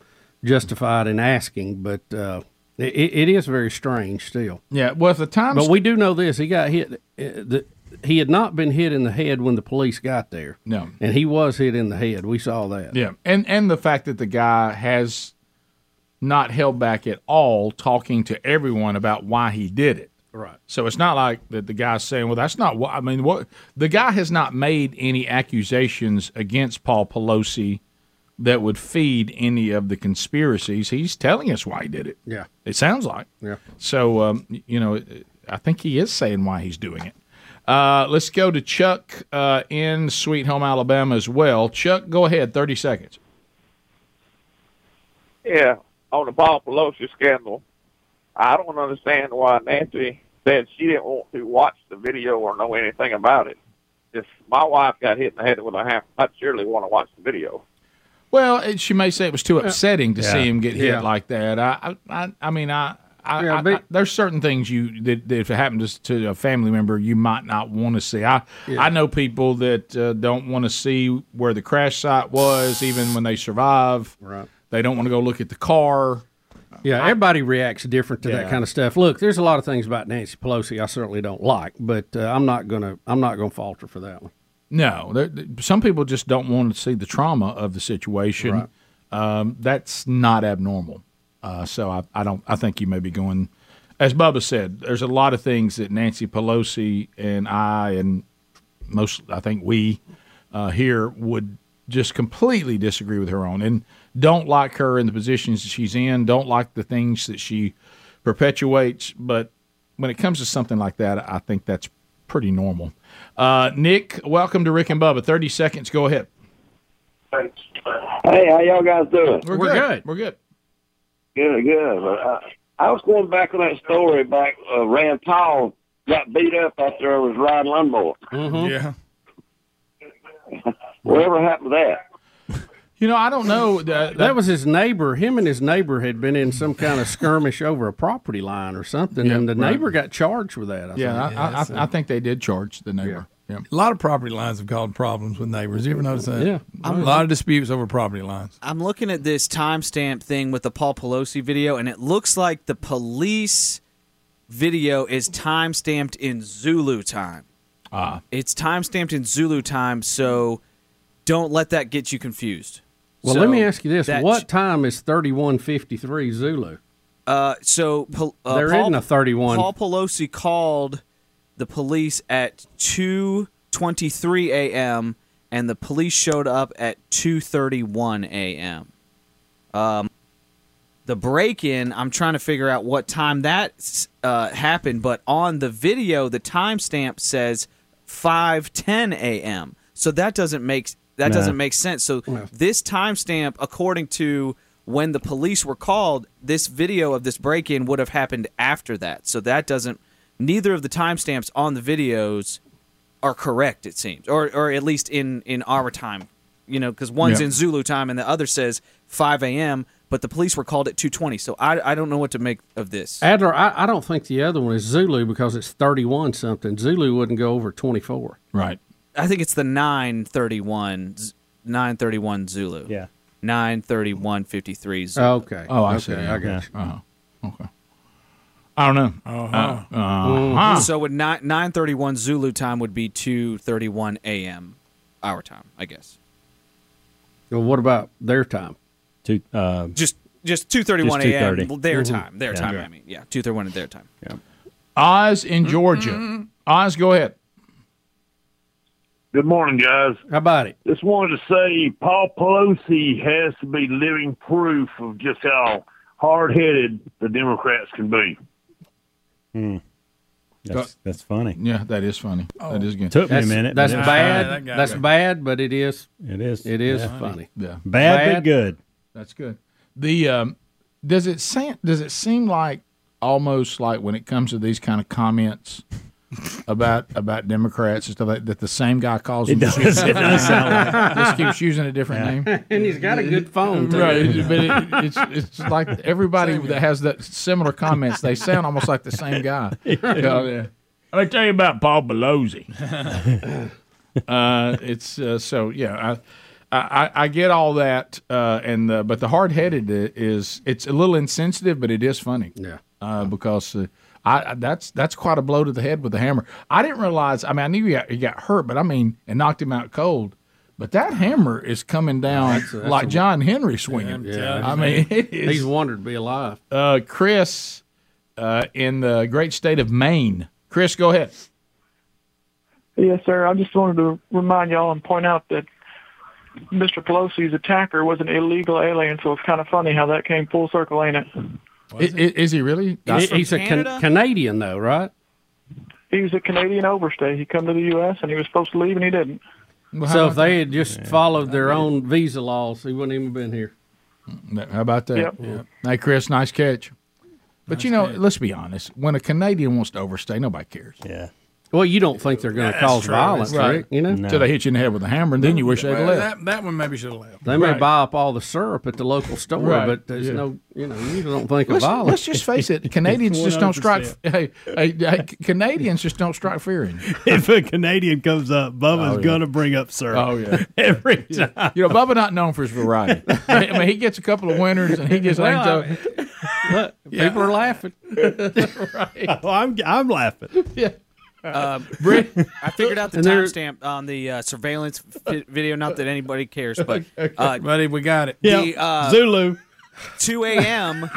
Speaker 2: justified in asking, but uh, it, it is very strange still.
Speaker 1: yeah, well, if the time.
Speaker 2: But we do know this: he got hit. uh, The, he had not been hit in the head when the police got there.
Speaker 1: No.
Speaker 2: and he was hit in the head. We saw that.
Speaker 1: Yeah, and and the fact that the guy has not held back at all, talking to everyone about why he did it.
Speaker 2: Right.
Speaker 1: So it's not like that the guy's saying, "Well, that's not what." I mean, what the guy has not made any accusations against Paul Pelosi that would feed any of the conspiracies. He's telling us why he did it.
Speaker 2: Yeah.
Speaker 1: It sounds like.
Speaker 2: Yeah.
Speaker 1: So um, y- you know, I think he is saying why he's doing it. Uh, let's go to Chuck uh, in Sweet Home Alabama as well. Chuck, go ahead. Thirty seconds.
Speaker 18: Yeah, on the Paul Pelosi scandal, I don't understand why Nancy said she didn't want to watch the video or know anything about it. If my wife got hit in the head with a hammer, I'd surely want to watch the video.
Speaker 1: Well, it, she may say it was too upsetting to
Speaker 5: Yeah.
Speaker 1: see him get hit
Speaker 5: Yeah.
Speaker 1: like that. I, I, I- I mean, I, I,
Speaker 5: Yeah,
Speaker 1: I-
Speaker 5: but-
Speaker 1: I- there's certain things you that, that if it happens to a family member, you might not want to see. I, I know people that uh, don't want to see where the crash site was, even when they survive.
Speaker 2: Right.
Speaker 1: They don't want to go look at the car.
Speaker 2: Yeah, everybody reacts different to
Speaker 1: Yeah.
Speaker 2: that kind of stuff. Look, there's a lot of things about Nancy Pelosi I certainly don't like, but uh, I'm not gonna I'm not gonna falter for that one.
Speaker 1: No, there, there- some people just don't want to see the trauma of the situation. Um, that's not abnormal. Uh, so I, I don't. I think you may be going, as Bubba said. There's a lot of things that Nancy Pelosi and I and most, I think we uh, here would just completely disagree with her on, and don't like her in the positions that she's in. Don't like the things that she perpetuates. But when it comes to something like that, I think that's pretty normal. Uh, Nick, welcome to Rick and Bubba. 30 seconds. Go ahead.
Speaker 19: Hey, how y'all guys doing?
Speaker 1: We're We're good. good. We're good.
Speaker 19: Good, good. Uh, I was going back on that story back. Uh, Rand Paul got beat up after I was riding lawnmower.
Speaker 1: Mm-hmm.
Speaker 5: Yeah.
Speaker 19: Whatever happened to that?
Speaker 1: You know, I don't know. That,
Speaker 2: was his neighbor. Him and his neighbor had been in some kind of skirmish over a property line or something, and the
Speaker 1: right.
Speaker 2: neighbor got charged with that. I
Speaker 1: Yeah,
Speaker 2: think.
Speaker 1: I, I, I, I think they did charge the neighbor. Yeah.
Speaker 5: A lot of property lines have caused problems with neighbors. You ever notice that?
Speaker 2: Yeah.
Speaker 5: A lot of disputes over property lines.
Speaker 6: I'm looking at this timestamp thing with the Paul Pelosi video, and it looks like the police video is timestamped in Zulu time.
Speaker 1: Ah.
Speaker 6: It's timestamped in Zulu time, so don't let that get you confused.
Speaker 2: Well,
Speaker 6: So
Speaker 2: let me ask you this:
Speaker 6: that-
Speaker 2: What time is 31:53 Zulu?
Speaker 6: Uh, so Pol- uh,
Speaker 2: There
Speaker 6: Paul,
Speaker 2: isn't a 31.
Speaker 6: Paul Pelosi called the police at two twenty three a.m. and the police showed up at two thirty one a.m. Um, the break in. I'm trying to figure out what time that uh, happened, but on the video, the timestamp says five ten a.m. So that doesn't make that
Speaker 16: No.
Speaker 6: doesn't make sense. So this timestamp, according to when the police were called, this video of this break in would have happened after that. So that doesn't. Neither of the timestamps on the videos are correct. It seems, or or at least in in our time, you know, because one's
Speaker 1: Yeah.
Speaker 6: in Zulu time and the other says 5 a.m. But the police were called at 2:20. So I I don't know what to make of this.
Speaker 2: Adler, I, I don't think the other one is Zulu because it's 31 something. Zulu wouldn't go over 24.
Speaker 1: Right.
Speaker 6: I think it's the 931 Z- 931 Zulu. Yeah. 93153 Zulu.
Speaker 2: Okay.
Speaker 1: Oh, I
Speaker 2: Okay,
Speaker 1: see.
Speaker 2: I got you.
Speaker 1: Uh-huh. I don't know. Uh-huh. Uh,
Speaker 2: Mm-hmm.
Speaker 1: uh-huh.
Speaker 6: So would nine nine thirty one Zulu time would be two thirty one a.m. our time, I guess.
Speaker 2: Well, what about their time?
Speaker 10: Two, uh,
Speaker 6: Just just two thirty one
Speaker 10: Just
Speaker 6: a.m.
Speaker 10: 2:30.
Speaker 6: Well, Their
Speaker 10: Mhm.
Speaker 2: Mm-hmm.
Speaker 6: time, their
Speaker 10: Yeah.
Speaker 6: time. I mean, yeah, two thirty one at their time.
Speaker 10: Yeah.
Speaker 1: Oz in
Speaker 2: Mm-hmm.
Speaker 1: Georgia. Oz, go ahead.
Speaker 20: Good morning, guys.
Speaker 2: How about it?
Speaker 20: Just wanted to say Paul Pelosi has to be living proof of just how hard headed the Democrats can be.
Speaker 10: Hmm. That's, that's funny.
Speaker 1: Yeah, that is funny. That is good.
Speaker 10: Took me a minute.
Speaker 2: Oh. That's
Speaker 10: but it was
Speaker 2: bad.
Speaker 10: funny.
Speaker 2: that's bad, but it is.
Speaker 10: It is.
Speaker 2: It is
Speaker 10: Yeah.
Speaker 2: funny.
Speaker 1: Yeah.
Speaker 10: Bad, but good.
Speaker 1: That's good. The um, does it seem does it seem like almost like when it comes to these kind of comments about about Democrats and stuff like that the same guy calls
Speaker 2: It
Speaker 1: them just-
Speaker 2: does. It does sound like-
Speaker 1: just keeps using a different name.
Speaker 2: and he's got a good phone. Too.
Speaker 1: Right, but it, it's it's like everybody that has that similar comments, they sound almost like the same guy. Yeah, yeah. Let me tell you about Paul Pelosi. uh, it's uh, so yeah. I, I I get all that, uh, and uh, but the hard headed is it's a little insensitive, but it is funny.
Speaker 2: Yeah.
Speaker 1: Uh, because uh, I I- that's that's quite a blow to the head with a hammer. I didn't realize. I mean, I knew he got, he got hurt, but I mean, and knocked him out cold. But that hammer is coming down
Speaker 2: That's a- that's
Speaker 1: like
Speaker 2: a-
Speaker 1: John Henry swinging. I mean, it is.
Speaker 2: he's wanted to be alive.
Speaker 1: Uh, Chris uh, in the great state of Maine. Chris, go ahead.
Speaker 21: Yes, sir. I just wanted to remind y'all and point out that Mr. Pelosi's attacker was an illegal alien, so it's kind of funny how that came full circle, ain't it?
Speaker 1: Is, is he really?
Speaker 21: He's from
Speaker 2: he's a
Speaker 21: Canada?
Speaker 2: Canadian, though, right?
Speaker 21: He was a Canadian overstay. He come to the U.S. and he was supposed to leave, and he didn't.
Speaker 2: so if they had just followed their own visa laws, he wouldn't even been here.
Speaker 1: How about that?
Speaker 2: Yep. Yep.
Speaker 1: Hey, Chris, nice catch. But you know, let's be honest. When a Canadian wants to overstay, nobody cares.
Speaker 10: Yeah.
Speaker 2: Well, you don't think they're going to cause violence, right? You know,
Speaker 1: Till they hit you in the head with a hammer, and then you wish they'd
Speaker 5: Well,
Speaker 1: left.
Speaker 5: that, that one maybe should have left.
Speaker 2: They may buy up all the syrup at the local store,
Speaker 1: Right,
Speaker 2: but there's
Speaker 1: yeah.
Speaker 2: no, you know, you don't think
Speaker 1: Let's,
Speaker 2: of violence.
Speaker 1: let's just face it. Canadians just don't strike.
Speaker 10: 100%.
Speaker 1: Hey, hey, hey, Canadians just don't strike fear in you.
Speaker 10: if a Canadian comes up, Bubba's
Speaker 1: Oh, yeah.
Speaker 10: going to bring up syrup.
Speaker 1: Oh yeah,
Speaker 10: every
Speaker 1: time. You know, Bubba not known for his variety. I mean, he gets a couple of winners, and he just
Speaker 2: Well,
Speaker 1: hangs up.
Speaker 2: Look, People are laughing.
Speaker 10: Oh, I'm I'm laughing.
Speaker 2: Yeah.
Speaker 6: Uh, Brent, I figured out the
Speaker 10: And there-
Speaker 6: timestamp on the uh, surveillance vi- video. Not that anybody cares, but uh,
Speaker 5: buddy, we got it.
Speaker 6: the, uh,
Speaker 10: Zulu.
Speaker 6: 2 a.m.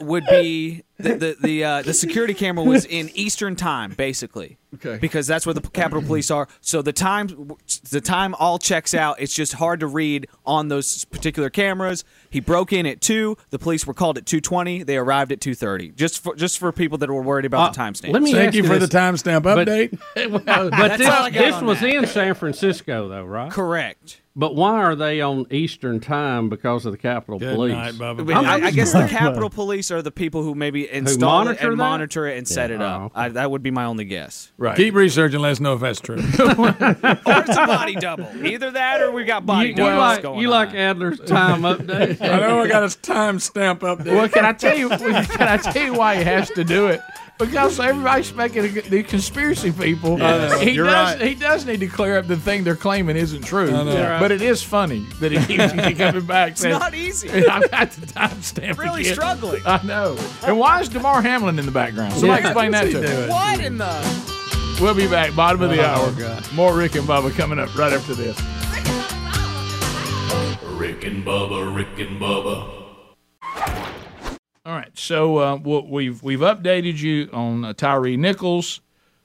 Speaker 6: would be the the the, uh, the security camera was in Eastern time, basically.
Speaker 4: Okay.
Speaker 6: Because that's where the Capitol Police are. So the time the time all checks out. It's just hard to read on those particular cameras. He broke in at two. The police were called at two twenty. They arrived at two thirty. Just for, just for people that were worried about the timestamp.
Speaker 5: Let me Thank you for the timestamp
Speaker 2: But-
Speaker 5: update.
Speaker 2: Well, but
Speaker 6: Oh, That's all I
Speaker 2: this,
Speaker 6: got
Speaker 2: this
Speaker 6: on
Speaker 2: was
Speaker 6: that.
Speaker 2: in San Francisco, though, right?
Speaker 6: Correct.
Speaker 2: But why are they on Eastern time because of the Capitol Police?
Speaker 6: I, I guess the Capitol Police are the people who maybe install it
Speaker 2: monitor
Speaker 6: and
Speaker 2: that? Oh,
Speaker 6: monitor it and set it up. I, that would be my only guess.
Speaker 5: Right. Keep researching. Let us know if that's true.
Speaker 6: or it's a body double. Either that or we've got body
Speaker 2: You, you
Speaker 6: doubles
Speaker 2: like,
Speaker 6: going
Speaker 2: you like Adler's time update?
Speaker 5: I know I got a timestamp update.
Speaker 1: Well, can I tell you? Can I tell you why he has to do it? Because everybody's making a, the conspiracy people.
Speaker 5: Yes,
Speaker 1: he
Speaker 5: you're
Speaker 1: does.
Speaker 5: right.
Speaker 1: He does need to clear up the thing they're claiming isn't true.
Speaker 5: I know. You're right.
Speaker 1: But it is funny that he keeps keep coming back.
Speaker 6: It's
Speaker 1: saying,
Speaker 6: not easy.
Speaker 1: I've got the timestamp.
Speaker 6: Really
Speaker 1: again."
Speaker 6: struggling.
Speaker 1: I know. And why is Damar Hamlin in the background? Somebody
Speaker 5: Yeah.
Speaker 1: explain that
Speaker 5: What's
Speaker 1: to
Speaker 5: he
Speaker 1: me.
Speaker 5: doing?
Speaker 6: What in the?
Speaker 1: We'll be back. Bottom of the
Speaker 5: Oh,
Speaker 1: hour.
Speaker 5: God.
Speaker 1: More Rick and Bubba coming up right after this.
Speaker 3: Rick and Bubba, Rick and Bubba,
Speaker 1: All right, so uh, we'll- we've we've updated you on uh, Tyree Nichols.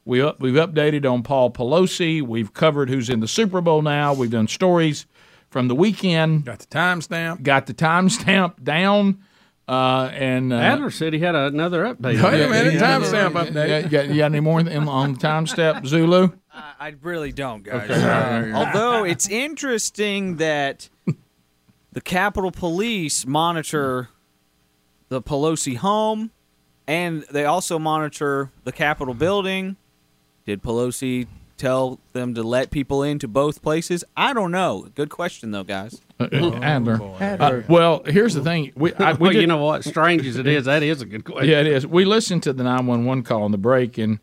Speaker 1: We up, we've updated on Paul Pelosi. We've covered who's in the Super Bowl now. We've done stories from the weekend. Got the timestamp. Got the timestamp down. Uh, and uh,
Speaker 2: Adler said he had another update.
Speaker 1: Wait a minute,
Speaker 5: timestamp
Speaker 1: update. Yeah, you got, you got any more in- on the timestamp, Zulu?
Speaker 6: I really don't, guys.
Speaker 1: Okay.
Speaker 6: Um, although it's interesting that the Capitol Police monitor the Pelosi home, and they also monitor the Capitol building. Did Pelosi tell them to let people into both places? I don't know. Good question, though, guys.
Speaker 1: Uh, uh, Adler. Uh, well, here's the thing. We, I, we
Speaker 2: well, you
Speaker 1: did-
Speaker 2: know what? Strange as it is, that is a good question.
Speaker 1: Yeah, it is. We listened to the 911 call on the break, and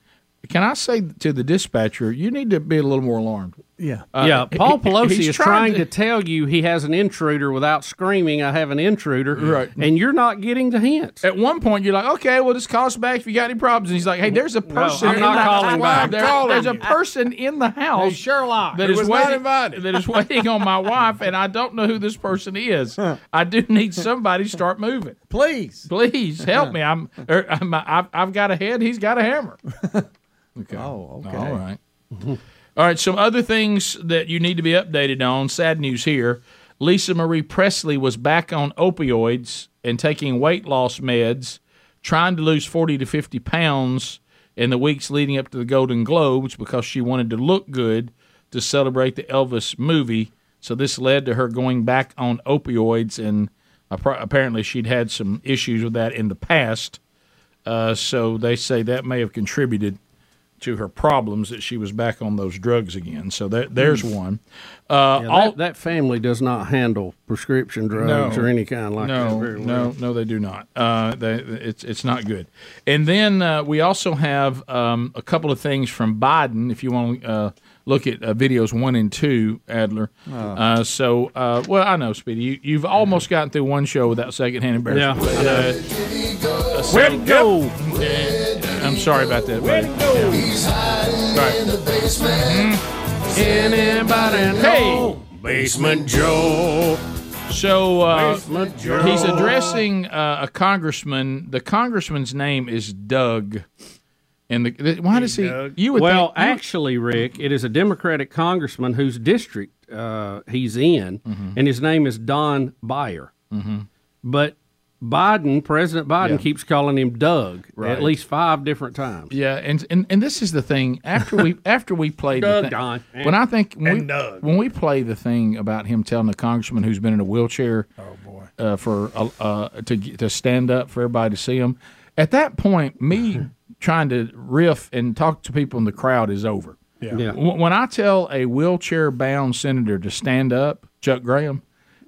Speaker 1: can I say to the dispatcher, you need to be a little more alarmed.
Speaker 4: Yeah.
Speaker 1: Uh,
Speaker 2: yeah, Paul
Speaker 1: he-
Speaker 2: Pelosi
Speaker 1: he's
Speaker 2: is
Speaker 1: trying
Speaker 2: trying
Speaker 1: to-
Speaker 2: to, tell you he has an intruder without screaming, "I have an intruder!" Right, and you're not getting the hint.
Speaker 1: At one point, you're like, "Okay, well, just call us back if you got any problems." And he's like, "Hey, there's a person.
Speaker 2: I'm
Speaker 1: in
Speaker 2: not
Speaker 1: the-
Speaker 2: calling back.
Speaker 1: There-
Speaker 2: Calling
Speaker 1: there's a
Speaker 2: you.
Speaker 1: person in the house,
Speaker 2: Hey, Sherlock,
Speaker 1: that
Speaker 2: who
Speaker 1: is
Speaker 2: was not
Speaker 1: waiting, that is waiting on my wife, and I don't know who this person is. I do need somebody to start moving.
Speaker 4: Please,
Speaker 1: please help me. I'm, er, I'm I've, I've got a head. He's got a hammer. Okay.
Speaker 4: Oh, okay.
Speaker 1: All right. All right, some other things that you need to be updated on. Sad news here. Lisa Marie Presley was back on opioids and taking weight loss meds, trying to lose 40 to 50 pounds in the weeks leading up to the Golden Globes because she wanted to look good to celebrate the Elvis movie. So this led to her going back on opioids, and appar- apparently she'd had some issues with that in the past. Uh, so they say that may have contributed to her problems that she was back on those drugs again. So that, there's one. Uh,
Speaker 2: Hmm. Yeah,
Speaker 1: all,
Speaker 2: that, that family does not handle prescription drugs or any kind like
Speaker 1: no,
Speaker 2: that. very well.
Speaker 1: no, no, they do not. Uh, they, it's it's not good. And then uh, we also have um, a couple of things from Biden. If you want to uh, look at uh, videos one and two, Adler.
Speaker 2: Ah.
Speaker 1: Uh, so, uh, well, I know, Speedy, you, you've almost gotten through one show without secondhand embarrassment.
Speaker 2: Yeah.
Speaker 1: Uh, so- Yeah, I'm sorry about that. buddy. Right.
Speaker 2: Mm-hmm. Anybody
Speaker 1: Hey,
Speaker 2: know?
Speaker 1: Basement Joe. So uh,
Speaker 2: Basement Joe.
Speaker 1: he's addressing uh, a congressman. The congressman's name is Doug. And the, the- why does he? You would
Speaker 2: well,
Speaker 1: think, you would-
Speaker 2: actually, Rick, it is a Democratic congressman whose district uh, he's in,
Speaker 1: Mm-hmm.
Speaker 2: and his name is Don Beyer. But Biden, President Biden,
Speaker 1: Yeah.
Speaker 2: keeps calling him Doug
Speaker 1: Right.
Speaker 2: at least five different times.
Speaker 1: Yeah, and, and and this is the thing. After we after we played the
Speaker 2: Doug
Speaker 1: thing-
Speaker 2: Don.
Speaker 1: when I think when
Speaker 2: And
Speaker 1: we,
Speaker 2: Doug.
Speaker 1: when we play the thing about him telling a congressman who's been in a wheelchair, oh boy, uh, for uh, uh, to get- to stand up for everybody to see him. At that point, me trying to riff and talk to people in the crowd is over.
Speaker 5: Yeah.
Speaker 1: W- When I tell a wheelchair bound senator to stand up, Chuck Graham,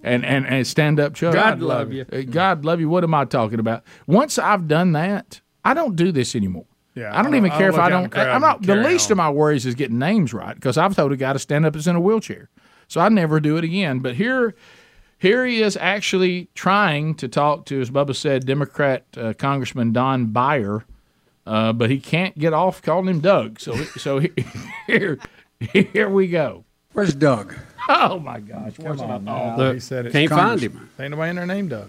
Speaker 1: and, and, and stand up, Chuck.
Speaker 2: God love you.
Speaker 1: Uh, God love you. What am I talking about? Once I've done that, I don't do this anymore.
Speaker 5: Yeah,
Speaker 1: I don't
Speaker 5: I-
Speaker 1: even
Speaker 5: I
Speaker 1: care if
Speaker 5: look
Speaker 1: I
Speaker 5: out in the
Speaker 1: don't.
Speaker 5: crowd
Speaker 1: I'm not.
Speaker 5: and
Speaker 1: The
Speaker 5: carry
Speaker 1: least of my worries is getting names right because I've told a guy to stand up is in a wheelchair, so I never do it again. But here, Here he is actually trying to talk to, as Bubba said, Democrat uh, Congressman Don Beyer, uh, but he can't get off calling him Doug. So, so he- here, here we go.
Speaker 16: Where's Doug?
Speaker 1: Oh my gosh! Where's
Speaker 5: Come on
Speaker 1: my-
Speaker 7: Oh,
Speaker 5: now.
Speaker 1: Look,
Speaker 5: He said it.
Speaker 16: can't find him.
Speaker 5: Ain't nobody in their name, Doug.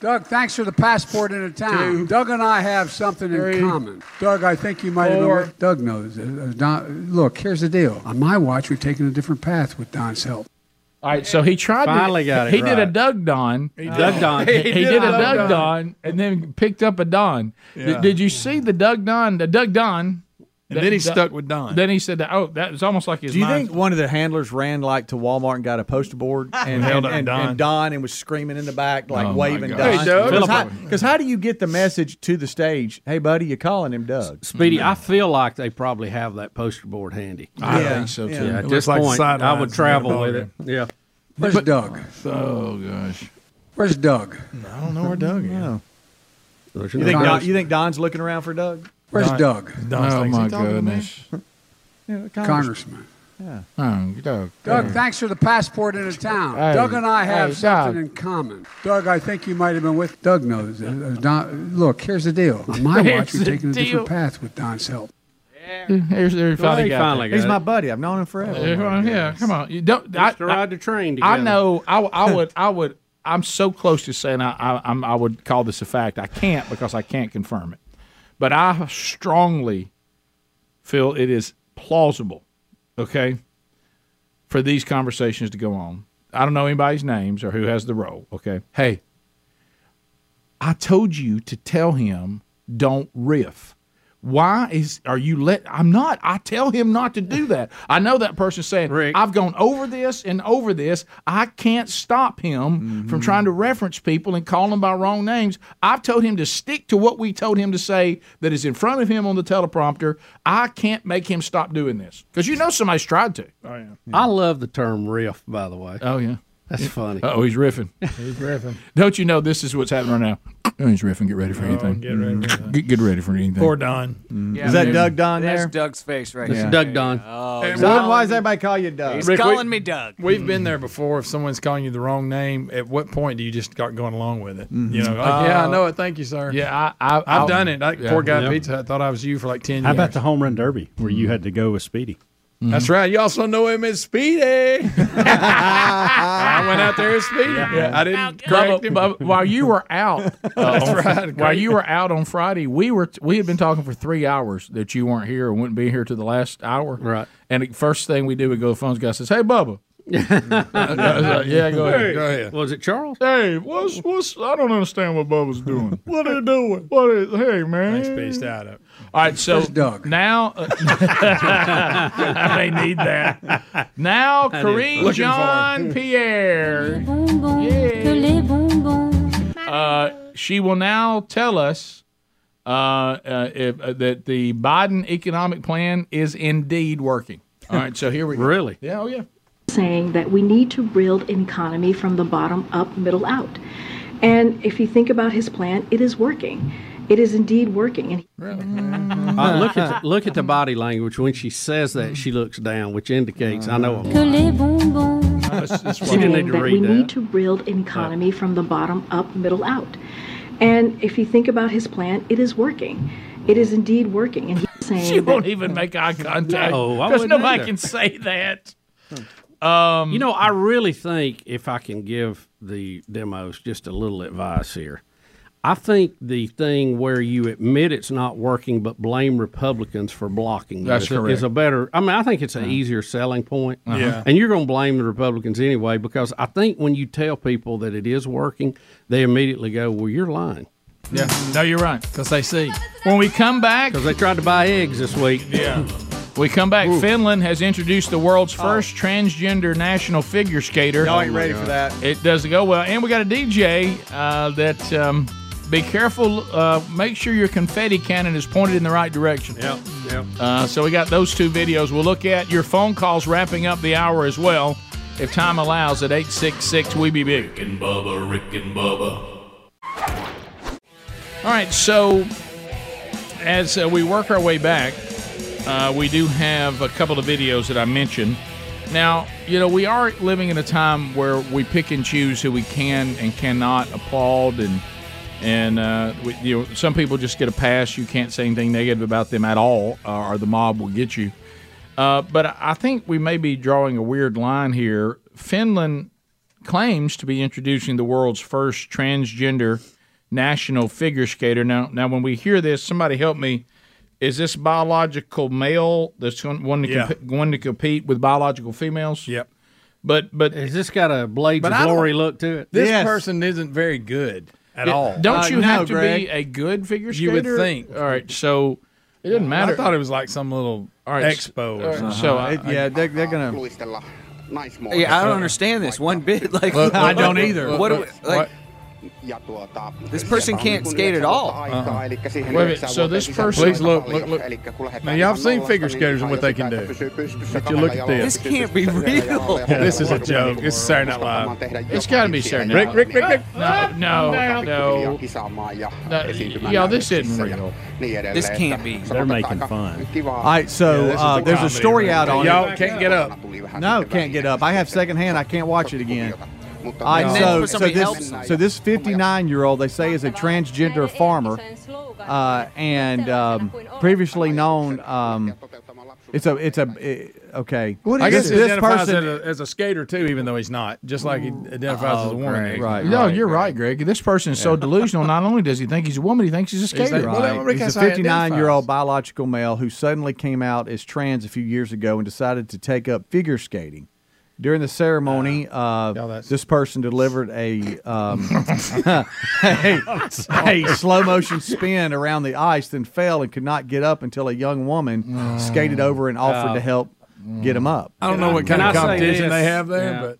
Speaker 16: Doug, thanks for the passport into town. Doug and I have something
Speaker 5: Three.
Speaker 16: in common. Doug, I think you might have know
Speaker 5: Four.
Speaker 16: what Doug knows. Uh, uh, Don, look, here's the deal. On my watch, we've taken a different path with Don's help.
Speaker 1: All right, so he tried.
Speaker 16: Finally
Speaker 1: to,
Speaker 16: got it
Speaker 1: He did a
Speaker 16: right.
Speaker 1: Doug Don. He
Speaker 16: did. Doug Don.
Speaker 1: He, he did, a Doug Don. and then picked up a Don. D-
Speaker 5: Yeah.
Speaker 1: did you see the Doug Don? The Doug Don.
Speaker 4: And then he stuck with Don.
Speaker 1: Then he said, that, "Oh, that was almost like his."
Speaker 4: Do you
Speaker 1: mind-
Speaker 4: think one of the handlers ran like to Walmart and got a poster board and,
Speaker 1: Held
Speaker 4: and,
Speaker 1: up
Speaker 4: and,
Speaker 1: Don.
Speaker 4: and Don and was screaming in the back like
Speaker 1: Oh, my
Speaker 4: waving
Speaker 1: God.
Speaker 4: Don?
Speaker 1: Hey, Doug.
Speaker 4: Because how,
Speaker 1: Philip.
Speaker 4: 'cause how do you get the message to the stage? Hey, buddy, you're calling him Doug.
Speaker 2: Speedy, I feel like they probably have that poster board handy.
Speaker 4: I Yeah, think so, too. yeah.
Speaker 2: Yeah,
Speaker 4: It
Speaker 2: at
Speaker 4: looks
Speaker 2: this
Speaker 4: like
Speaker 2: point, I
Speaker 4: sidelines
Speaker 2: would
Speaker 4: in
Speaker 2: travel
Speaker 4: Philadelphia.
Speaker 2: with it. Yeah.
Speaker 16: Where's Doug?
Speaker 1: Oh gosh.
Speaker 16: Where's Doug?
Speaker 4: I don't know where Doug is.
Speaker 2: You
Speaker 4: You think, Don, you think Don's looking around for Doug?
Speaker 16: Where's Doug?
Speaker 1: oh my goodness.
Speaker 4: Yeah,
Speaker 16: Congressman.
Speaker 4: Yeah.
Speaker 1: Oh, Doug.
Speaker 16: Doug, thanks for the passport into town.
Speaker 1: Hey,
Speaker 16: Doug and I have
Speaker 1: hey,
Speaker 16: something
Speaker 1: Doug.
Speaker 16: in common. Doug, I think you might have been with Doug knows. Uh, uh, Don, look, here's the deal. On my watch,
Speaker 1: Here's
Speaker 16: we've
Speaker 1: the
Speaker 16: taken a
Speaker 1: deal.
Speaker 16: different path with Don's help.
Speaker 1: There's, there's finally, got it.
Speaker 4: He's my buddy. I've known him forever.
Speaker 1: Yeah, yeah, come on. You don't. I,
Speaker 2: to ride the train
Speaker 1: I
Speaker 2: together.
Speaker 1: know. I, I would. I would. I'm so close to saying I, I, I'm, I would call this a fact. I can't because I can't confirm it, but I strongly feel it is plausible. Okay, for these conversations to go on. I don't know anybody's names or who has the role. Okay. Hey, I told you to tell him don't riff. Why is are you let? I'm not. I tell him not to do that. I know that person's saying I've gone over this and over this. I can't stop him from trying to reference people and call them by wrong names. I've told him to stick to what we told him to say that is in front of him on the teleprompter. I can't make him stop doing this because you know somebody's tried to.
Speaker 5: Oh yeah.
Speaker 2: I love the term riff, by the way.
Speaker 1: Oh, yeah.
Speaker 2: That's funny.
Speaker 1: Oh, he's riffing.
Speaker 5: He's riffing.
Speaker 1: Don't you know this is what's happening right now? Oh, he's riffing. Get ready for
Speaker 5: Oh,
Speaker 1: anything.
Speaker 5: get ready for anything.
Speaker 1: Get, get ready for anything. Mm-hmm.
Speaker 5: Poor Don.
Speaker 1: Mm. Yeah, Is that maybe. Doug
Speaker 4: Don
Speaker 6: That's
Speaker 4: there?
Speaker 6: Doug's face right
Speaker 1: That's
Speaker 6: there.
Speaker 1: Doug Don.
Speaker 6: Oh,
Speaker 5: Hey,
Speaker 6: he's
Speaker 5: Doug,
Speaker 6: calling
Speaker 5: why
Speaker 4: does everybody call you Doug?
Speaker 6: He's
Speaker 5: Rick,
Speaker 6: calling
Speaker 5: we-
Speaker 6: me Doug.
Speaker 5: We've been there before. If someone's calling you the wrong name, at what point do you just start going along with it? You know, like, yeah, I know it. Thank you, sir.
Speaker 1: Yeah, I, I,
Speaker 5: I've
Speaker 1: I'll-
Speaker 5: done it. That
Speaker 1: yeah.
Speaker 5: poor guy
Speaker 1: Yeah.
Speaker 5: at Pizza Hut thought I was you for like ten
Speaker 10: How
Speaker 5: years.
Speaker 10: about the Mm-hmm. home run derby where you had to go with Speedy?
Speaker 5: That's right. You also know him as Speedy. I went out there as Speedy. I didn't correct him.
Speaker 1: Bubba, while you were out, uh,
Speaker 5: That's
Speaker 1: on-
Speaker 5: right.
Speaker 1: While
Speaker 5: Great.
Speaker 1: you were out on Friday, we were we had been talking for three hours that you weren't here and wouldn't be here to the last hour. Right. And the first thing we do, we go to the phones guy says, "Hey, Bubba." I was like, yeah, go ahead.
Speaker 5: Hey.
Speaker 1: Go
Speaker 5: ahead.
Speaker 2: Was it Charles?
Speaker 1: Hey, what's what's? I don't understand what Bubba's doing. what are you doing? What is? Hey, man.
Speaker 5: Thanks, spaced out. Up.
Speaker 1: All right, so
Speaker 5: Where's Doug?
Speaker 1: now they need that. Now,
Speaker 5: That is
Speaker 1: Kareem
Speaker 5: looking for it.
Speaker 1: John Pierre. Uh, she will now tell us uh, uh, if, uh, that the Biden economic plan is indeed working. All right, so here we go.
Speaker 2: Really?
Speaker 1: Yeah, oh, yeah.
Speaker 22: saying that we need to build an economy from the bottom up, middle out. And if you think about his plan, it is working. It is indeed working. And
Speaker 2: Uh, look at the, look at the body language when she says
Speaker 4: Mm-hmm.
Speaker 2: that. She looks down, which indicates I know. I'm lying.
Speaker 1: Oh,
Speaker 2: She didn't need
Speaker 22: saying
Speaker 2: to
Speaker 22: that we
Speaker 2: read
Speaker 22: need
Speaker 2: that.
Speaker 22: to build an economy from the bottom up, middle out. And if you think about his plan, it is working. It is indeed working. And he's saying
Speaker 1: She
Speaker 22: that uh,
Speaker 1: won't even make eye contact.
Speaker 2: No, Oh, I
Speaker 1: because
Speaker 2: wouldn't
Speaker 1: nobody
Speaker 2: either.
Speaker 1: can say that. Um,
Speaker 2: you know, I really think if I can give the demos just a little advice here, I think the thing where you admit it's not working but blame Republicans for blocking
Speaker 1: That's
Speaker 2: this
Speaker 1: correct.
Speaker 2: is a better. I mean, I think it's an easier selling point.
Speaker 1: Uh-huh. Yeah.
Speaker 2: and you're going to blame the Republicans anyway because I think when you tell people that it is working, they immediately go, "Well, you're lying."
Speaker 1: Yeah, no, you're right.
Speaker 5: Because they see.
Speaker 1: When we come back, because
Speaker 2: they tried to buy eggs this week.
Speaker 1: Yeah. We come back. Finland has introduced the world's
Speaker 2: Oh.
Speaker 1: first transgender national figure skater.
Speaker 4: Y'all ain't ready for that.
Speaker 1: It doesn't go well. And we got a DJ uh, that um, be careful. Uh, make sure your confetti cannon is pointed in the right direction.
Speaker 2: Yeah, yeah.
Speaker 1: Uh, so we got those two videos. We'll look at your phone calls wrapping up the hour as well, if time allows, at 866 We Be Big.
Speaker 3: Rick and Bubba, Rick and Bubba,
Speaker 1: All right, so as uh, we work our way back, uh, we do have a couple of videos that I mentioned. Now, you know, we are living in a time where we pick and choose who we can and cannot applaud, and and uh, we, you know, some people just get a pass. You can't say anything negative about them at all, uh, or the mob will get you. Uh, but I think we may be drawing a weird line here. Finland claims to be introducing the world's first transgender national figure skater. Now, now when we hear this, somebody help me. Is this biological male? This one, one to
Speaker 5: Yeah.
Speaker 1: comp- one to compete with biological females. Yep. But but
Speaker 2: has this got a blades
Speaker 5: But of I don't- glory look
Speaker 2: to it?
Speaker 5: This person isn't very good Uh, at
Speaker 1: Yeah,
Speaker 5: all.
Speaker 1: Don't you have to be a good figure skater?
Speaker 5: You would think.
Speaker 1: All right, so it doesn't matter.
Speaker 5: I thought it was like some little
Speaker 1: All right, s-
Speaker 5: expo
Speaker 1: all
Speaker 5: or
Speaker 1: right,
Speaker 5: something. Uh-huh.
Speaker 1: so I- I-
Speaker 5: they're, they're gonna.
Speaker 6: Yeah, I don't understand this one bit. Like
Speaker 5: Look, I don't either.
Speaker 6: What do we,
Speaker 5: Look,
Speaker 6: like? This person can't skate at all.
Speaker 1: Uh-huh.
Speaker 6: Uh-huh.
Speaker 1: Wait a minute, so this person.
Speaker 5: Please look, look, look. Now, y'all have seen figure skaters and what they can do. But you look at this.
Speaker 6: This can't be real.
Speaker 5: this is a joke. It's Saturday Night Live.
Speaker 1: It's got to be Saturday Night
Speaker 5: Rick,
Speaker 1: Live.
Speaker 5: Rick, Rick, Rick.
Speaker 1: No, no,
Speaker 5: Down.
Speaker 1: no. No, Yeah, this isn't real.
Speaker 6: This can't be.
Speaker 10: They're making fun.
Speaker 4: All right,
Speaker 10: Yeah,
Speaker 4: so
Speaker 10: this is
Speaker 4: uh,
Speaker 10: a
Speaker 4: there's a
Speaker 10: comedy,
Speaker 4: story
Speaker 10: right?
Speaker 4: out on
Speaker 10: Y'all
Speaker 4: it.
Speaker 10: can't get up.
Speaker 4: No, can't get up. I have secondhand. I can't watch it again. All right,
Speaker 10: No.
Speaker 4: so,
Speaker 10: Put
Speaker 4: so
Speaker 10: somebody
Speaker 4: this
Speaker 10: else.
Speaker 4: so this 59 year old they say is a transgender farmer, uh, and um, previously known. Um, it's a it's a it- okay.
Speaker 5: I guess
Speaker 4: this,
Speaker 5: he
Speaker 4: this
Speaker 5: identifies
Speaker 4: person?
Speaker 5: as a, as a skater too, even though he's not. Just like he identifies as a warning.
Speaker 1: Greg.
Speaker 5: agent.
Speaker 1: No, you're Oh, right, Greg. This person is so delusional. Not only does he think he's a woman, he thinks he's a
Speaker 4: He's
Speaker 1: skater.
Speaker 4: a- He's a 59 year old biological male who suddenly came out as trans a few years ago and decided to take up figure skating. During the ceremony,
Speaker 5: Ah.
Speaker 4: uh, this person delivered a, um, a, a slow motion spin around the ice, then fell and could not get up until a young woman skated over and offered
Speaker 5: Oh.
Speaker 4: to help get him up.
Speaker 5: Mm. I don't know what kind
Speaker 2: Can
Speaker 5: of
Speaker 2: I say
Speaker 5: competition
Speaker 2: this?
Speaker 5: they have there,
Speaker 2: Yeah.
Speaker 5: but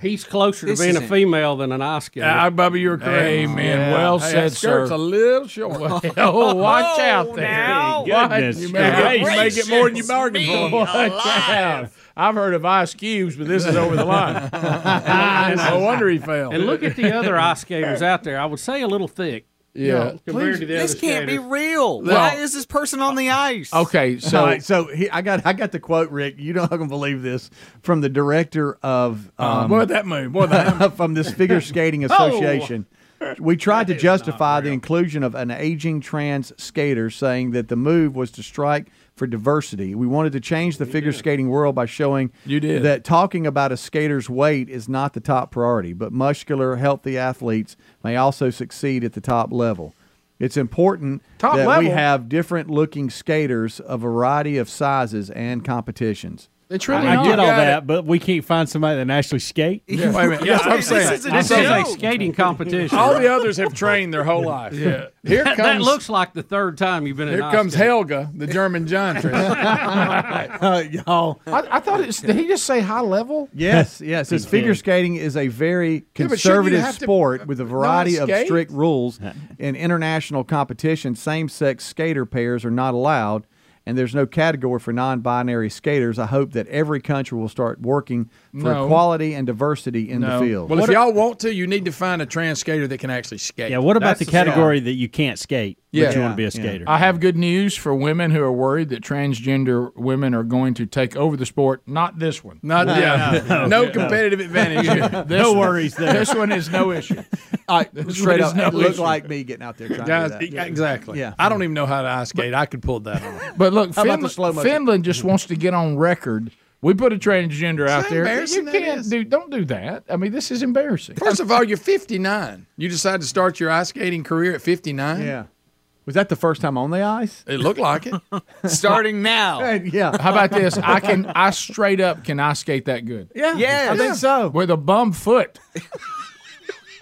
Speaker 2: He's closer to
Speaker 5: This
Speaker 2: being a
Speaker 5: isn't-
Speaker 2: female than an ice skater.
Speaker 5: Ah, Bubba, you're correct.
Speaker 1: Amen.
Speaker 5: Yeah.
Speaker 1: Well
Speaker 5: Hey,
Speaker 1: said,
Speaker 5: that skirt's
Speaker 1: sir.
Speaker 5: a little short.
Speaker 1: Oh, watch out there.
Speaker 7: Oh,
Speaker 5: now.
Speaker 1: What?
Speaker 5: Goodness
Speaker 1: You may, you may get more than you
Speaker 5: gracious
Speaker 1: bargained
Speaker 5: me
Speaker 1: for. Watch out. I've heard of ice cubes, but this is over the line. no wonder he fell.
Speaker 2: And look at the other ice skaters out there. I would say a little thick. you
Speaker 1: Yeah.
Speaker 2: know, compared to the
Speaker 6: This
Speaker 2: other
Speaker 6: can't be
Speaker 2: skaters.
Speaker 6: real.
Speaker 2: Well-
Speaker 6: Why is this person on the ice?
Speaker 1: Okay,
Speaker 4: So, so he, I got I got the quote, Rick. You don't gonna believe this from the director of
Speaker 5: Oh,
Speaker 4: um,
Speaker 5: boy, that move. Boy, that-
Speaker 4: from this figure skating
Speaker 5: Oh.
Speaker 4: association. We tried to justify the inclusion of an aging trans skater, saying that the move was to strike for diversity. We wanted to change the figure skating world by showing
Speaker 5: You did.
Speaker 4: that talking about a skater's weight is not the top priority, but muscular, healthy athletes may also succeed at the top level. It's important
Speaker 5: Top
Speaker 4: that we
Speaker 5: level?
Speaker 4: have different looking skaters, a variety of sizes and competitions.
Speaker 1: It's
Speaker 10: I get all that, but we can't find somebody that can actually skate.
Speaker 5: Yeah. Wait a minute. That's what I'm saying.
Speaker 2: This is a, skating competition.
Speaker 5: All the others have trained their whole life.
Speaker 2: Yeah.
Speaker 5: Here
Speaker 2: That-
Speaker 5: comes
Speaker 2: that looks like the third time you've been. an
Speaker 5: Here
Speaker 2: ice
Speaker 5: comes
Speaker 2: skater.
Speaker 5: Helga, the German giant.
Speaker 4: y'all.
Speaker 1: I, I thought it's. Did he just say high level?
Speaker 4: Yes, yes. Since
Speaker 1: He
Speaker 4: figure
Speaker 1: did.
Speaker 4: skating is a very
Speaker 1: shouldn't you
Speaker 4: conservative
Speaker 1: have to-
Speaker 4: sport with a variety of
Speaker 1: skate?
Speaker 4: strict rules, in international competition, same sex skater pairs are not allowed, and there's no category for non binary skaters. I hope that every country will start working for
Speaker 5: No.
Speaker 4: equality and diversity in
Speaker 5: No.
Speaker 4: the field.
Speaker 5: Well, if y'all want to, you need to find a trans skater that can actually skate.
Speaker 10: Yeah, what about
Speaker 5: That's
Speaker 10: the category that you can't skate,
Speaker 1: Yeah.
Speaker 10: but you want to be
Speaker 1: Yeah.
Speaker 10: a skater?
Speaker 1: I have good news for women who are worried that transgender women are going to take over the sport. Not this one.
Speaker 5: Not- No, yeah. no, No no. competitive advantage. No worries there.
Speaker 1: This one is no issue.
Speaker 4: I,
Speaker 5: This
Speaker 4: straight
Speaker 5: one
Speaker 4: up,
Speaker 5: is no
Speaker 4: it looked
Speaker 5: issue.
Speaker 4: like me getting out there trying
Speaker 5: Guys,
Speaker 4: to do that.
Speaker 5: e- exactly.
Speaker 4: Yeah.
Speaker 5: I don't even know how to ice skate. I could pull that off.
Speaker 1: But look,
Speaker 5: How about the
Speaker 1: Finland,
Speaker 5: slow motion?
Speaker 1: Finland just wants to get on record. We put a transgender out there.
Speaker 5: embarrassing
Speaker 1: You
Speaker 5: that
Speaker 1: can't do. Don't do that. I mean, this is embarrassing.
Speaker 5: First of all, you're 59. You decide to start your ice skating career at 59.
Speaker 4: Yeah. Was that the first time on the ice?
Speaker 5: It looked like it.
Speaker 6: Starting now.
Speaker 4: yeah.
Speaker 1: How about this? I can. I straight up can ice skate that good.
Speaker 4: Yeah.
Speaker 6: Yes.
Speaker 4: I think so.
Speaker 1: With a bum foot.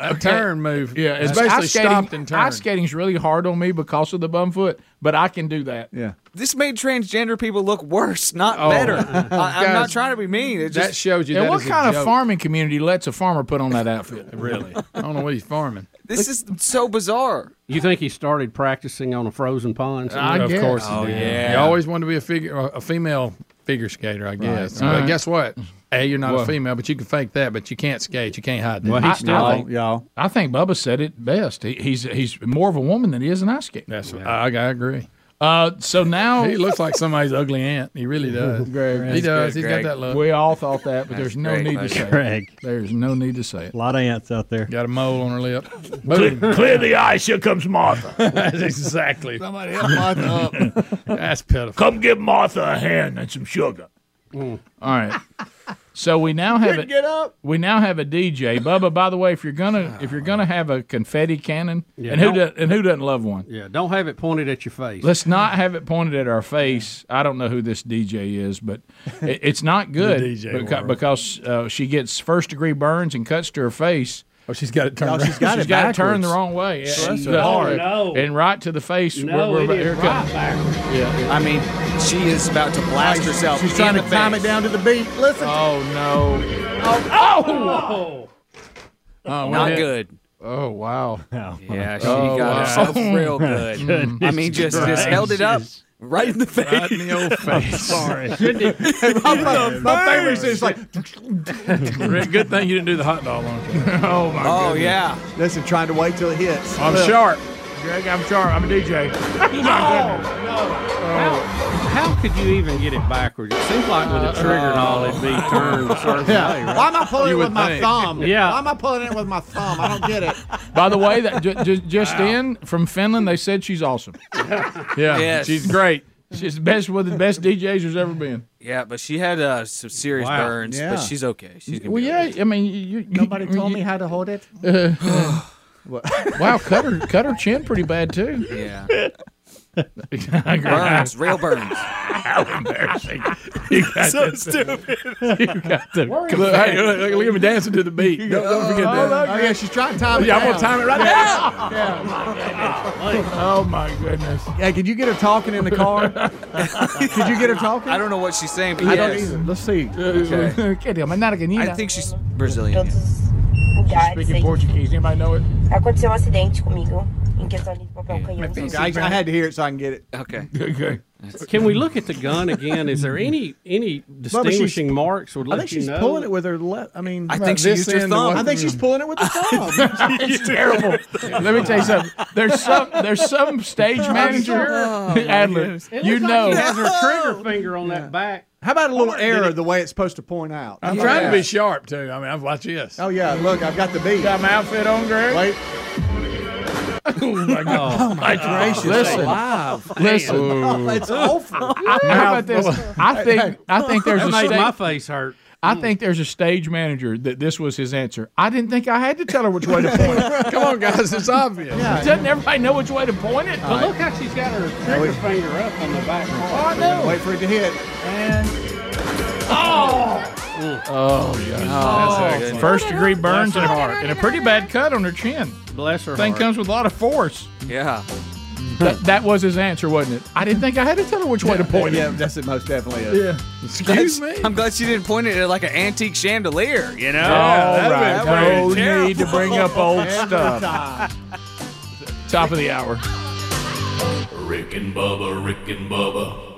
Speaker 5: A turn move.
Speaker 1: Yeah,
Speaker 5: it's basically stopped and turned.
Speaker 1: Ice skating's really hard on me because of the bum foot, but I can do that.
Speaker 4: Yeah.
Speaker 6: This made transgender people look worse, not
Speaker 1: Oh.
Speaker 6: better. I, I'm not
Speaker 1: Guys,
Speaker 6: trying to be mean. It just,
Speaker 5: that shows you
Speaker 1: And
Speaker 5: that
Speaker 1: what
Speaker 5: is a
Speaker 1: kind of
Speaker 5: joke.
Speaker 1: farming community lets a farmer put on that outfit?
Speaker 5: really? I don't know what he's farming.
Speaker 6: This is so bizarre.
Speaker 2: You think he started practicing on a frozen pond?
Speaker 5: I
Speaker 2: somewhere?
Speaker 5: guess. Oh, yeah. You always wanted to be a figure, uh, a female figure skater, I guess.
Speaker 1: All
Speaker 5: But
Speaker 1: right.
Speaker 5: guess what? A, you're not
Speaker 1: Well-
Speaker 5: a female, but you can fake that, but you can't skate. You can't hide that.
Speaker 1: I- I, think,
Speaker 4: y'all.
Speaker 1: I think Bubba said it best. He, he's he's more of a woman than he is an ice skater.
Speaker 5: That's I, I agree.
Speaker 1: Uh, so now
Speaker 5: he looks like somebody's ugly aunt. He really does.
Speaker 1: Greg,
Speaker 5: he does. He's got that look.
Speaker 1: We all thought that, but
Speaker 5: That's
Speaker 1: there's no
Speaker 5: great,
Speaker 1: need to
Speaker 5: Moshe.
Speaker 1: say.
Speaker 5: Greg.
Speaker 1: It. There's no need to say it.
Speaker 10: A lot of ants out there.
Speaker 5: Got a mole on her lip.
Speaker 1: Clear- clear the
Speaker 5: ice. Here comes Martha. That's exactly. Somebody
Speaker 1: help Martha
Speaker 5: up. That's pitiful. Come give Martha a hand and some sugar.
Speaker 1: All right. So we now have
Speaker 5: Mm. Couldn't
Speaker 1: a,
Speaker 5: get up.
Speaker 1: We now have a DJ, Bubba. By the way, if you're gonna if you're gonna have a confetti cannon, and who does,
Speaker 2: don't-
Speaker 1: and who doesn't love one?
Speaker 2: Yeah, don't have it pointed at your face.
Speaker 1: Let's not have it pointed at our face. I don't know who this DJ is, but it, it's not good
Speaker 5: The DJ
Speaker 1: beca-
Speaker 5: world.
Speaker 1: because uh, she gets first degree burns and cuts to her face.
Speaker 5: Oh, she's got it turned.
Speaker 1: she's
Speaker 5: around.
Speaker 1: got
Speaker 5: She's
Speaker 1: it
Speaker 5: got it
Speaker 1: turned
Speaker 5: backwards.
Speaker 1: the wrong way.
Speaker 5: Bless
Speaker 1: And,
Speaker 5: her. Oh,
Speaker 6: no.
Speaker 1: and right to the face.
Speaker 6: No,
Speaker 1: we're,
Speaker 6: it is
Speaker 1: here it comes.
Speaker 6: right I mean, she is about to blast herself.
Speaker 1: She's
Speaker 6: in
Speaker 1: trying
Speaker 6: the
Speaker 1: to time
Speaker 6: face.
Speaker 1: it down to the beat. Listen. Oh no.
Speaker 6: Oh!
Speaker 1: Oh,
Speaker 6: Not
Speaker 1: well,
Speaker 6: good.
Speaker 1: Oh wow.
Speaker 6: Yeah, she
Speaker 1: Oh,
Speaker 6: got
Speaker 1: wow.
Speaker 6: herself real good. I mean, just just held it up right in the face.
Speaker 1: Right in the old face.
Speaker 6: my, my favorite is just like.
Speaker 5: Rick, good thing you didn't do the hot dog on
Speaker 1: Oh my
Speaker 6: Oh, yeah.
Speaker 4: Listen, trying to wait till it hits.
Speaker 5: I'm
Speaker 4: Look.
Speaker 5: sharp.
Speaker 1: Greg, I'm sharp. I'm a DJ.
Speaker 2: How could you even get it backwards? It seems like with a trigger and all, it'd
Speaker 7: Uh,
Speaker 2: be turned a certain way.
Speaker 13: Why am I pulling
Speaker 2: You
Speaker 13: it with
Speaker 2: would
Speaker 13: my
Speaker 2: think.
Speaker 13: thumb?
Speaker 2: Yeah.
Speaker 13: Why am I pulling it with my thumb? I don't get it.
Speaker 1: By the way, that ju- ju- just in from Finland, they said she's awesome. Yeah,
Speaker 6: Yes.
Speaker 1: she's great. She's the best one of the best DJs there's ever been.
Speaker 6: Yeah, but she had uh, some serious
Speaker 1: Wow.
Speaker 6: burns,
Speaker 1: Yeah.
Speaker 6: but she's okay. She's gonna
Speaker 1: Well,
Speaker 6: be
Speaker 1: yeah, I mean, you, you,
Speaker 6: Nobody
Speaker 1: you-
Speaker 6: told
Speaker 1: you-
Speaker 6: me
Speaker 13: how to hold it.
Speaker 1: Uh, wow, cut her, cut her chin pretty bad too.
Speaker 6: Yeah.
Speaker 1: burns,
Speaker 6: real burns.
Speaker 1: How embarrassing! You got
Speaker 5: So
Speaker 1: the-
Speaker 5: stupid.
Speaker 1: You got the.
Speaker 5: Look, hey, look, look, look at me dancing to the beat. Don't, don't forget
Speaker 1: Oh,
Speaker 5: that.
Speaker 1: look,
Speaker 5: Oh,
Speaker 1: yeah,
Speaker 5: yeah,
Speaker 1: she's trying to time it
Speaker 5: Yeah, I'm gonna
Speaker 1: down.
Speaker 5: time it right
Speaker 1: Yeah.
Speaker 5: now.
Speaker 1: Oh my goodness!
Speaker 4: Hey, could you get her talking in the car? could you get her talking?
Speaker 6: I don't know what she's saying, but
Speaker 4: I don't
Speaker 6: yes.
Speaker 4: either. Let's see.
Speaker 6: Okay. I think she's Brazilian.
Speaker 7: lugares
Speaker 1: Speaking
Speaker 7: aí.
Speaker 1: Portuguese, anybody know it?
Speaker 7: Aconteceu um acidente comigo em questão de papel
Speaker 4: Okay,
Speaker 7: canhão.
Speaker 4: I, I had to hear it so I can get it.
Speaker 6: Okay.
Speaker 1: Okay.
Speaker 2: Can we look at the gun again? Is there any any
Speaker 4: she's-
Speaker 2: distinguishing marks? Would
Speaker 4: I
Speaker 2: let
Speaker 4: think
Speaker 2: you
Speaker 4: she's
Speaker 2: know?
Speaker 4: pulling it with her left. I mean,
Speaker 2: I think she
Speaker 4: this
Speaker 2: used her
Speaker 4: end to what-
Speaker 2: thumb.
Speaker 4: I think she's pulling it with her thumb.
Speaker 1: It's terrible. Let me tell you something. There's some there's some stage
Speaker 2: I'm
Speaker 1: manager
Speaker 2: sure.
Speaker 1: Adler.
Speaker 2: It
Speaker 1: you
Speaker 2: looks like
Speaker 1: know
Speaker 2: she has her trigger finger on that back.
Speaker 4: How about a little
Speaker 2: Or did
Speaker 4: error
Speaker 2: it-
Speaker 4: the way it's supposed to point out?
Speaker 5: I'm trying to be sharp too. I mean, I've watched this.
Speaker 4: Oh yeah, look, I've got the beat. Got
Speaker 1: my outfit on, Greg.
Speaker 4: Wait.
Speaker 5: oh my god!
Speaker 4: Oh my gracious!
Speaker 1: Listen.
Speaker 4: Wow.
Speaker 1: Listen.
Speaker 4: Oh, it's awful.
Speaker 1: How about this? I think I think there's
Speaker 2: That
Speaker 1: a
Speaker 2: made
Speaker 1: sta-
Speaker 2: my face hurt.
Speaker 1: I think there's a stage manager that this was his answer. I didn't think I had to tell her which way to point.
Speaker 5: Come on, guys, it's obvious.
Speaker 1: Doesn't everybody know which way to point it?
Speaker 2: But look how she's got her trigger finger up on the back.
Speaker 1: Oh, I know.
Speaker 4: Wait for it to hit.
Speaker 1: And oh, oh,
Speaker 2: That's excellent.
Speaker 1: first degree burns
Speaker 2: Bless
Speaker 1: and
Speaker 2: her
Speaker 1: heart, and a pretty bad cut on her chin.
Speaker 2: Bless her.
Speaker 1: Thing
Speaker 2: heart.
Speaker 1: comes with a lot of force.
Speaker 6: Yeah.
Speaker 1: That, that was his answer, wasn't it? I didn't think I had to tell her which way to point
Speaker 4: Yeah,
Speaker 1: it.
Speaker 4: that's it. Most definitely. Is.
Speaker 1: Yeah.
Speaker 6: Excuse me. I'm glad she didn't point it at like an antique chandelier. You know.
Speaker 1: All
Speaker 6: That
Speaker 1: right,
Speaker 6: would've been
Speaker 1: no
Speaker 6: terrible.
Speaker 1: need to bring up old stuff. Top of the hour.
Speaker 3: Rick and Bubba, Rick and Bubba.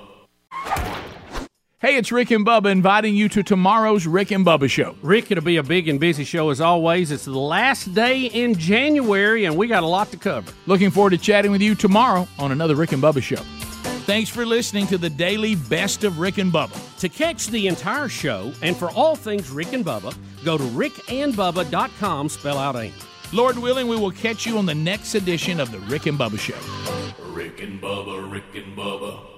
Speaker 1: Hey, it's Rick and Bubba inviting you to tomorrow's Rick and Bubba show.
Speaker 2: Rick, it'll be a big and busy show as always. It's the last day in January, and we got a lot to cover.
Speaker 1: Looking forward to chatting with you tomorrow on another Rick and Bubba show. Thanks for listening to the daily best of Rick and Bubba.
Speaker 2: To catch the entire show and for all things Rick and Bubba, go to rickandbubba.com, spell out AIM.
Speaker 1: Lord willing, we will catch you on the next edition of the Rick and Bubba show.
Speaker 3: Rick and Bubba, Rick and Bubba.